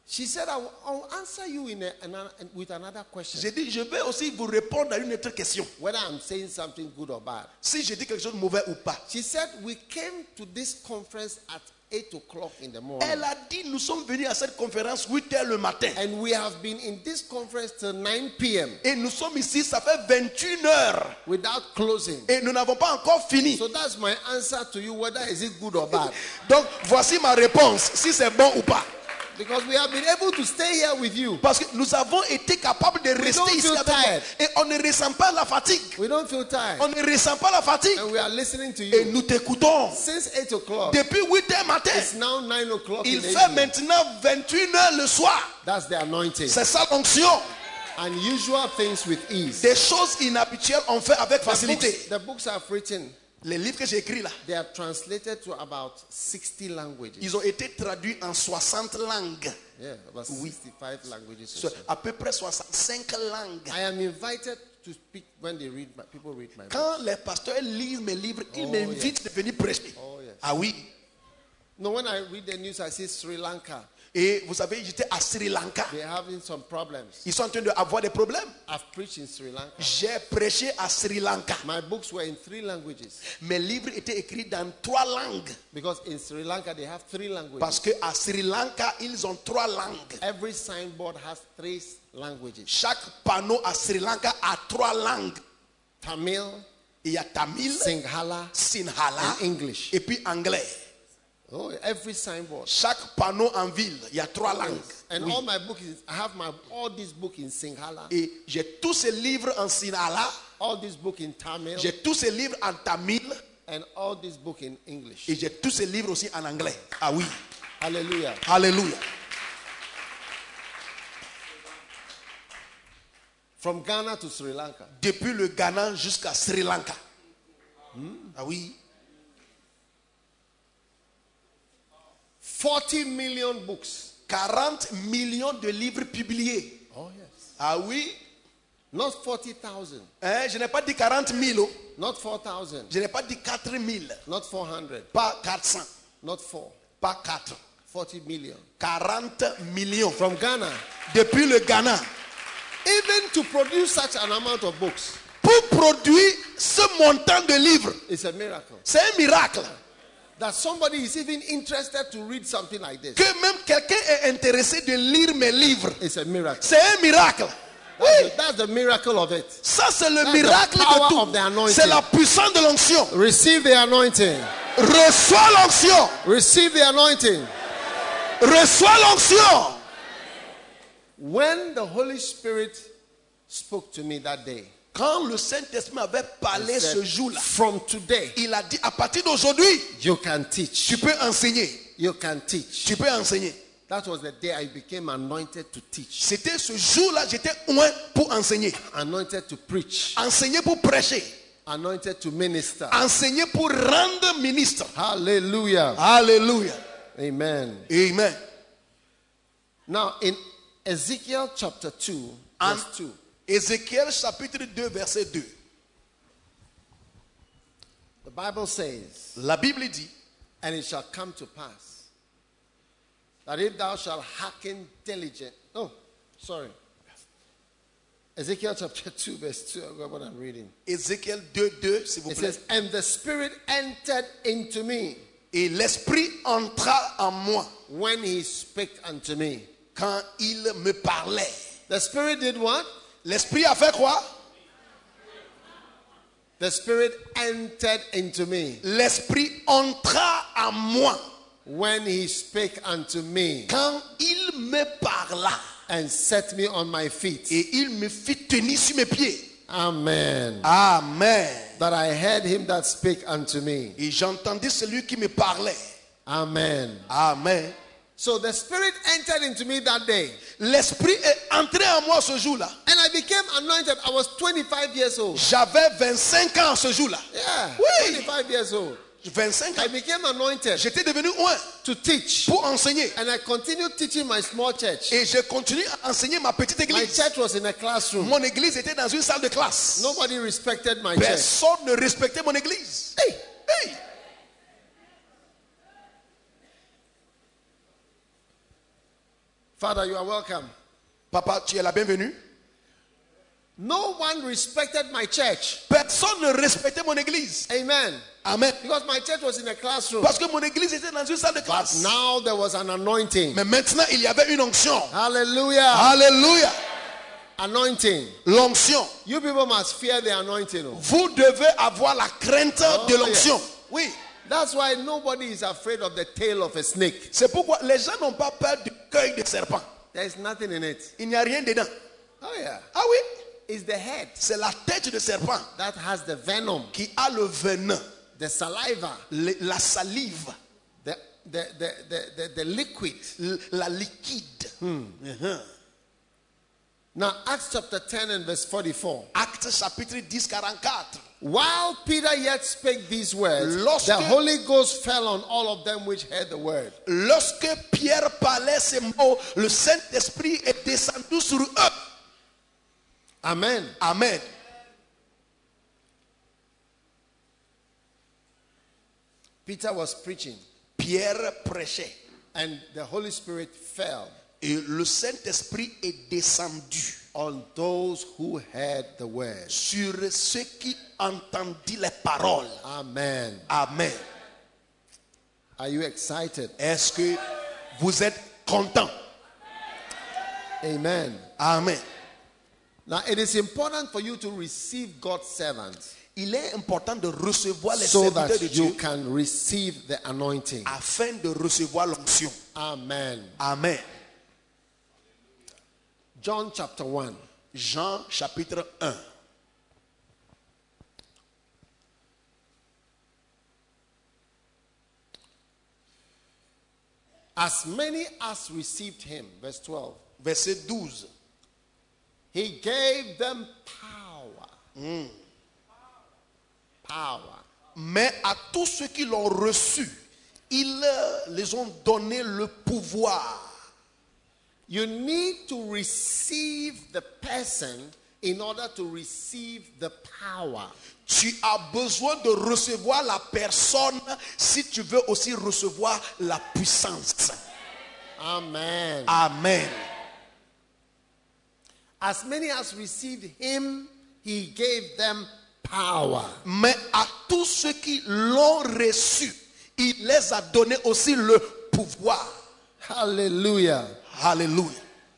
Speaker 1: She said, I will, I'll answer you in a, an, with another question.
Speaker 2: J'ai dit Je vais aussi vous répondre à une autre question.
Speaker 1: Whether I'm saying something good or bad.
Speaker 2: Si j'ai dit quelque chose de mauvais ou pas.
Speaker 1: She said, We came to this conference at 8 o'clock in the morning.
Speaker 2: Elle a dit Nous sommes venus à cette conférence 8 h le matin.
Speaker 1: And we have been in this conference till 9 p.m.
Speaker 2: Et nous sommes ici, ça fait 21 heures.
Speaker 1: without closing.
Speaker 2: Et nous n'avons pas encore fini.
Speaker 1: So that's my answer to you whether is it good or bad.
Speaker 2: Donc voici ma réponse, si c'est bon ou pas.
Speaker 1: Because we have been able to stay here with you.
Speaker 2: Parce que nous avons été capables de
Speaker 1: don't
Speaker 2: rester ici
Speaker 1: feel
Speaker 2: avec
Speaker 1: tired.
Speaker 2: vous. Et on ne ressent pas la fatigue.
Speaker 1: We don't feel tired.
Speaker 2: On ne ressent pas la fatigue.
Speaker 1: And we are listening to
Speaker 2: Et
Speaker 1: you.
Speaker 2: nous t'écoutons.
Speaker 1: Since 8 o'clock,
Speaker 2: Depuis 8 heures matin,
Speaker 1: it's now 9 o'clock.
Speaker 2: il
Speaker 1: in the
Speaker 2: fait
Speaker 1: evening.
Speaker 2: maintenant 21 heures le soir.
Speaker 1: That's the anointing.
Speaker 2: C'est ça l'onction.
Speaker 1: Unusual things with ease.
Speaker 2: Des choses inhabituelles, on fait avec
Speaker 1: The books,
Speaker 2: facilité.
Speaker 1: the books I've written,
Speaker 2: Les livres que j'ai écrits là,
Speaker 1: they are translated to about 60 languages.
Speaker 2: ils ont été traduits en 60 langues.
Speaker 1: Yeah, about 65 languages. or
Speaker 2: So,
Speaker 1: so.
Speaker 2: À peu près 65 langues.
Speaker 1: I am invited to speak when they read my, people read my book.
Speaker 2: Quand les pasteurs lisent mes livres, ils
Speaker 1: Oh,
Speaker 2: m'invitent de venir prêcher.
Speaker 1: Oh, yes.
Speaker 2: Ah oui.
Speaker 1: No, when I read the news, I see Sri Lanka.
Speaker 2: Et vous savez, j'étais à Sri Lanka.
Speaker 1: They're having some problems.
Speaker 2: Ils sont en train d'avoir des problèmes.
Speaker 1: I've preached in Sri Lanka.
Speaker 2: J'ai prêché à Sri Lanka.
Speaker 1: My books were in three languages
Speaker 2: Mes livres étaient écrits dans trois langues.
Speaker 1: because in Sri Lanka they have three languages.
Speaker 2: Parce que à Sri Lanka, ils ont trois langues.
Speaker 1: Every signboard has three languages
Speaker 2: Chaque panneau à Sri Lanka a trois langues.
Speaker 1: Tamil,
Speaker 2: Il y a Tamil,
Speaker 1: Sinhala,
Speaker 2: Sinhala
Speaker 1: and English.
Speaker 2: et puis anglais.
Speaker 1: Oh, every signboard.
Speaker 2: Chaque panneau en ville, il y a trois langues.
Speaker 1: And all my book is, I have my all this book in Sinhala,
Speaker 2: Et j'ai tous ces livres en Sinhala,
Speaker 1: all this book in Tamil,
Speaker 2: j'ai tous ces livres en Tamil
Speaker 1: and all this book in English.
Speaker 2: et j'ai tous ces livres aussi en anglais. Ah oui.
Speaker 1: Hallelujah.
Speaker 2: Alléluia.
Speaker 1: From Ghana to Sri Lanka.
Speaker 2: Depuis le Ghana jusqu'à Sri Lanka. Ah oui.
Speaker 1: 40 million books.
Speaker 2: 40 millions de livres publiés.
Speaker 1: Oh, yes.
Speaker 2: Ah oui.
Speaker 1: Not 40,000,
Speaker 2: Hein, je n'ai pas dit 40 000. oh.
Speaker 1: not 4,000.
Speaker 2: Je n'ai pas dit 4 000.
Speaker 1: Not 400,
Speaker 2: Pas 400.
Speaker 1: not 4,
Speaker 2: Pas 4.
Speaker 1: 40 million.
Speaker 2: 40 millions.
Speaker 1: From Ghana,
Speaker 2: Depuis le Ghana.
Speaker 1: even to produce such an amount of books
Speaker 2: Pour produire ce montant de livres,
Speaker 1: is a miracle.
Speaker 2: c'est un miracle.
Speaker 1: that somebody is even interested to read something like this.
Speaker 2: Que même quelqu'un est intéressé de lire mes livres.
Speaker 1: It's a miracle.
Speaker 2: C'est un miracle.
Speaker 1: That's,
Speaker 2: Oui,
Speaker 1: the, that's the miracle of it.
Speaker 2: ça c'est le
Speaker 1: the
Speaker 2: miracle
Speaker 1: power
Speaker 2: de
Speaker 1: of the
Speaker 2: tout.
Speaker 1: anointing.
Speaker 2: C'est la puissance de l'onction.
Speaker 1: Receive the anointing.
Speaker 2: Reçois l'onction.
Speaker 1: Receive the anointing.
Speaker 2: Reçois l'onction.
Speaker 1: When the Holy Spirit spoke to me that day,
Speaker 2: Quand le Saint-Esprit m'avait parlé
Speaker 1: he said,
Speaker 2: ce jour-là,
Speaker 1: from today,
Speaker 2: il a dit à partir d'aujourd'hui,
Speaker 1: you can teach.
Speaker 2: tu peux enseigner.
Speaker 1: You can teach.
Speaker 2: Tu peux enseigner.
Speaker 1: That was the day I became anointed to teach,
Speaker 2: C'était ce jour-là, j'étais loin pour enseigner.
Speaker 1: anointed to preach,
Speaker 2: Enseigner pour prêcher.
Speaker 1: anointed to minister.
Speaker 2: Enseigner pour rendre ministre.
Speaker 1: Hallelujah.
Speaker 2: Alléluia.
Speaker 1: Amen.
Speaker 2: Amen.
Speaker 1: Now, in Ezekiel chapter 2,
Speaker 2: En
Speaker 1: verse 2,
Speaker 2: Ézéchiel chapitre 2, verset 2.
Speaker 1: the Bible says,
Speaker 2: La Bible dit,
Speaker 1: And it shall come to pass that if thou shalt hearken diligent. Oh, sorry. Ezekiel chapter 2, verse 2. I forgot what I'm reading.
Speaker 2: Ézéchiel 2, 2, s'il vous
Speaker 1: It
Speaker 2: plaît.
Speaker 1: says, And the Spirit entered into me
Speaker 2: Et l'Esprit entra en moi
Speaker 1: when he spake unto me.
Speaker 2: quand il me parlait.
Speaker 1: The Spirit did what?
Speaker 2: L'Esprit a fait quoi
Speaker 1: The Spirit entered into me
Speaker 2: L'Esprit entra en moi
Speaker 1: when he spake unto me
Speaker 2: quand il me parla.
Speaker 1: and set me on my feet.
Speaker 2: Et il me fit tenir sur mes pieds.
Speaker 1: Amen.
Speaker 2: Amen.
Speaker 1: That I heard him that spake unto me.
Speaker 2: Et j'entendis celui qui me parlait.
Speaker 1: Amen.
Speaker 2: Amen.
Speaker 1: So the Spirit entered into me that day.
Speaker 2: L'Esprit est entré en moi ce jour-là.
Speaker 1: And I became anointed. I was 25 years old.
Speaker 2: J'avais 25 ans ce jour-là.
Speaker 1: Yeah.
Speaker 2: Oui.
Speaker 1: 25 years old.
Speaker 2: 25 ans.
Speaker 1: I became anointed
Speaker 2: J'étais devenu un
Speaker 1: to teach.
Speaker 2: pour enseigner.
Speaker 1: And I continued teaching my small church.
Speaker 2: Et je continue à enseigner ma petite
Speaker 1: My
Speaker 2: église.
Speaker 1: church was in a classroom.
Speaker 2: Mon église était dans une salle de classe.
Speaker 1: Nobody respected my church.
Speaker 2: Personne ne respectait mon église.
Speaker 1: Hey.
Speaker 2: Hey.
Speaker 1: Father, you are welcome.
Speaker 2: Papa, tu es la bienvenue.
Speaker 1: No one respected my church.
Speaker 2: Personne ne respectait mon église.
Speaker 1: Amen.
Speaker 2: Amen.
Speaker 1: Because my church was in a classroom.
Speaker 2: Parce que mon église était dans une salle de classe.
Speaker 1: Now there was an anointing.
Speaker 2: Mais maintenant, il y avait une onction.
Speaker 1: Hallelujah.
Speaker 2: Alléluia.
Speaker 1: Anointing.
Speaker 2: L'onction.
Speaker 1: You people must fear the anointing. oh.
Speaker 2: Vous devez avoir la crainte de l'onction. Oui.
Speaker 1: That's why nobody is afraid of the tail of a snake.
Speaker 2: C'est pourquoi les gens n'ont pas peur du cueil de serpent.
Speaker 1: There is nothing in it.
Speaker 2: Il n'y a rien dedans.
Speaker 1: Oh, yeah.
Speaker 2: Ah oui,
Speaker 1: It's the head
Speaker 2: c'est la tête de serpent
Speaker 1: that has the venom,
Speaker 2: qui a le venin,
Speaker 1: the saliva,
Speaker 2: le- la salive,
Speaker 1: the, the, the, the, the, the liquid.
Speaker 2: l- la liquide.
Speaker 1: Now, Acts chapter 10 and verse 44.
Speaker 2: Acte chapitre 10, 44.
Speaker 1: While Peter yet spake these words,
Speaker 2: Lorsque-
Speaker 1: the Holy Ghost fell on all of them which heard the word.
Speaker 2: Lorsque Pierre parlait ces mots, le Saint-Esprit est descendu sur eux.
Speaker 1: Amen.
Speaker 2: Amen.
Speaker 1: Peter was preaching,
Speaker 2: Pierre prêchait
Speaker 1: and the Holy Spirit fell
Speaker 2: et le Saint-Esprit est descendu
Speaker 1: on those who heard the word.
Speaker 2: sur ceux qui entendit les paroles.
Speaker 1: Amen.
Speaker 2: Amen.
Speaker 1: Are you excited?
Speaker 2: Est-ce que vous êtes content?
Speaker 1: Amen.
Speaker 2: Amen.
Speaker 1: Now, it is important for you to receive God's servants.
Speaker 2: Il est important de recevoir les
Speaker 1: so
Speaker 2: serviteurs de
Speaker 1: that you
Speaker 2: Dieu
Speaker 1: can receive the anointing.
Speaker 2: afin de recevoir l'onction.
Speaker 1: Amen.
Speaker 2: Amen.
Speaker 1: John chapter 1.
Speaker 2: Jean chapitre 1.
Speaker 1: As many as received him, verse 12,
Speaker 2: Verset 12.
Speaker 1: he gave them power. Power.
Speaker 2: Mais à tous ceux qui l'ont reçu, ils euh, les ont donné le pouvoir.
Speaker 1: You need to receive the person in order to receive the power.
Speaker 2: Tu as besoin de recevoir la personne si tu veux aussi recevoir la puissance.
Speaker 1: Amen.
Speaker 2: Ah. Amen.
Speaker 1: As many as received him, he gave them power.
Speaker 2: Mais à tous ceux qui l'ont reçu, il les a donné aussi le pouvoir.
Speaker 1: Hallelujah.
Speaker 2: Alléluia.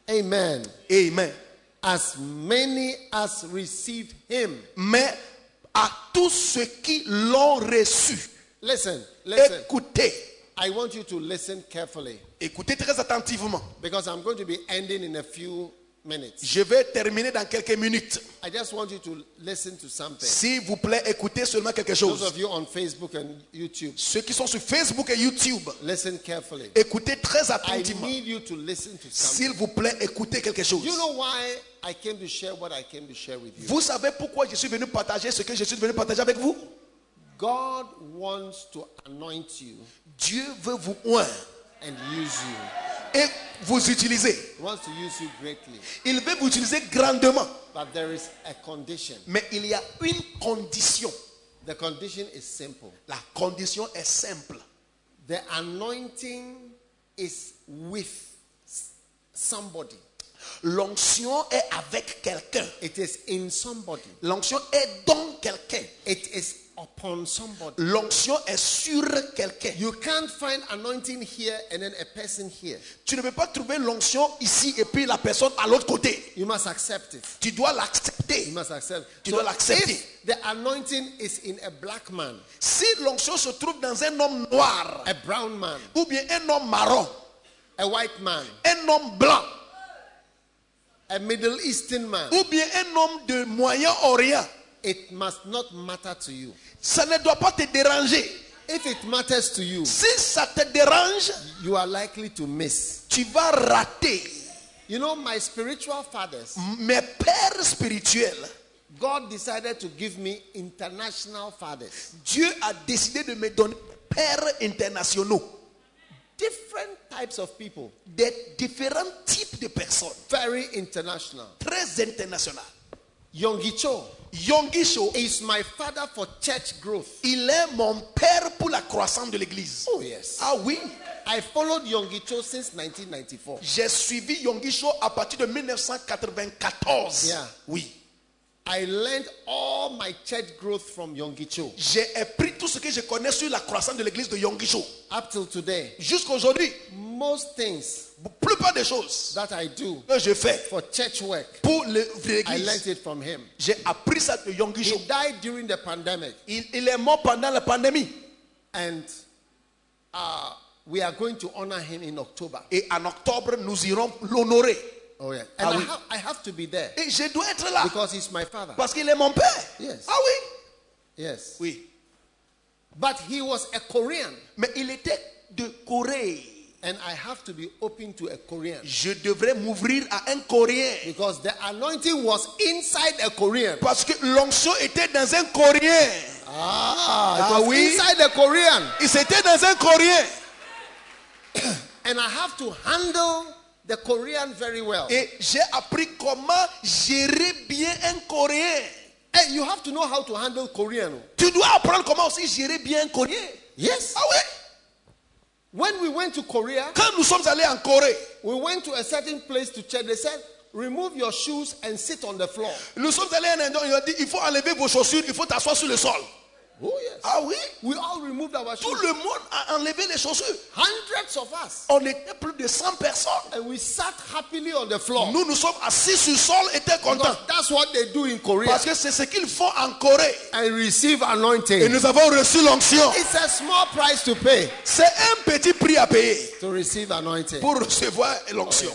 Speaker 1: Amen.
Speaker 2: Amen.
Speaker 1: As many as received him.
Speaker 2: Mais à tous ceux qui l'ont reçu,
Speaker 1: Listen, listen.
Speaker 2: écoutez,
Speaker 1: I want you to listen carefully
Speaker 2: écoutez très attentivement.
Speaker 1: because I'm going to be ending in a few minutes.
Speaker 2: Je vais terminer dans quelques minutes.
Speaker 1: I just want you to listen to something.
Speaker 2: S'il vous plaît, écoutez seulement quelque
Speaker 1: Those
Speaker 2: chose.
Speaker 1: of you on Facebook and YouTube,
Speaker 2: Ceux qui sont sur Facebook et YouTube,
Speaker 1: listen carefully.
Speaker 2: écoutez très
Speaker 1: I
Speaker 2: attentivement.
Speaker 1: need you to listen to something.
Speaker 2: S'il vous plaît, écoutez quelque chose.
Speaker 1: You know why I came to share what I came to share with you?
Speaker 2: Vous savez pourquoi je suis venu partager ce que je suis venu partager avec vous
Speaker 1: God wants to anoint you
Speaker 2: Dieu veut vous oindre
Speaker 1: and use you.
Speaker 2: et vous utiliser.
Speaker 1: He wants to use you greatly.
Speaker 2: Il veut vous utiliser grandement.
Speaker 1: But there is a condition.
Speaker 2: Mais il y a une condition.
Speaker 1: The condition is simple.
Speaker 2: La condition est simple.
Speaker 1: The anointing is with s- somebody.
Speaker 2: L'onction est avec quelqu'un.
Speaker 1: It is in somebody.
Speaker 2: L'onction est dans quelqu'un.
Speaker 1: It is upon somebody.
Speaker 2: L'onction est sur quelqu'un.
Speaker 1: You can't find anointing here and then a person here.
Speaker 2: Tu ne peux pas trouver l'onction ici et puis la personne à l'autre côté.
Speaker 1: You must accept it.
Speaker 2: Tu dois
Speaker 1: You
Speaker 2: l'accepter.
Speaker 1: must accept.
Speaker 2: Tu dois l'accepter.
Speaker 1: if the anointing is in a black man,
Speaker 2: Si l'onction se trouve dans un homme noir
Speaker 1: a brown man,
Speaker 2: ou bien un homme marron,
Speaker 1: a white man,
Speaker 2: un homme blanc
Speaker 1: a Middle Eastern man,
Speaker 2: ou bien un homme de Moyen-Orient,
Speaker 1: it must not matter to you.
Speaker 2: ça ne doit pas te déranger.
Speaker 1: If it matters to you,
Speaker 2: Si ça te dérange,
Speaker 1: you are likely to miss.
Speaker 2: tu vas rater.
Speaker 1: You know, my spiritual fathers,
Speaker 2: Mes pères spirituels,
Speaker 1: God decided to give me international fathers,
Speaker 2: Dieu a décidé de me donner pères internationaux,
Speaker 1: different types of people,
Speaker 2: des différents types de personnes,
Speaker 1: very international.
Speaker 2: très internationales.
Speaker 1: Yonggi Cho
Speaker 2: Yonggi Cho,
Speaker 1: is my father for church growth.
Speaker 2: il est mon père pour la croissance de l'église.
Speaker 1: Oh, yes.
Speaker 2: Ah oui,
Speaker 1: I followed Yonggi Cho since 1994.
Speaker 2: j'ai suivi Yonggi Cho à partir de 1994.
Speaker 1: Yeah.
Speaker 2: Oui.
Speaker 1: I learned all my church growth from Yonggi Cho
Speaker 2: J'ai appris tout ce que je connais sur la croissance de l'église de Yonggi Cho.
Speaker 1: up till today.
Speaker 2: Jusqu'aujourd'hui,
Speaker 1: Most things
Speaker 2: la plupart des choses
Speaker 1: that I do
Speaker 2: que je fais
Speaker 1: for church work,
Speaker 2: pour le-
Speaker 1: I
Speaker 2: l'église,
Speaker 1: learned it from him.
Speaker 2: j'ai appris ça de Yonggi Cho.
Speaker 1: He died during the pandemic,
Speaker 2: Il, il est mort pendant la pandémie.
Speaker 1: and uh, we are going to honor him in October.
Speaker 2: Et en octobre, nous irons l'honorer.
Speaker 1: Oh yeah,
Speaker 2: Ah,
Speaker 1: and I,
Speaker 2: oui.
Speaker 1: have, I have to be there
Speaker 2: Et je dois être là.
Speaker 1: because he's my father.
Speaker 2: Parce qu'il est mon père.
Speaker 1: Yes.
Speaker 2: Ah oui.
Speaker 1: Yes,
Speaker 2: Oui.
Speaker 1: but he was a Korean,
Speaker 2: Mais il était de Corée.
Speaker 1: and I have to be open to a Korean
Speaker 2: Je devrais m'ouvrir à un Coréen.
Speaker 1: because the anointing was inside a Korean.
Speaker 2: Parce que l'onction était dans un Coréen.
Speaker 1: Ah,
Speaker 2: Ah,
Speaker 1: it was
Speaker 2: oui.
Speaker 1: inside a Korean.
Speaker 2: Il s'était dans un Coréen.
Speaker 1: And I have to handle the Korean very well.
Speaker 2: Et j'ai appris comment gérer bien un Coréen.
Speaker 1: Hey, you have to know how to handle Korean. oh.
Speaker 2: Tu dois apprendre comment aussi gérer bien un Coréen.
Speaker 1: Yes.
Speaker 2: Ah oui.
Speaker 1: When we went to Korea,
Speaker 2: Quand nous sommes allés en Corée,
Speaker 1: we went to a certain place to church. They said, remove your shoes and sit on the floor.
Speaker 2: nous sommes allés en Inde, ils ont dit il faut enlever vos chaussures, il faut t'asseoir sur le sol.
Speaker 1: Oh, yes.
Speaker 2: Ah oui.
Speaker 1: We all removed our
Speaker 2: Tout
Speaker 1: shoes.
Speaker 2: le monde a enlevé les chaussures.
Speaker 1: Hundreds of us.
Speaker 2: On était plus de 100 personnes.
Speaker 1: And we sat happily on the floor.
Speaker 2: Nous nous sommes assis sur le sol, étaient contents.
Speaker 1: Because that's what they do in Korea.
Speaker 2: Parce que c'est ce qu'ils font en Corée.
Speaker 1: And receive
Speaker 2: Et
Speaker 1: anointing.
Speaker 2: nous avons reçu l'onction.
Speaker 1: It's a small price to pay
Speaker 2: C'est un petit prix à payer
Speaker 1: to receive anointing.
Speaker 2: pour recevoir l'onction.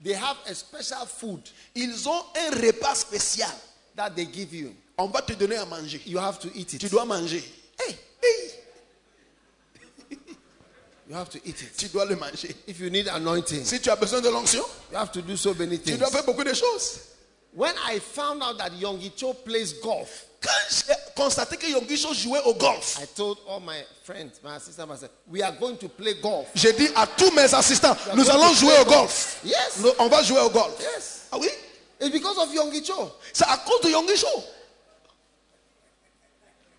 Speaker 1: They have a special food
Speaker 2: Ils ont un repas spécial.
Speaker 1: that they give you.
Speaker 2: On va te donner à manger.
Speaker 1: You have to eat
Speaker 2: Tu
Speaker 1: it.
Speaker 2: dois manger.
Speaker 1: Hey,
Speaker 2: Hey,
Speaker 1: You have to eat it.
Speaker 2: tu dois le manger.
Speaker 1: If you need anointing,
Speaker 2: Si tu as besoin de l'onction,
Speaker 1: you have to do so many
Speaker 2: tu
Speaker 1: things.
Speaker 2: dois faire beaucoup de choses.
Speaker 1: When I found out that Yonggi Cho plays golf,
Speaker 2: Quand j'ai constaté que Yongisho jouait au golf,
Speaker 1: I told all my friends, my sister, myself, we are going to play golf.
Speaker 2: j'ai dit à tous mes assistants, nous allons jouer au golf.
Speaker 1: Yes.
Speaker 2: Nous- on va jouer au golf.
Speaker 1: Yes.
Speaker 2: Ah oui
Speaker 1: It's because of Yonggi Cho.
Speaker 2: C'est à cause de Yongisho.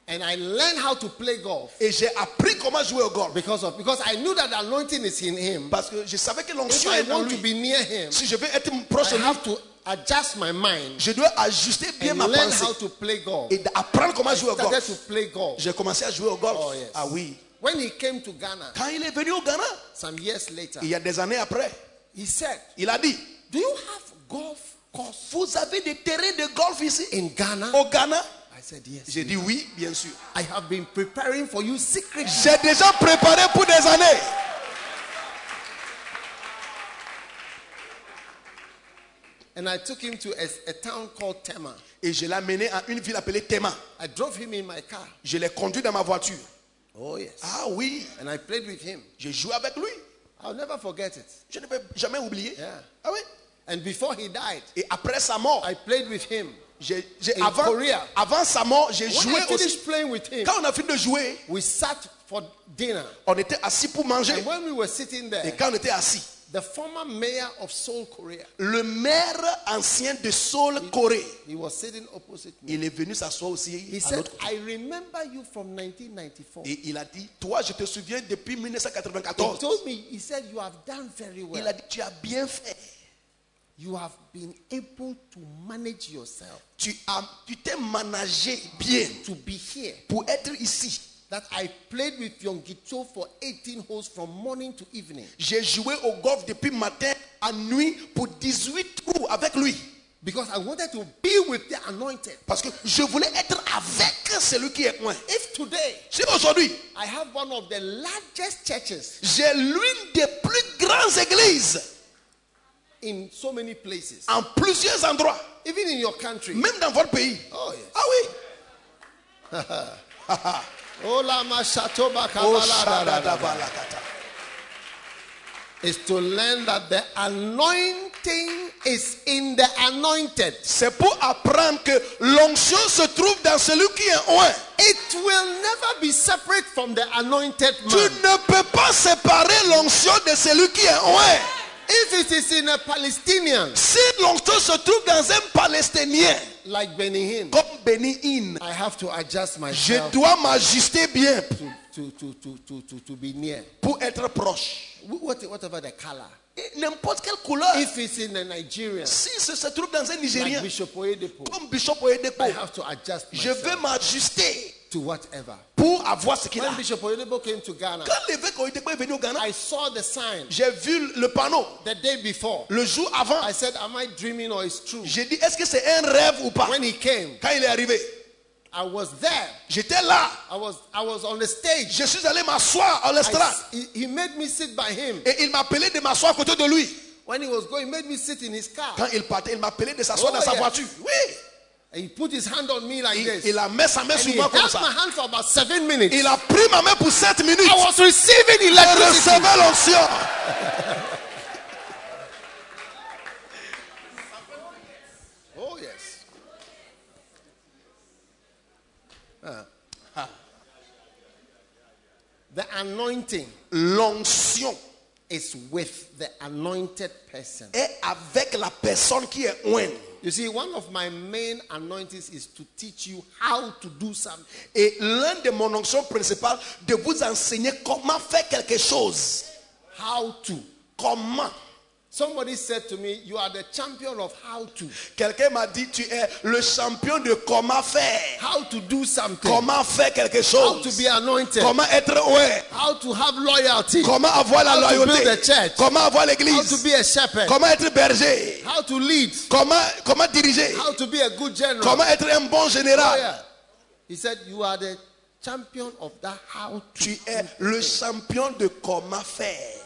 Speaker 1: And I learned how to play golf
Speaker 2: Et j'ai appris comment jouer au golf.
Speaker 1: because of because I knew that the anointing is in him.
Speaker 2: Parce que je savais que
Speaker 1: If
Speaker 2: l'onction
Speaker 1: I
Speaker 2: est dans
Speaker 1: want to be
Speaker 2: lui.
Speaker 1: near him,
Speaker 2: Si je veux être
Speaker 1: I
Speaker 2: proche de lui,
Speaker 1: have to adjust my mind
Speaker 2: je dois ajuster bien
Speaker 1: and
Speaker 2: ma
Speaker 1: learn
Speaker 2: pensée
Speaker 1: how to play golf.
Speaker 2: et apprendre comment jouer au
Speaker 1: Started
Speaker 2: golf.
Speaker 1: to play golf.
Speaker 2: J'ai commencé à jouer au golf.
Speaker 1: Oh, yes.
Speaker 2: Ah oui.
Speaker 1: When he came to Ghana
Speaker 2: Quand il est venu au Ghana,
Speaker 1: some years later,
Speaker 2: il y a des années après,
Speaker 1: he said,
Speaker 2: il a dit
Speaker 1: Do you have golf course
Speaker 2: Vous avez des terrains de golf ici
Speaker 1: in Ghana?
Speaker 2: Au Ghana
Speaker 1: I said, Yes.
Speaker 2: J'ai dit oui, bien sûr.
Speaker 1: I have been preparing for you secretly.
Speaker 2: J'ai déjà préparé pour des années.
Speaker 1: And I took him to a, a town called Tema.
Speaker 2: Et je l'ai amené à une ville appelée Tema.
Speaker 1: I drove him in my car.
Speaker 2: Je l'ai conduit dans ma voiture.
Speaker 1: Oh, yes.
Speaker 2: Ah oui,
Speaker 1: And I played with him.
Speaker 2: j'ai joué avec lui.
Speaker 1: I'll never forget it.
Speaker 2: Je ne peux jamais oublier.
Speaker 1: Yeah.
Speaker 2: Ah oui.
Speaker 1: And before he died,
Speaker 2: Et après sa mort,
Speaker 1: I played with him.
Speaker 2: j'ai- j'ai-
Speaker 1: In
Speaker 2: avant,
Speaker 1: Korea.
Speaker 2: avant sa mort, j'ai
Speaker 1: When
Speaker 2: joué
Speaker 1: I
Speaker 2: aussi.
Speaker 1: finished playing with him,
Speaker 2: Quand on a fini de jouer,
Speaker 1: we sat for dinner.
Speaker 2: on était assis pour manger.
Speaker 1: And when we were sitting
Speaker 2: Et
Speaker 1: there,
Speaker 2: quand on était assis,
Speaker 1: the former mayor of Seoul, Korea,
Speaker 2: le maire ancien de Seoul, Corée,
Speaker 1: he was sitting opposite me.
Speaker 2: il est venu s'asseoir aussi
Speaker 1: He
Speaker 2: à
Speaker 1: said,
Speaker 2: notre
Speaker 1: I remember you from 1994. He
Speaker 2: Et il a dit, toi, je te souviens depuis 1994.
Speaker 1: told me, he said, you have done very
Speaker 2: Il a
Speaker 1: well.
Speaker 2: dit, tu as bien fait.
Speaker 1: You have been able to manage yourself,
Speaker 2: Tu as, tu t'es managé bien
Speaker 1: to be here.
Speaker 2: pour être ici.
Speaker 1: That I played with Yonggi for 18 holes from morning to evening.
Speaker 2: J'ai joué au golf depuis matin à nuit pour 18 trous avec lui.
Speaker 1: Because I wanted to be with the anointed.
Speaker 2: Parce que je voulais être avec celui qui est loin.
Speaker 1: If today
Speaker 2: Si aujourd'hui,
Speaker 1: I have one of the largest churches
Speaker 2: j'ai l'une des plus grandes églises
Speaker 1: in so many places,
Speaker 2: en plusieurs endroits,
Speaker 1: even in your country.
Speaker 2: même dans votre pays.
Speaker 1: Oh, yes.
Speaker 2: Ah oui.
Speaker 1: Olama Shatoba
Speaker 2: Oh,
Speaker 1: Kabala da da da.
Speaker 2: shadadabalakata.
Speaker 1: Is to learn that the anointing is in the anointed.
Speaker 2: C'est pour apprendre que l'onction se trouve dans celui qui est loin.
Speaker 1: It will never be separate from the anointed
Speaker 2: Tu
Speaker 1: man.
Speaker 2: ne peux pas séparer l'onction de celui qui est loin.
Speaker 1: If it is in a Palestinian
Speaker 2: Si l'onction se trouve dans un Palestinien
Speaker 1: like Benny Hinn,
Speaker 2: comme Béni In,
Speaker 1: I have to adjust
Speaker 2: je
Speaker 1: myself
Speaker 2: dois m'ajuster bien
Speaker 1: to, to, to, to, to, to, to be near.
Speaker 2: pour être proche.
Speaker 1: Wh- what- whatever the color.
Speaker 2: Et N'importe quelle couleur,
Speaker 1: If it's in a Nigerian
Speaker 2: si ça se trouve dans un
Speaker 1: like
Speaker 2: Nigérien
Speaker 1: Bishop Oyedepo,
Speaker 2: comme Bishop Oyedepo,
Speaker 1: I have to adjust
Speaker 2: je vais
Speaker 1: myself
Speaker 2: m'ajuster
Speaker 1: to whatever.
Speaker 2: pour avoir ce qu'il a.
Speaker 1: When Bishop Oyedepo came to Ghana,
Speaker 2: Quand l'évêque Oyedepo est venu au Ghana,
Speaker 1: I saw the sign
Speaker 2: j'ai vu le panneau
Speaker 1: the day before.
Speaker 2: le jour avant.
Speaker 1: I said, Am I dreaming or it's true?
Speaker 2: J'ai dit, est-ce que c'est un rêve ou pas
Speaker 1: When he came,
Speaker 2: Quand il est arrivé,
Speaker 1: I was there.
Speaker 2: j'étais là.
Speaker 1: I was I was on the stage.
Speaker 2: Je suis allé m'asseoir à
Speaker 1: I
Speaker 2: l'estrade.
Speaker 1: s- he, he made me sit by him.
Speaker 2: Et il m'appelait de m'asseoir à côté de lui.
Speaker 1: When he was going, he made me sit in his car.
Speaker 2: Quand il partait, il m'appelait de s'asseoir
Speaker 1: Oh,
Speaker 2: dans sa
Speaker 1: yeah.
Speaker 2: voiture. Oui.
Speaker 1: And he put his hand on me like
Speaker 2: Il,
Speaker 1: this.
Speaker 2: il a mis sa main
Speaker 1: and
Speaker 2: sur
Speaker 1: he
Speaker 2: moi
Speaker 1: held
Speaker 2: comme
Speaker 1: my
Speaker 2: ça.
Speaker 1: hand for about seven minutes.
Speaker 2: Il a pris ma main pour 7 minutes.
Speaker 1: I was receiving
Speaker 2: Il
Speaker 1: electricity.
Speaker 2: recevait l'onction.
Speaker 1: Oh yes. Ah. The anointing
Speaker 2: L'onction
Speaker 1: is with the anointed person.
Speaker 2: est avec la personne qui est loin.
Speaker 1: You see, one of my main anointings is to teach you how to do something.
Speaker 2: Et l'un de mon onction principale, de vous enseigner comment faire quelque chose.
Speaker 1: How to.
Speaker 2: Comment
Speaker 1: Somebody said to me, You are the champion of how to.
Speaker 2: Quelqu'un m'a dit, tu es le champion de comment faire.
Speaker 1: How to do something.
Speaker 2: Comment faire quelque
Speaker 1: How
Speaker 2: chose.
Speaker 1: to be anointed.
Speaker 2: Comment être ouais.
Speaker 1: How to have loyalty.
Speaker 2: Comment avoir la
Speaker 1: How to build
Speaker 2: loyauté.
Speaker 1: the church.
Speaker 2: Comment avoir
Speaker 1: How to
Speaker 2: l'église.
Speaker 1: be a shepherd.
Speaker 2: Comment être berger.
Speaker 1: How to lead.
Speaker 2: Comment, comment diriger.
Speaker 1: How to be a good general.
Speaker 2: Comment être un bon
Speaker 1: Oh,
Speaker 2: général.
Speaker 1: yeah. He said, You are the champion of that how to.
Speaker 2: Tu es le champion de comment faire.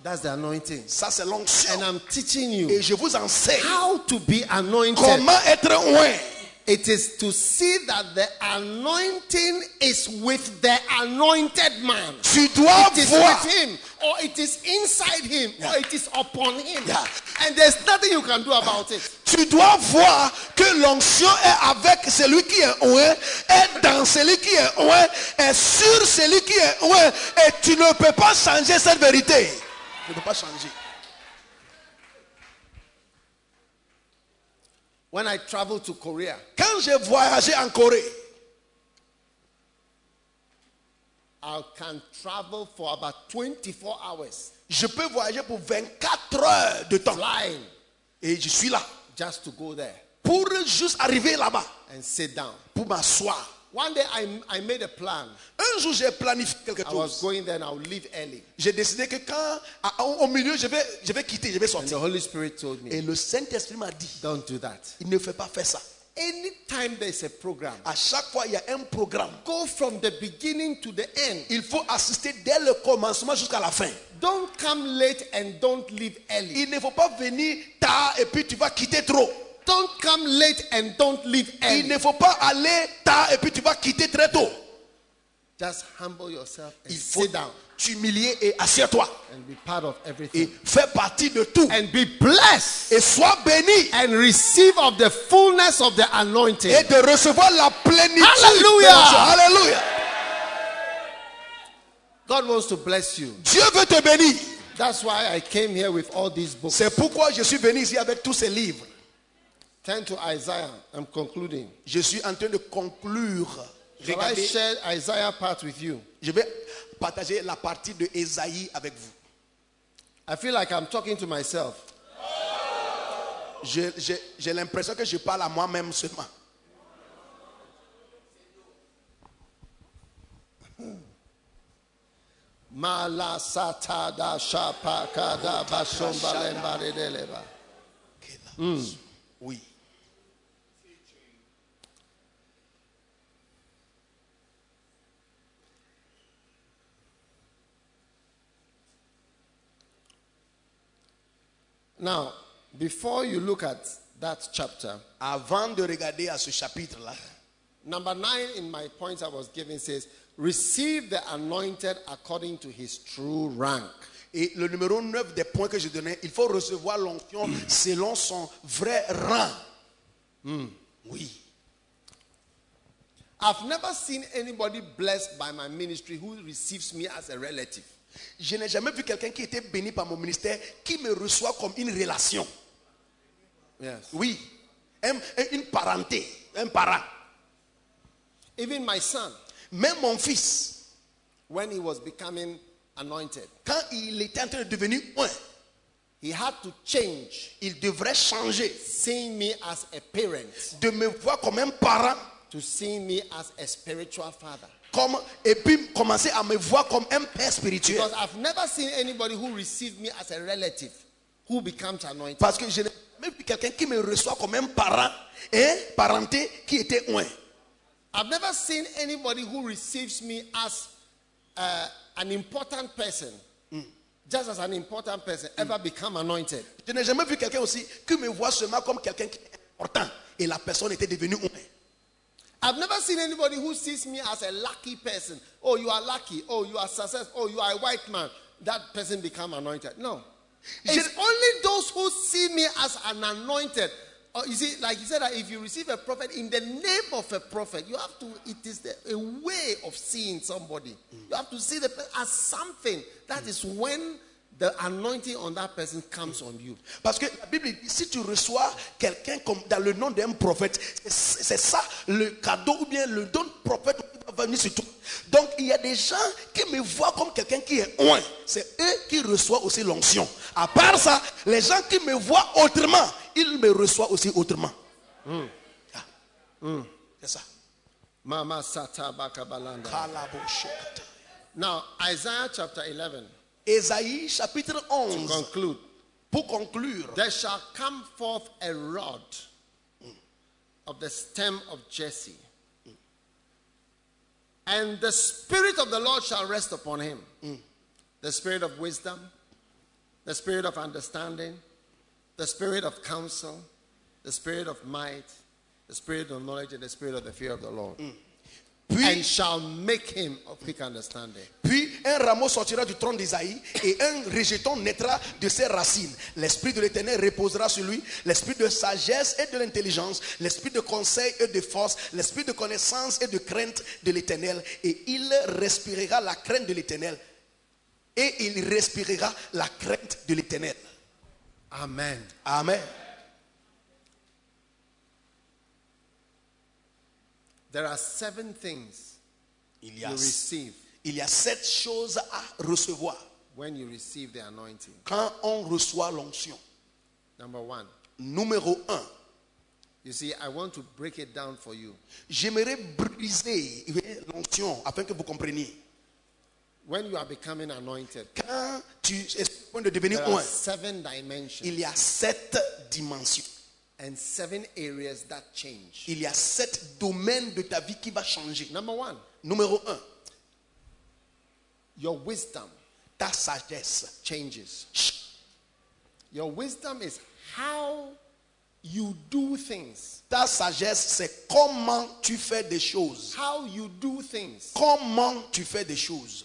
Speaker 1: That's the anointing.
Speaker 2: Ça, c'est
Speaker 1: And
Speaker 2: l'onction.
Speaker 1: I'm teaching you
Speaker 2: Et je vous enseigne
Speaker 1: how to be anointed.
Speaker 2: comment être loin.
Speaker 1: It is to see that the anointing is with the anointed man.
Speaker 2: Tu dois
Speaker 1: It is
Speaker 2: voir.
Speaker 1: with him, or it is inside him, or
Speaker 2: Yeah.
Speaker 1: it is upon him.
Speaker 2: Yeah.
Speaker 1: And there's nothing you can do about it.
Speaker 2: Tu dois voir que l'onction est avec celui qui est loin, est dans celui qui est loin, est sur celui qui est loin. Et tu ne peux pas changer cette vérité. Tu ne peux pas changer.
Speaker 1: When I traveled to Korea,
Speaker 2: Quand j'ai voyagé en Corée,
Speaker 1: I can travel for about 24 hours
Speaker 2: je peux voyager pour 24 heures de temps.
Speaker 1: flying
Speaker 2: Et je suis là
Speaker 1: just to go there
Speaker 2: pour juste arriver là-bas,
Speaker 1: and sit down.
Speaker 2: pour m'asseoir.
Speaker 1: One day I, I made a plan.
Speaker 2: Un jour, j'ai planifié quelque
Speaker 1: I was
Speaker 2: chose.
Speaker 1: going there and I would leave early.
Speaker 2: J'ai décidé que quand, à- au au milieu, je vais, je vais quitter, je vais
Speaker 1: And the
Speaker 2: sortir.
Speaker 1: Holy Spirit told
Speaker 2: Et
Speaker 1: me,
Speaker 2: le Saint-Esprit m'a dit,
Speaker 1: don't do that.
Speaker 2: il ne faut pas faire ça.
Speaker 1: Anytime there's a program,
Speaker 2: À chaque fois, il y a un programme.
Speaker 1: go from the beginning to the end.
Speaker 2: Il faut assister dès le commencement jusqu'à la fin.
Speaker 1: Don't come late and don't leave early.
Speaker 2: Il ne faut pas venir tard et puis tu vas quitter trop.
Speaker 1: Don't come late and don't leave
Speaker 2: Il
Speaker 1: early.
Speaker 2: ne faut pas aller tard et puis tu vas quitter très tôt.
Speaker 1: Just humble yourself and
Speaker 2: Il faut
Speaker 1: sit down
Speaker 2: t'humilier et assieds-toi.
Speaker 1: and be part of
Speaker 2: Et
Speaker 1: everything.
Speaker 2: fais partie de tout.
Speaker 1: And be blessed
Speaker 2: Et sois béni.
Speaker 1: and receive of the fullness of the anointing.
Speaker 2: Et de recevoir la plénitude.
Speaker 1: Alléluia.
Speaker 2: de l'ancien. Alléluia.
Speaker 1: God wants to bless you.
Speaker 2: Dieu veut te bénir.
Speaker 1: That's why I came here with all these books.
Speaker 2: C'est pourquoi je suis venu ici avec tous ces livres.
Speaker 1: Turn to Isaiah. I'm concluding.
Speaker 2: Je suis en train de conclure.
Speaker 1: Shall I
Speaker 2: Regardez,
Speaker 1: share Isaiah part with you?
Speaker 2: je vais partager la partie de Ésaïe avec vous.
Speaker 1: I feel like I'm talking to myself.
Speaker 2: Je- je- J'ai l'impression que je parle à moi-même seulement.
Speaker 1: Mala sata da shapa kada bashomba lemba redeleba.
Speaker 2: Oui.
Speaker 1: Now, before you look at that chapter,
Speaker 2: Avant de regarder à ce chapitre-là,
Speaker 1: number nine in my points I was giving says, Receive the anointed according to his true rank.
Speaker 2: et le numéro 9 des points que je donnais, il faut recevoir l'onction selon son vrai rang. Oui.
Speaker 1: I've never seen anybody blessed by my ministry who receives me as a relative.
Speaker 2: Je n'ai jamais vu quelqu'un qui était béni par mon ministère qui me reçoit comme une relation.
Speaker 1: Yes.
Speaker 2: Oui. Un- un- une parenté, un parent.
Speaker 1: Even my son,
Speaker 2: Même mon fils,
Speaker 1: when he was becoming anointed,
Speaker 2: quand il était en train de devenir un,
Speaker 1: he had to change
Speaker 2: il devrait changer
Speaker 1: seeing me as a parent
Speaker 2: de me voir comme un parent
Speaker 1: to seeing me as a spiritual father.
Speaker 2: comme, et puis commencer à me voir comme un père spirituel.
Speaker 1: Because I've never seen anybody who received me as a relative who becomes anointed.
Speaker 2: Parce que je n'ai même plus quelqu'un qui me reçoit comme un parent, un parenté qui était loin.
Speaker 1: I've never seen anybody who receives me as uh, an important person, just as an important person, ever become anointed.
Speaker 2: Je n'ai jamais vu quelqu'un aussi qui me voit seulement comme quelqu'un qui est important. Et la personne était devenue loin.
Speaker 1: I've never seen anybody who sees me as a lucky person. Oh, you are lucky. Oh, you are successful. Oh, you are a white man. That person become anointed. No. It's
Speaker 2: Gen-
Speaker 1: only those who see me as an anointed. Or you see, like you said, that if you receive a prophet in the name of a prophet, you have to, it is the, a way of seeing somebody. You have to see the person as something. That is when the anointing on that person comes on you.
Speaker 2: Parce que la Bible dit, si tu reçois quelqu'un comme dans le nom d'un prophète, c'est c'est ça le cadeau ou bien le don de prophète qui va venir sur toi. Donc il y a des gens qui me voient comme quelqu'un qui est loin. C'est eux qui reçoivent aussi l'onction. À part ça, les gens qui me voient autrement, ils me reçoivent aussi autrement. Ah. C'est ça.
Speaker 1: Mama Sata Bakabalanda.
Speaker 2: Kalaboshokata.
Speaker 1: Now, Isaiah chapter 11,
Speaker 2: Ésaïe chapitre 11.
Speaker 1: conclude.
Speaker 2: Pour conclure,
Speaker 1: There shall come forth a rod of the stem of Jesse, and the Spirit of the Lord shall rest upon him the Spirit of wisdom, the Spirit of understanding, the Spirit of counsel, the Spirit of might, the Spirit of knowledge, and the Spirit of the fear of the Lord, and
Speaker 2: puis
Speaker 1: shall make him of quick understanding.
Speaker 2: Puis un rameau sortira du tronc d'Isaïe et un rejeton naîtra de ses racines. L'esprit de l'éternel reposera sur lui, l'esprit de sagesse et de l'intelligence, l'esprit de conseil et de force, l'esprit de connaissance et de crainte de l'éternel. Et il respirera la crainte de l'éternel. Et il respirera la crainte de l'éternel.
Speaker 1: Amen.
Speaker 2: Amen.
Speaker 1: There are seven things
Speaker 2: Il y
Speaker 1: you
Speaker 2: a,
Speaker 1: receive
Speaker 2: il y a sept choses à recevoir
Speaker 1: when you receive the anointing.
Speaker 2: quand on reçoit l'onction.
Speaker 1: Number one,
Speaker 2: Numéro un,
Speaker 1: you You see, I want to break it down for you.
Speaker 2: J'aimerais briser l'onction afin que vous compreniez.
Speaker 1: When you are becoming anointed,
Speaker 2: Quand tu es sur le point de devenir
Speaker 1: there
Speaker 2: un,
Speaker 1: are seven dimensions
Speaker 2: il y a sept dimensions.
Speaker 1: and seven areas that change.
Speaker 2: Il y a sept domaines de ta vie qui va changer.
Speaker 1: Number one,
Speaker 2: Numéro un,
Speaker 1: your wisdom
Speaker 2: ta sagesse.
Speaker 1: changes. Your wisdom is how you do things.
Speaker 2: Ta sagesse, c'est comment tu fais des choses.
Speaker 1: How you do things.
Speaker 2: Comment tu fais des choses.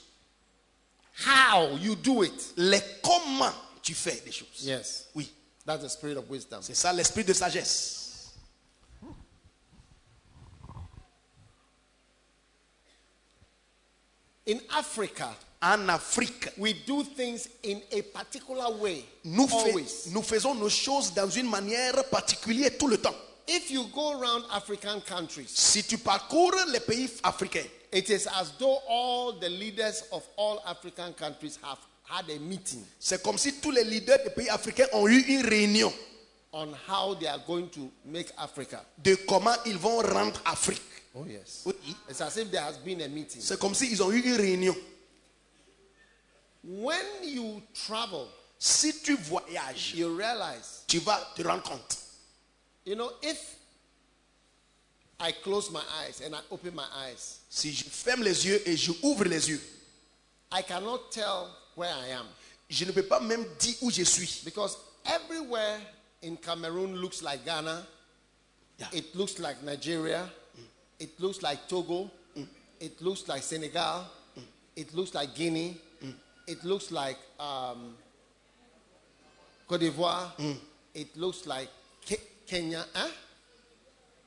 Speaker 1: How you do it.
Speaker 2: Les comment tu fais des choses.
Speaker 1: Yes.
Speaker 2: Oui,
Speaker 1: That's the spirit of wisdom.
Speaker 2: c'est ça l'esprit de sagesse.
Speaker 1: In Africa,
Speaker 2: En Afrique,
Speaker 1: we do things in a particular way.
Speaker 2: nous, fais-
Speaker 1: always.
Speaker 2: nous faisons nos choses dans une manière particulière tout le temps.
Speaker 1: If you go around African countries,
Speaker 2: Si tu parcours les pays africains,
Speaker 1: it is as though all the leaders of all African countries have had a meeting
Speaker 2: c'est comme si tous les leaders des pays africains ont eu une réunion
Speaker 1: on how they are going to make Africa.
Speaker 2: de comment ils vont rendre Afrique.
Speaker 1: Oh, yes.
Speaker 2: Oui.
Speaker 1: It's as if there has been a meeting.
Speaker 2: C'est comme s'ils ont eu une réunion.
Speaker 1: When you travel,
Speaker 2: Si tu voyages,
Speaker 1: you realize,
Speaker 2: tu vas te rendre compte.
Speaker 1: you know, if I close my eyes and I open my eyes,
Speaker 2: Si je ferme les yeux et je ouvre les yeux,
Speaker 1: I cannot tell where I am
Speaker 2: je ne peux pas même dire où je suis.
Speaker 1: because everywhere in Cameroon looks like Ghana,
Speaker 2: Yeah.
Speaker 1: it looks like Nigeria, it looks like Togo, it looks like Senegal, it looks like Guinea, it looks like um, Cote d'Ivoire, it looks like Ke- Kenya. Huh?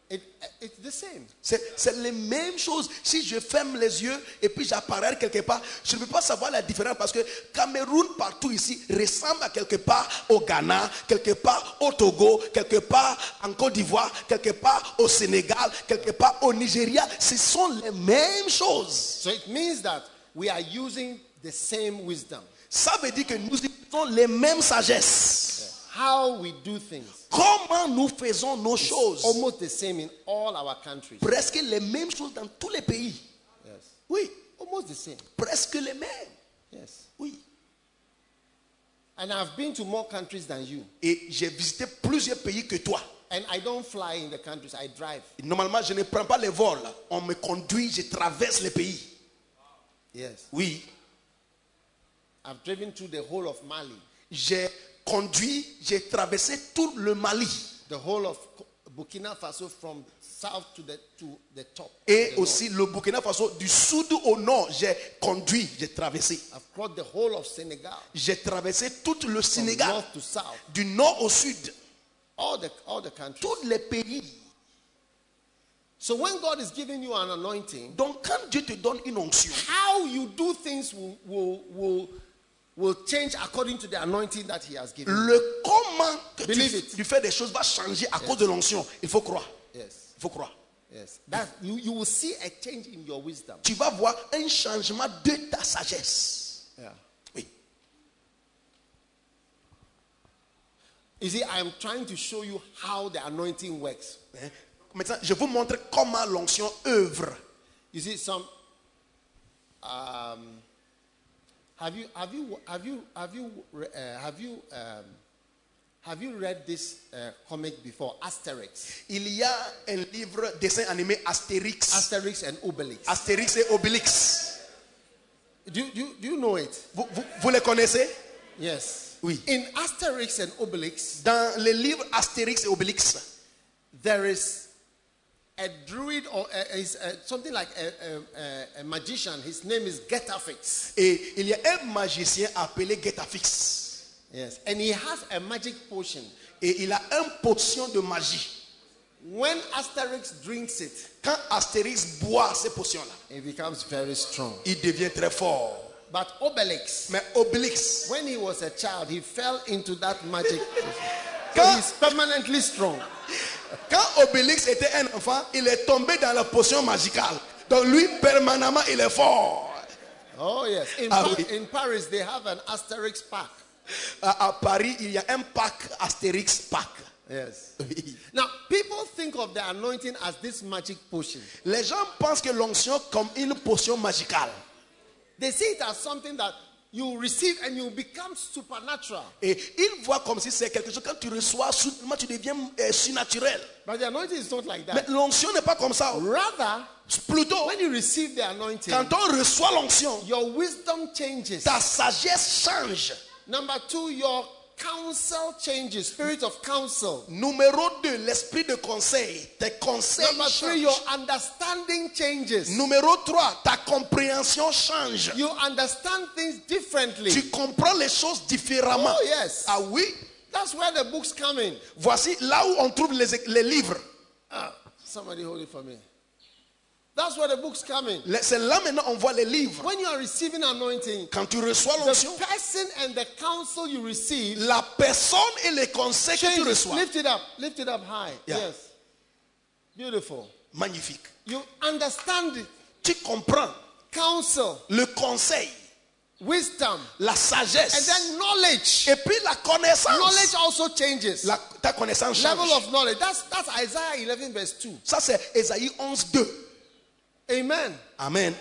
Speaker 1: It, it's the same.
Speaker 2: C'est c'est les mêmes choses. Si je ferme les yeux et puis j'apparais quelque part, je ne peux pas savoir la différence parce que Cameroun partout ici ressemble à quelque part au Ghana, quelque part au Togo, quelque part en Côte d'Ivoire, quelque part au Sénégal, quelque part au Nigeria. Ce sont les mêmes choses.
Speaker 1: So it means that we are using the same wisdom.
Speaker 2: Ça veut dire que nous utilisons les mêmes sagesses.
Speaker 1: How we do things.
Speaker 2: Comment nous faisons nos choses
Speaker 1: Almost the same in all our countries.
Speaker 2: Presque les mêmes choses dans tous les pays.
Speaker 1: Yes.
Speaker 2: Oui,
Speaker 1: Almost the same.
Speaker 2: presque les mêmes.
Speaker 1: Yes.
Speaker 2: Oui.
Speaker 1: And I've been to more countries than you.
Speaker 2: Et j'ai visité plusieurs pays que toi.
Speaker 1: And I don't fly in the countries, I drive.
Speaker 2: Normalement, je ne prends pas les vols. On me conduit, je traverse les pays.
Speaker 1: Yes.
Speaker 2: Oui.
Speaker 1: I've driven through the whole of Mali,
Speaker 2: J'ai conduit, j'ai traversé tout le Mali
Speaker 1: the whole of Co- Burkina Faso from south to the to the top.
Speaker 2: et
Speaker 1: the north.
Speaker 2: aussi le Burkina Faso du sud au nord. J'ai conduit, j'ai traversé.
Speaker 1: I've crossed the whole of Senegal,
Speaker 2: J'ai traversé tout
Speaker 1: from
Speaker 2: le Sénégal
Speaker 1: north to south,
Speaker 2: du nord au sud.
Speaker 1: all the all the countries.
Speaker 2: Tous les pays.
Speaker 1: So when God is giving you an anointing,
Speaker 2: Donc quand Dieu te donne une onction,
Speaker 1: how you do things will will will, will change according to the anointing that He has given. you.
Speaker 2: le comment que
Speaker 1: Believe
Speaker 2: tu,
Speaker 1: it.
Speaker 2: tu fais des choses va changer à cause de l'onction. Il faut croire.
Speaker 1: Yes,
Speaker 2: Il faut croire.
Speaker 1: yes. That you, you will see a change in your wisdom.
Speaker 2: tu vas voir un changement de ta sagesse.
Speaker 1: Yeah.
Speaker 2: Oui.
Speaker 1: You see, I am trying to show you how the anointing works.
Speaker 2: Hein? Maintenant, je vous montre comment l'onction œuvre.
Speaker 1: You see, some. Um, have you have you have you have you uh, have you um, have you read this uh, comic before? Asterix,
Speaker 2: Il y a un livre dessin animé Astérix.
Speaker 1: Asterix and Obelix.
Speaker 2: Astérix et Obélix.
Speaker 1: do, you- do you- do you know it?
Speaker 2: Vous, vous- vous les connaissez
Speaker 1: Yes.
Speaker 2: Oui.
Speaker 1: In Asterix and Obelix,
Speaker 2: Dans le livre Astérix et Obélix,
Speaker 1: there is a druid or a, is a, something like a, a, a, a magician. His name is Getafix.
Speaker 2: et il y a un magicien appelé Getafix.
Speaker 1: Yes, and he has a magic potion.
Speaker 2: Et il a une potion de magie.
Speaker 1: When Asterix drinks it,
Speaker 2: Quand Astérix boit ces potions-là,
Speaker 1: it becomes very strong.
Speaker 2: il devient très fort.
Speaker 1: But Obelix,
Speaker 2: Mais Obélix,
Speaker 1: when he was a child, he fell into that magic. so
Speaker 2: Quand-
Speaker 1: he's permanently strong.
Speaker 2: Quand Obélix était un enfant, il est tombé dans la potion magicale. Donc lui, permanemment, il est fort.
Speaker 1: Oh, yes. In,
Speaker 2: Ah,
Speaker 1: Pa-
Speaker 2: oui.
Speaker 1: in Paris, they have an Asterix park.
Speaker 2: À, à Paris, il y a un parc Astérix Parc.
Speaker 1: Yes.
Speaker 2: Oui.
Speaker 1: Now, people think of the anointing as this magic potion.
Speaker 2: Les gens pensent que l'onction comme une potion magicale.
Speaker 1: They see it as something that you receive and you become supernatural.
Speaker 2: Et ils voient comme si c'est quelque chose. Quand tu reçois, soudainement tu deviens euh, surnaturel.
Speaker 1: But the anointing is not like
Speaker 2: Mais
Speaker 1: that.
Speaker 2: l'onction n'est pas comme ça.
Speaker 1: Rather,
Speaker 2: Plutôt,
Speaker 1: when you receive the anointing,
Speaker 2: quand on reçoit l'onction,
Speaker 1: your wisdom changes.
Speaker 2: ta sagesse change.
Speaker 1: Number two, your counsel changes. Spirit of counsel.
Speaker 2: Numéro 2, l'esprit de conseil. Tes conseils
Speaker 1: Number three, your
Speaker 2: changent.
Speaker 1: understanding changes.
Speaker 2: Numéro 3, ta compréhension change.
Speaker 1: You understand things differently.
Speaker 2: Tu comprends les choses différemment.
Speaker 1: Oh, yes.
Speaker 2: Ah oui,
Speaker 1: That's where the books come in.
Speaker 2: voici là où on trouve les, les livres.
Speaker 1: Ah, somebody hold it for me. That's where the books come in.
Speaker 2: Les- C'est là maintenant on voit les livres.
Speaker 1: When you are receiving anointing,
Speaker 2: Quand tu reçois l'onction,
Speaker 1: the person and the counsel you receive
Speaker 2: la personne et les conseils que tu
Speaker 1: changes.
Speaker 2: reçois.
Speaker 1: Lift it up. Lift it up high.
Speaker 2: Yeah.
Speaker 1: Yes. Beautiful.
Speaker 2: Magnifique.
Speaker 1: You understand it.
Speaker 2: Tu comprends
Speaker 1: counsel,
Speaker 2: le conseil,
Speaker 1: wisdom,
Speaker 2: la
Speaker 1: and
Speaker 2: sagesse.
Speaker 1: then knowledge.
Speaker 2: Et puis la connaissance.
Speaker 1: Knowledge also changes.
Speaker 2: La- ta connaissance
Speaker 1: Level
Speaker 2: change.
Speaker 1: of knowledge. That's that's Isaiah 11 verse 2.
Speaker 2: Ça c'est Ésaïe 11, 2.
Speaker 1: Amen.
Speaker 2: Amen.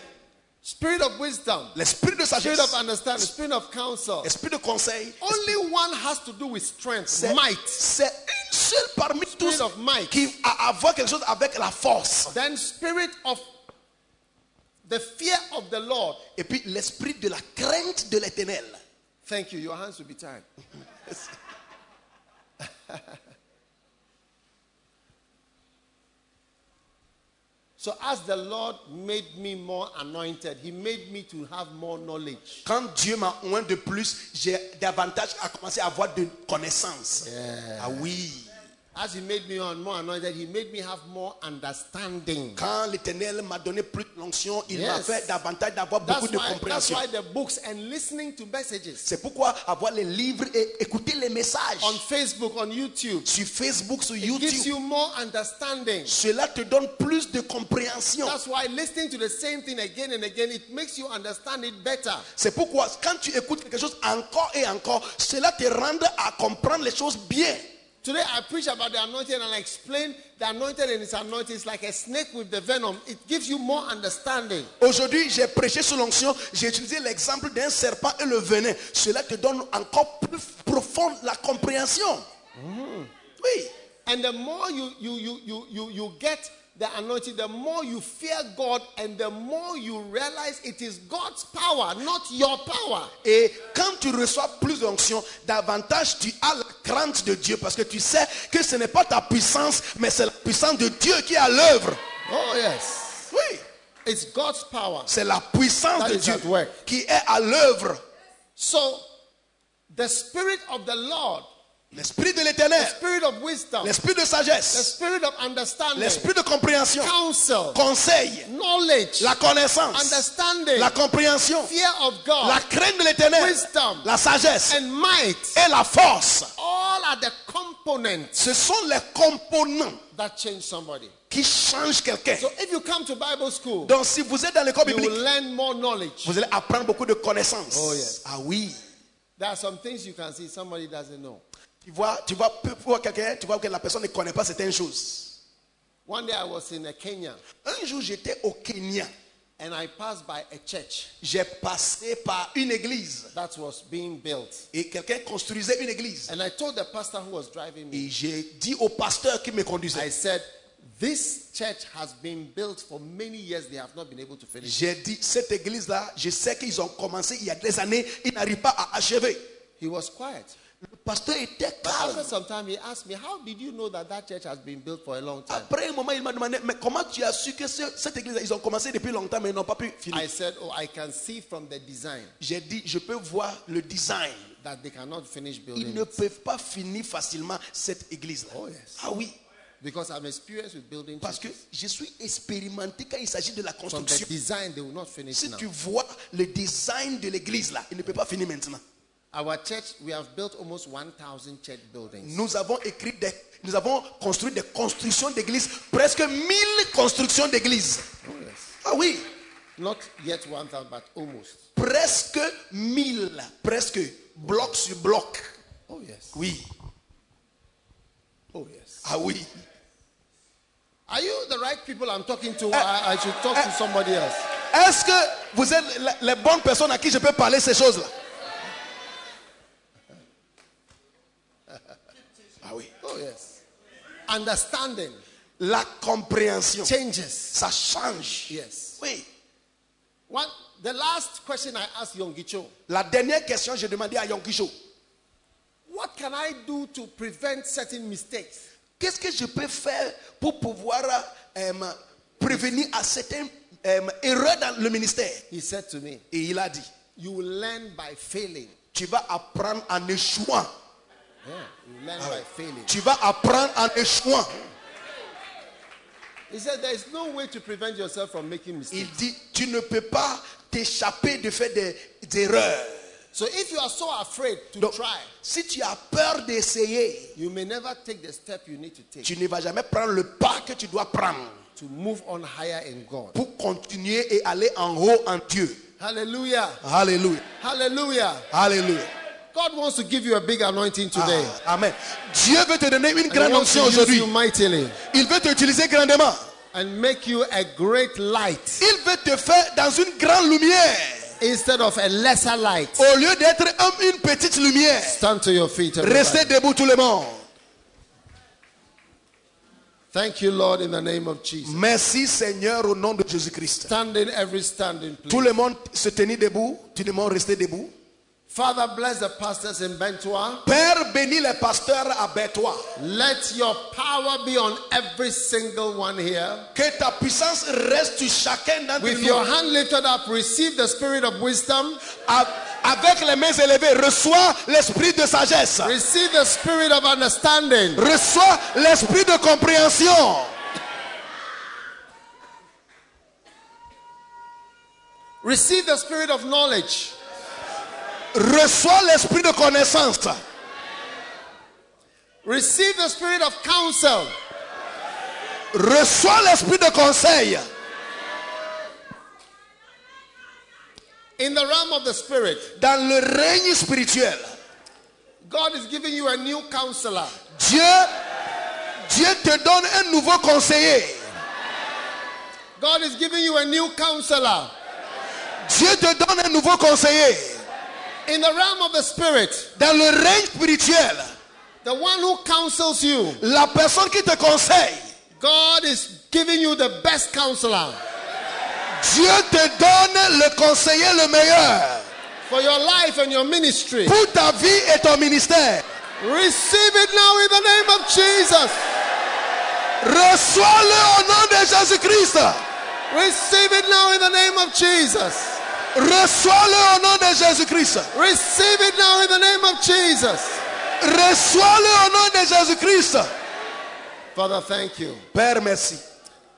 Speaker 1: Spirit of wisdom,
Speaker 2: L'esprit
Speaker 1: spirit
Speaker 2: de sagesse.
Speaker 1: of understanding, Oh, spirit of counsel.
Speaker 2: Esprit de conseil.
Speaker 1: Only one has to do with strength,
Speaker 2: C'est
Speaker 1: might.
Speaker 2: c'est une seule parmi tous
Speaker 1: of might.
Speaker 2: qui a à voir quelque chose avec la force.
Speaker 1: Then spirit of the fear of the Lord.
Speaker 2: Et puis l'esprit de la crainte de l'éternel.
Speaker 1: Thank you. Your hands will be tied. so as the Lord made me more anointed, he made me to have more knowledge.
Speaker 2: Quand Dieu m'a oint de plus, j'ai davantage à commencer à avoir de connaissances. Ah oui.
Speaker 1: As he made me on more anointed, he made me have more understanding.
Speaker 2: Quand l'éternel m'a donné plus de l'onction, il m'a
Speaker 1: Yes.
Speaker 2: fait davantage d'avoir beaucoup
Speaker 1: That's
Speaker 2: de
Speaker 1: why, that's
Speaker 2: compréhension.
Speaker 1: why the books and listening to messages
Speaker 2: C'est pourquoi avoir les livres et écouter les messages
Speaker 1: on Facebook, on YouTube,
Speaker 2: sur Facebook, sur
Speaker 1: gives
Speaker 2: YouTube,
Speaker 1: you more understanding.
Speaker 2: cela te donne plus de compréhension.
Speaker 1: That's why listening to the same thing again and again, it makes you understand it better.
Speaker 2: C'est pourquoi quand tu écoutes quelque chose encore et encore, cela te rend à comprendre les choses bien.
Speaker 1: Today I preach about the anointing and I explain the anointed and its anointing. It's like a snake with the venom. It gives you more understanding.
Speaker 2: Aujourd'hui, j'ai prêché sur l'onction, j'ai utilisé l'exemple d'un serpent et le venin. Cela te donne encore plus profonde la compréhension.
Speaker 1: Mm.
Speaker 2: Oui.
Speaker 1: And the more you you you you you, you get the anointing, the more you fear God, and the more you realize it is God's power, not your power.
Speaker 2: Et quand tu reçois plus d'onction, davantage tu as la crainte de Dieu parce que tu sais que ce n'est pas ta puissance, mais c'est la puissance de Dieu qui est à l'œuvre.
Speaker 1: Oh yes,
Speaker 2: Oui,
Speaker 1: it's God's power.
Speaker 2: c'est la puissance
Speaker 1: That
Speaker 2: de
Speaker 1: is
Speaker 2: Dieu
Speaker 1: at work.
Speaker 2: qui est à l'œuvre.
Speaker 1: So, the spirit of the Lord,
Speaker 2: L'esprit de
Speaker 1: the
Speaker 2: l'éternel,
Speaker 1: spirit of wisdom,
Speaker 2: l'esprit de
Speaker 1: the
Speaker 2: sagesse,
Speaker 1: spirit of understanding,
Speaker 2: l'esprit de compréhension,
Speaker 1: counsel,
Speaker 2: conseil,
Speaker 1: knowledge,
Speaker 2: la connaissance,
Speaker 1: understanding,
Speaker 2: la compréhension,
Speaker 1: fear of God,
Speaker 2: la crainte de l'éternel,
Speaker 1: Wisdom.
Speaker 2: la sagesse
Speaker 1: and might.
Speaker 2: et la force.
Speaker 1: All are the components
Speaker 2: Ce sont les composants
Speaker 1: that change somebody.
Speaker 2: qui changent quelqu'un.
Speaker 1: So, if you come to Bible school,
Speaker 2: Donc si vous êtes dans l'école
Speaker 1: you
Speaker 2: biblique,
Speaker 1: will learn more knowledge.
Speaker 2: Vous allez apprendre beaucoup de connaissances.
Speaker 1: Oh, yes.
Speaker 2: Ah oui.
Speaker 1: There are some things you can see somebody doesn't know.
Speaker 2: Tu vois, tu vois, peu- voir quelqu'un, tu vois que la personne ne connaît pas certaines choses.
Speaker 1: One day I was in uh, Kenya
Speaker 2: Un jour, j'étais au Kenya.
Speaker 1: and I passed by a church
Speaker 2: J'ai passé par une église
Speaker 1: that was being built.
Speaker 2: et quelqu'un construisait une église.
Speaker 1: And I told the pastor who was driving me,
Speaker 2: Et j'ai dit au pasteur qui me
Speaker 1: I
Speaker 2: conduisait,
Speaker 1: said, This church has been built for many years, they have not been able to finish.
Speaker 2: j'ai dit cette église là, je sais qu'ils ont commencé il y a des années, ils n'arrivent pas à achever.
Speaker 1: He was quiet.
Speaker 2: Le pasteur était
Speaker 1: After
Speaker 2: calme.
Speaker 1: some time, he asked me, How did you know that that church has been built for a long time?
Speaker 2: Après un moment, il m'a demandé, mais comment tu as su que ce- cette église, ils ont commencé depuis longtemps, mais ils n'ont pas pu
Speaker 1: I
Speaker 2: finir.
Speaker 1: said, Oh, I can see from the design
Speaker 2: J'ai dit, je peux voir le design.
Speaker 1: that they cannot finish
Speaker 2: Ils
Speaker 1: building
Speaker 2: ne
Speaker 1: it
Speaker 2: peuvent pas finir facilement cette église-là.
Speaker 1: Oh, yes.
Speaker 2: Ah oui,
Speaker 1: because I'm experienced with building
Speaker 2: parce que
Speaker 1: churches.
Speaker 2: je suis expérimenté quand il s'agit de la
Speaker 1: From the
Speaker 2: construction.
Speaker 1: design, they will not finish
Speaker 2: Si
Speaker 1: now.
Speaker 2: tu vois le design de l'église-là, il ne peut pas finir maintenant.
Speaker 1: Our church, we have built almost 1,000 church buildings.
Speaker 2: Nous avons écrit des, nous avons construit des constructions d'église, presque 1000 constructions d'église. Ah oui,
Speaker 1: Not yet 1,000, but almost.
Speaker 2: presque 1000, presque bloc sur bloc.
Speaker 1: Oh, yes.
Speaker 2: Oui,
Speaker 1: Oh, yes.
Speaker 2: Ah oui.
Speaker 1: Are you the right people I'm talking to? I, I should talk to somebody else.
Speaker 2: Est-ce que vous êtes les- les bonnes personnes à qui je peux parler ces choses-là Ah oui.
Speaker 1: Oh, yes. Understanding
Speaker 2: La compréhension,
Speaker 1: changes.
Speaker 2: ça change.
Speaker 1: Yes.
Speaker 2: Oui.
Speaker 1: One, the last question I asked Yongicho
Speaker 2: La dernière question, j'ai demandé à Yongisho,
Speaker 1: What can I do to prevent certain mistakes?
Speaker 2: qu'est-ce que je peux faire pour pouvoir euh, prévenir à certaines euh, erreurs dans le ministère
Speaker 1: He said to me,
Speaker 2: Et il a dit,
Speaker 1: You will learn by failing.
Speaker 2: tu vas apprendre en échouant.
Speaker 1: Yeah, you learn by failing.
Speaker 2: Tu vas apprendre en échouant.
Speaker 1: He said, There is no way to prevent yourself from making mistakes.
Speaker 2: Il dit, tu ne peux pas t'échapper de faire des, des erreurs.
Speaker 1: So if you are so afraid to
Speaker 2: Donc,
Speaker 1: try,
Speaker 2: si tu as peur d'essayer,
Speaker 1: you may never take the step you need to take
Speaker 2: tu ne vas jamais prendre le pas que tu dois prendre
Speaker 1: to move on higher in God.
Speaker 2: pour continuer et aller en haut en Dieu.
Speaker 1: Hallelujah.
Speaker 2: Alléluia.
Speaker 1: Hallelujah.
Speaker 2: Alléluia.
Speaker 1: God wants to give you a big anointing today.
Speaker 2: Ah, amen. Dieu veut te donner une
Speaker 1: And he
Speaker 2: grande
Speaker 1: wants to
Speaker 2: onction
Speaker 1: use
Speaker 2: aujourd'hui.
Speaker 1: you mightily
Speaker 2: Il veut t'utiliser grandement.
Speaker 1: and make you a great light
Speaker 2: Il veut te faire dans une grande lumière.
Speaker 1: instead of a lesser light.
Speaker 2: Au lieu d'être en une petite lumière.
Speaker 1: Stand to your feet. everybody.
Speaker 2: Restez debout tout le monde.
Speaker 1: Thank you, Lord, in the name of Jesus.
Speaker 2: Merci Seigneur au nom de Jésus-Christ.
Speaker 1: Standing every standing,
Speaker 2: Tout
Speaker 1: please.
Speaker 2: le monde se tenir debout. Tout le monde rester debout.
Speaker 1: Father, bless the pastors in Bentua.
Speaker 2: Père, bénis les pasteurs à Bétois.
Speaker 1: Let your power be on every single one here.
Speaker 2: Que ta puissance reste sur chacun d'entre
Speaker 1: With
Speaker 2: nous.
Speaker 1: your hand lifted up, receive the spirit of wisdom,
Speaker 2: A- Avec les mains élevées, reçois l'esprit de sagesse.
Speaker 1: receive the spirit of understanding,
Speaker 2: Reçois l'esprit de compréhension.
Speaker 1: receive the spirit of knowledge.
Speaker 2: Reçois l'esprit de connaissance.
Speaker 1: Receive the spirit of counsel.
Speaker 2: Reçois l'esprit de conseil.
Speaker 1: In the realm of the spirit,
Speaker 2: Dans le règne spirituel,
Speaker 1: God is giving you a new counselor.
Speaker 2: Dieu, Dieu te donne un nouveau conseiller.
Speaker 1: God is giving you a new counselor.
Speaker 2: Dieu te donne un nouveau conseiller.
Speaker 1: In the realm of the spirit,
Speaker 2: Dans le règne spirituel,
Speaker 1: the one who counsels you,
Speaker 2: la personne qui te conseille,
Speaker 1: God is giving you the best counselor.
Speaker 2: Dieu te donne le conseiller le meilleur
Speaker 1: for your life and your ministry.
Speaker 2: pour ta vie et ton ministère.
Speaker 1: Receive it now in the name of Jesus.
Speaker 2: Reçois-le au nom de Jésus-Christ.
Speaker 1: Receive it now in the name of Jesus.
Speaker 2: Reçois-le au nom de Jésus-Christ.
Speaker 1: Receive it now in the name of Jesus.
Speaker 2: Reçois-le au nom de Jésus-Christ.
Speaker 1: Father, thank you.
Speaker 2: Père, merci.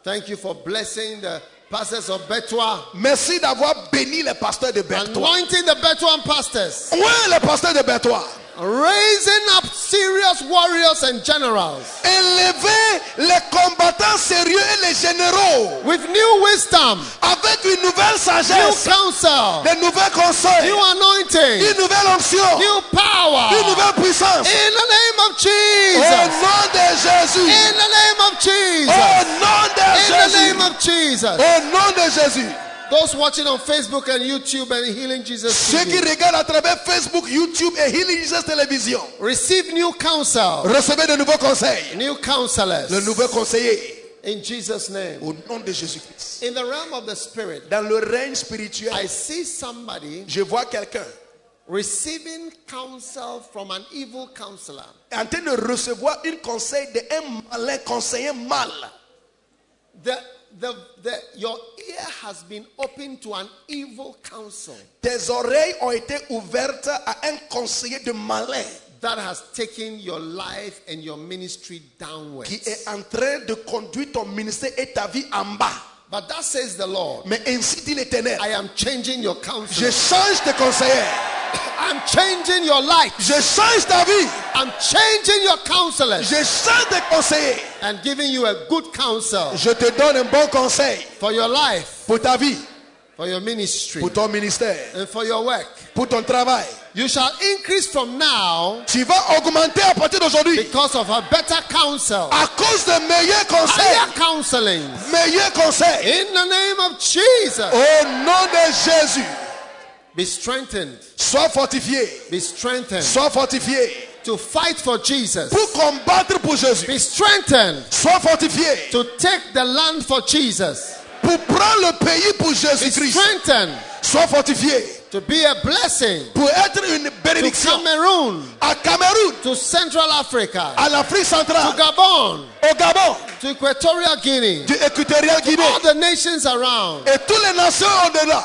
Speaker 1: Thank you for blessing the pastors of Betwa,
Speaker 2: Merci d'avoir béni les pasteurs de Bertois.
Speaker 1: anointing the Betwa pastors,
Speaker 2: Oui, les pasteurs de Bertois.
Speaker 1: raising up serious warriors and generals
Speaker 2: Élevez les combattants sérieux et les généraux
Speaker 1: with new wisdom,
Speaker 2: avec une nouvelle
Speaker 1: new
Speaker 2: sagesse,
Speaker 1: counsel,
Speaker 2: de nouveaux conseils,
Speaker 1: new anointing,
Speaker 2: une nouvelle onction,
Speaker 1: new power.
Speaker 2: une nouvelle puissance.
Speaker 1: In the name of
Speaker 2: Au
Speaker 1: Jesus.
Speaker 2: nom de Jésus.
Speaker 1: In the name of
Speaker 2: Au
Speaker 1: Jesus.
Speaker 2: nom
Speaker 1: In the
Speaker 2: de
Speaker 1: name
Speaker 2: Jésus.
Speaker 1: of Jesus.
Speaker 2: Au nom de Jésus.
Speaker 1: Those watching on Facebook and YouTube and Healing Jesus
Speaker 2: Ceux qui
Speaker 1: TV,
Speaker 2: regardent à travers Facebook, YouTube et Healing Jesus Télévision,
Speaker 1: receive new counsel,
Speaker 2: recevez de nouveaux conseils.
Speaker 1: new
Speaker 2: Le
Speaker 1: counselors
Speaker 2: nouveau conseiller,
Speaker 1: in Jesus' name.
Speaker 2: au nom de Jésus-Christ.
Speaker 1: In the realm of the spirit,
Speaker 2: Dans le règne spirituel,
Speaker 1: I see somebody
Speaker 2: je vois quelqu'un
Speaker 1: receiving counsel from an evil counselor.
Speaker 2: en train de recevoir un conseil d'un malin conseiller mal.
Speaker 1: The, the, the, your ear has been open to an evil counsel
Speaker 2: Tes oreilles ont été ouvertes à un conseiller de malin
Speaker 1: that has taken your life and your ministry downward.
Speaker 2: qui est en train de conduire ton ministère et ta vie en bas.
Speaker 1: But that says the Lord.
Speaker 2: Mais ainsi dit l'éternel,
Speaker 1: I am changing your
Speaker 2: je
Speaker 1: counsel.
Speaker 2: change tes conseillers,
Speaker 1: I'm changing your light.
Speaker 2: je change ta vie,
Speaker 1: I'm changing your counselors
Speaker 2: je change tes conseillers.
Speaker 1: and giving you a good counsel
Speaker 2: Je te donne un bon conseil
Speaker 1: for your life,
Speaker 2: pour ta vie,
Speaker 1: for your ministry,
Speaker 2: pour ton ministère,
Speaker 1: and for your work.
Speaker 2: pour ton travail.
Speaker 1: You shall increase from now
Speaker 2: Tu vas augmenter à partir d'aujourd'hui
Speaker 1: because of a better counsel,
Speaker 2: à cause de meilleurs
Speaker 1: higher
Speaker 2: conseils.
Speaker 1: counseling.
Speaker 2: Meilleurs conseils.
Speaker 1: In the name of Jesus,
Speaker 2: Au nom de Jésus,
Speaker 1: be strengthened,
Speaker 2: sois fortifié.
Speaker 1: be strengthened
Speaker 2: Sois fortifié
Speaker 1: to fight for Jesus,
Speaker 2: pour combattre pour Jésus.
Speaker 1: be strengthened
Speaker 2: Sois fortifié
Speaker 1: to take the land for Jesus,
Speaker 2: pour prendre le pays pour
Speaker 1: be
Speaker 2: Jésus-Christ.
Speaker 1: strengthened
Speaker 2: Sois fortifié
Speaker 1: to be a blessing
Speaker 2: pour être une
Speaker 1: to
Speaker 2: bénédiction
Speaker 1: Cameroon,
Speaker 2: à Cameroun,
Speaker 1: to Central Africa,
Speaker 2: à l'Afrique
Speaker 1: to
Speaker 2: centrale,
Speaker 1: Gabon,
Speaker 2: au Gabon,
Speaker 1: to Equatorial Guinea,
Speaker 2: du Équatorial Guinée
Speaker 1: all the nations around.
Speaker 2: et toutes les nations au-delà.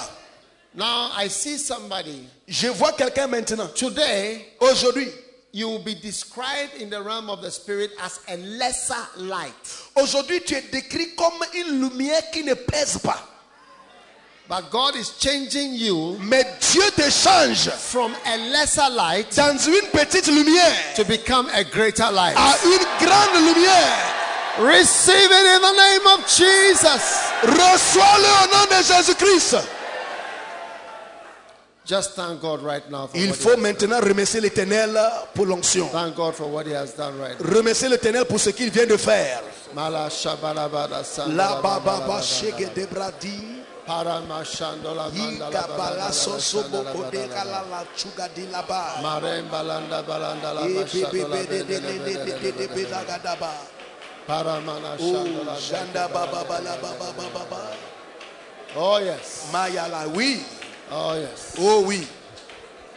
Speaker 1: Now I see somebody.
Speaker 2: Je vois quelqu'un maintenant.
Speaker 1: Today,
Speaker 2: Aujourd'hui,
Speaker 1: you will be described in the realm of the spirit as a lesser light.
Speaker 2: aujourd'hui, tu es décrit comme une lumière qui ne pèse pas.
Speaker 1: But God is changing you
Speaker 2: Mais Dieu te change
Speaker 1: from a lesser light
Speaker 2: dans une petite lumière
Speaker 1: to become a greater light.
Speaker 2: à une grande lumière.
Speaker 1: Receive it in the name of Jesus.
Speaker 2: Reçois-le au nom de Jésus-Christ.
Speaker 1: Just thank God right now for
Speaker 2: Il
Speaker 1: what he
Speaker 2: faut
Speaker 1: has-
Speaker 2: maintenant remercier l'Éternel pour l'onction.
Speaker 1: thank God for what He has done right now.
Speaker 2: Remercier l'Éternel pour ce qu'il vient de faire.
Speaker 1: Mala shabalabada
Speaker 2: La
Speaker 1: sandalabada
Speaker 2: baba ba
Speaker 1: badabada.
Speaker 2: shege de bradi.
Speaker 1: Paramashandola
Speaker 2: Yiga
Speaker 1: mandalabada
Speaker 2: bala so so bo
Speaker 1: sandalabada
Speaker 2: ko de kala
Speaker 1: badabada.
Speaker 2: la chuga di la ba.
Speaker 1: Marembalanda balanda la
Speaker 2: E be be
Speaker 1: bashandola
Speaker 2: be de de de de de de de be la
Speaker 1: bedebedebedebedebede.
Speaker 2: ga da ba.
Speaker 1: Paramana
Speaker 2: Oh,
Speaker 1: shandola
Speaker 2: janda ba ba ba la ba ba ba ba ba.
Speaker 1: Oh yes.
Speaker 2: Maya la, oui.
Speaker 1: Oh yes.
Speaker 2: Oh oui.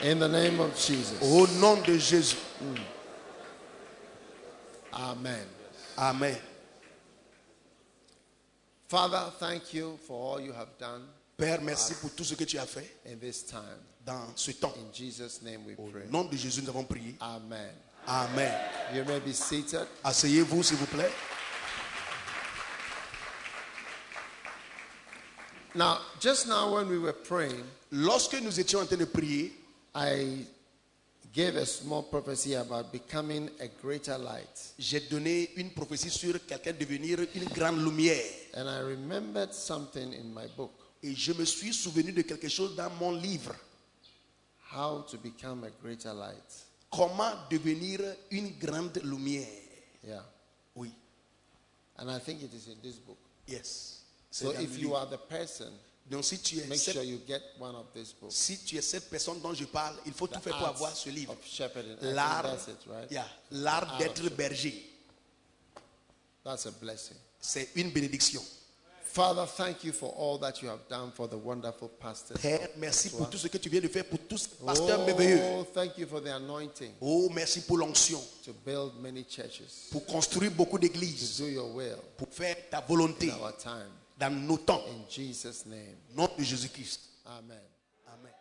Speaker 1: In the name of Jesus.
Speaker 2: Au nom de Jésus.
Speaker 1: Amen.
Speaker 2: Amen.
Speaker 1: Father, thank you for all you have done
Speaker 2: Père, merci pour tout ce que tu as fait
Speaker 1: in this time.
Speaker 2: dans ce temps.
Speaker 1: In Jesus' name we
Speaker 2: Au
Speaker 1: pray.
Speaker 2: nom de Jésus, nous avons prié.
Speaker 1: Amen.
Speaker 2: Amen.
Speaker 1: You may be seated.
Speaker 2: Asseyez-vous, s'il vous plaît.
Speaker 1: Now, just now when we were praying,
Speaker 2: Lorsque nous étions en train de prier,
Speaker 1: I gave a small prophecy about becoming a greater light.
Speaker 2: j'ai donné une prophétie sur quelqu'un devenir une grande lumière.
Speaker 1: And I remembered something in my book
Speaker 2: Et je me suis souvenu de quelque chose dans mon livre.
Speaker 1: how to become a greater light.
Speaker 2: Comment devenir une grande lumière.
Speaker 1: Yeah.
Speaker 2: Oui.
Speaker 1: And I think it is in this book.
Speaker 2: Yes. C'est
Speaker 1: So
Speaker 2: dans
Speaker 1: if
Speaker 2: le
Speaker 1: you
Speaker 2: livre.
Speaker 1: are the person,
Speaker 2: Donc si tu, es
Speaker 1: make sure
Speaker 2: cette,
Speaker 1: you get one of these books.
Speaker 2: si tu es cette personne dont je parle, il faut tout faire pour
Speaker 1: Arts
Speaker 2: avoir ce livre.
Speaker 1: Of shepherding. I think
Speaker 2: L'art
Speaker 1: that's it, right?
Speaker 2: yeah, l'art d'être berger.
Speaker 1: That's a blessing.
Speaker 2: C'est une bénédiction.
Speaker 1: Father, thank you for all that you have done for the wonderful pastors.
Speaker 2: Père, merci pour tout ce que tu viens de faire pour tous ces pasteurs merveilleux.
Speaker 1: Oh, thank you for the anointing
Speaker 2: Oh, merci pour l'onction,
Speaker 1: to build many churches,
Speaker 2: pour construire beaucoup d'églises.
Speaker 1: to do your will
Speaker 2: pour faire ta volonté
Speaker 1: in our time.
Speaker 2: dans nos temps.
Speaker 1: In Jesus' name.
Speaker 2: Au nom de Jésus-Christ.
Speaker 1: Amen.
Speaker 2: Amen.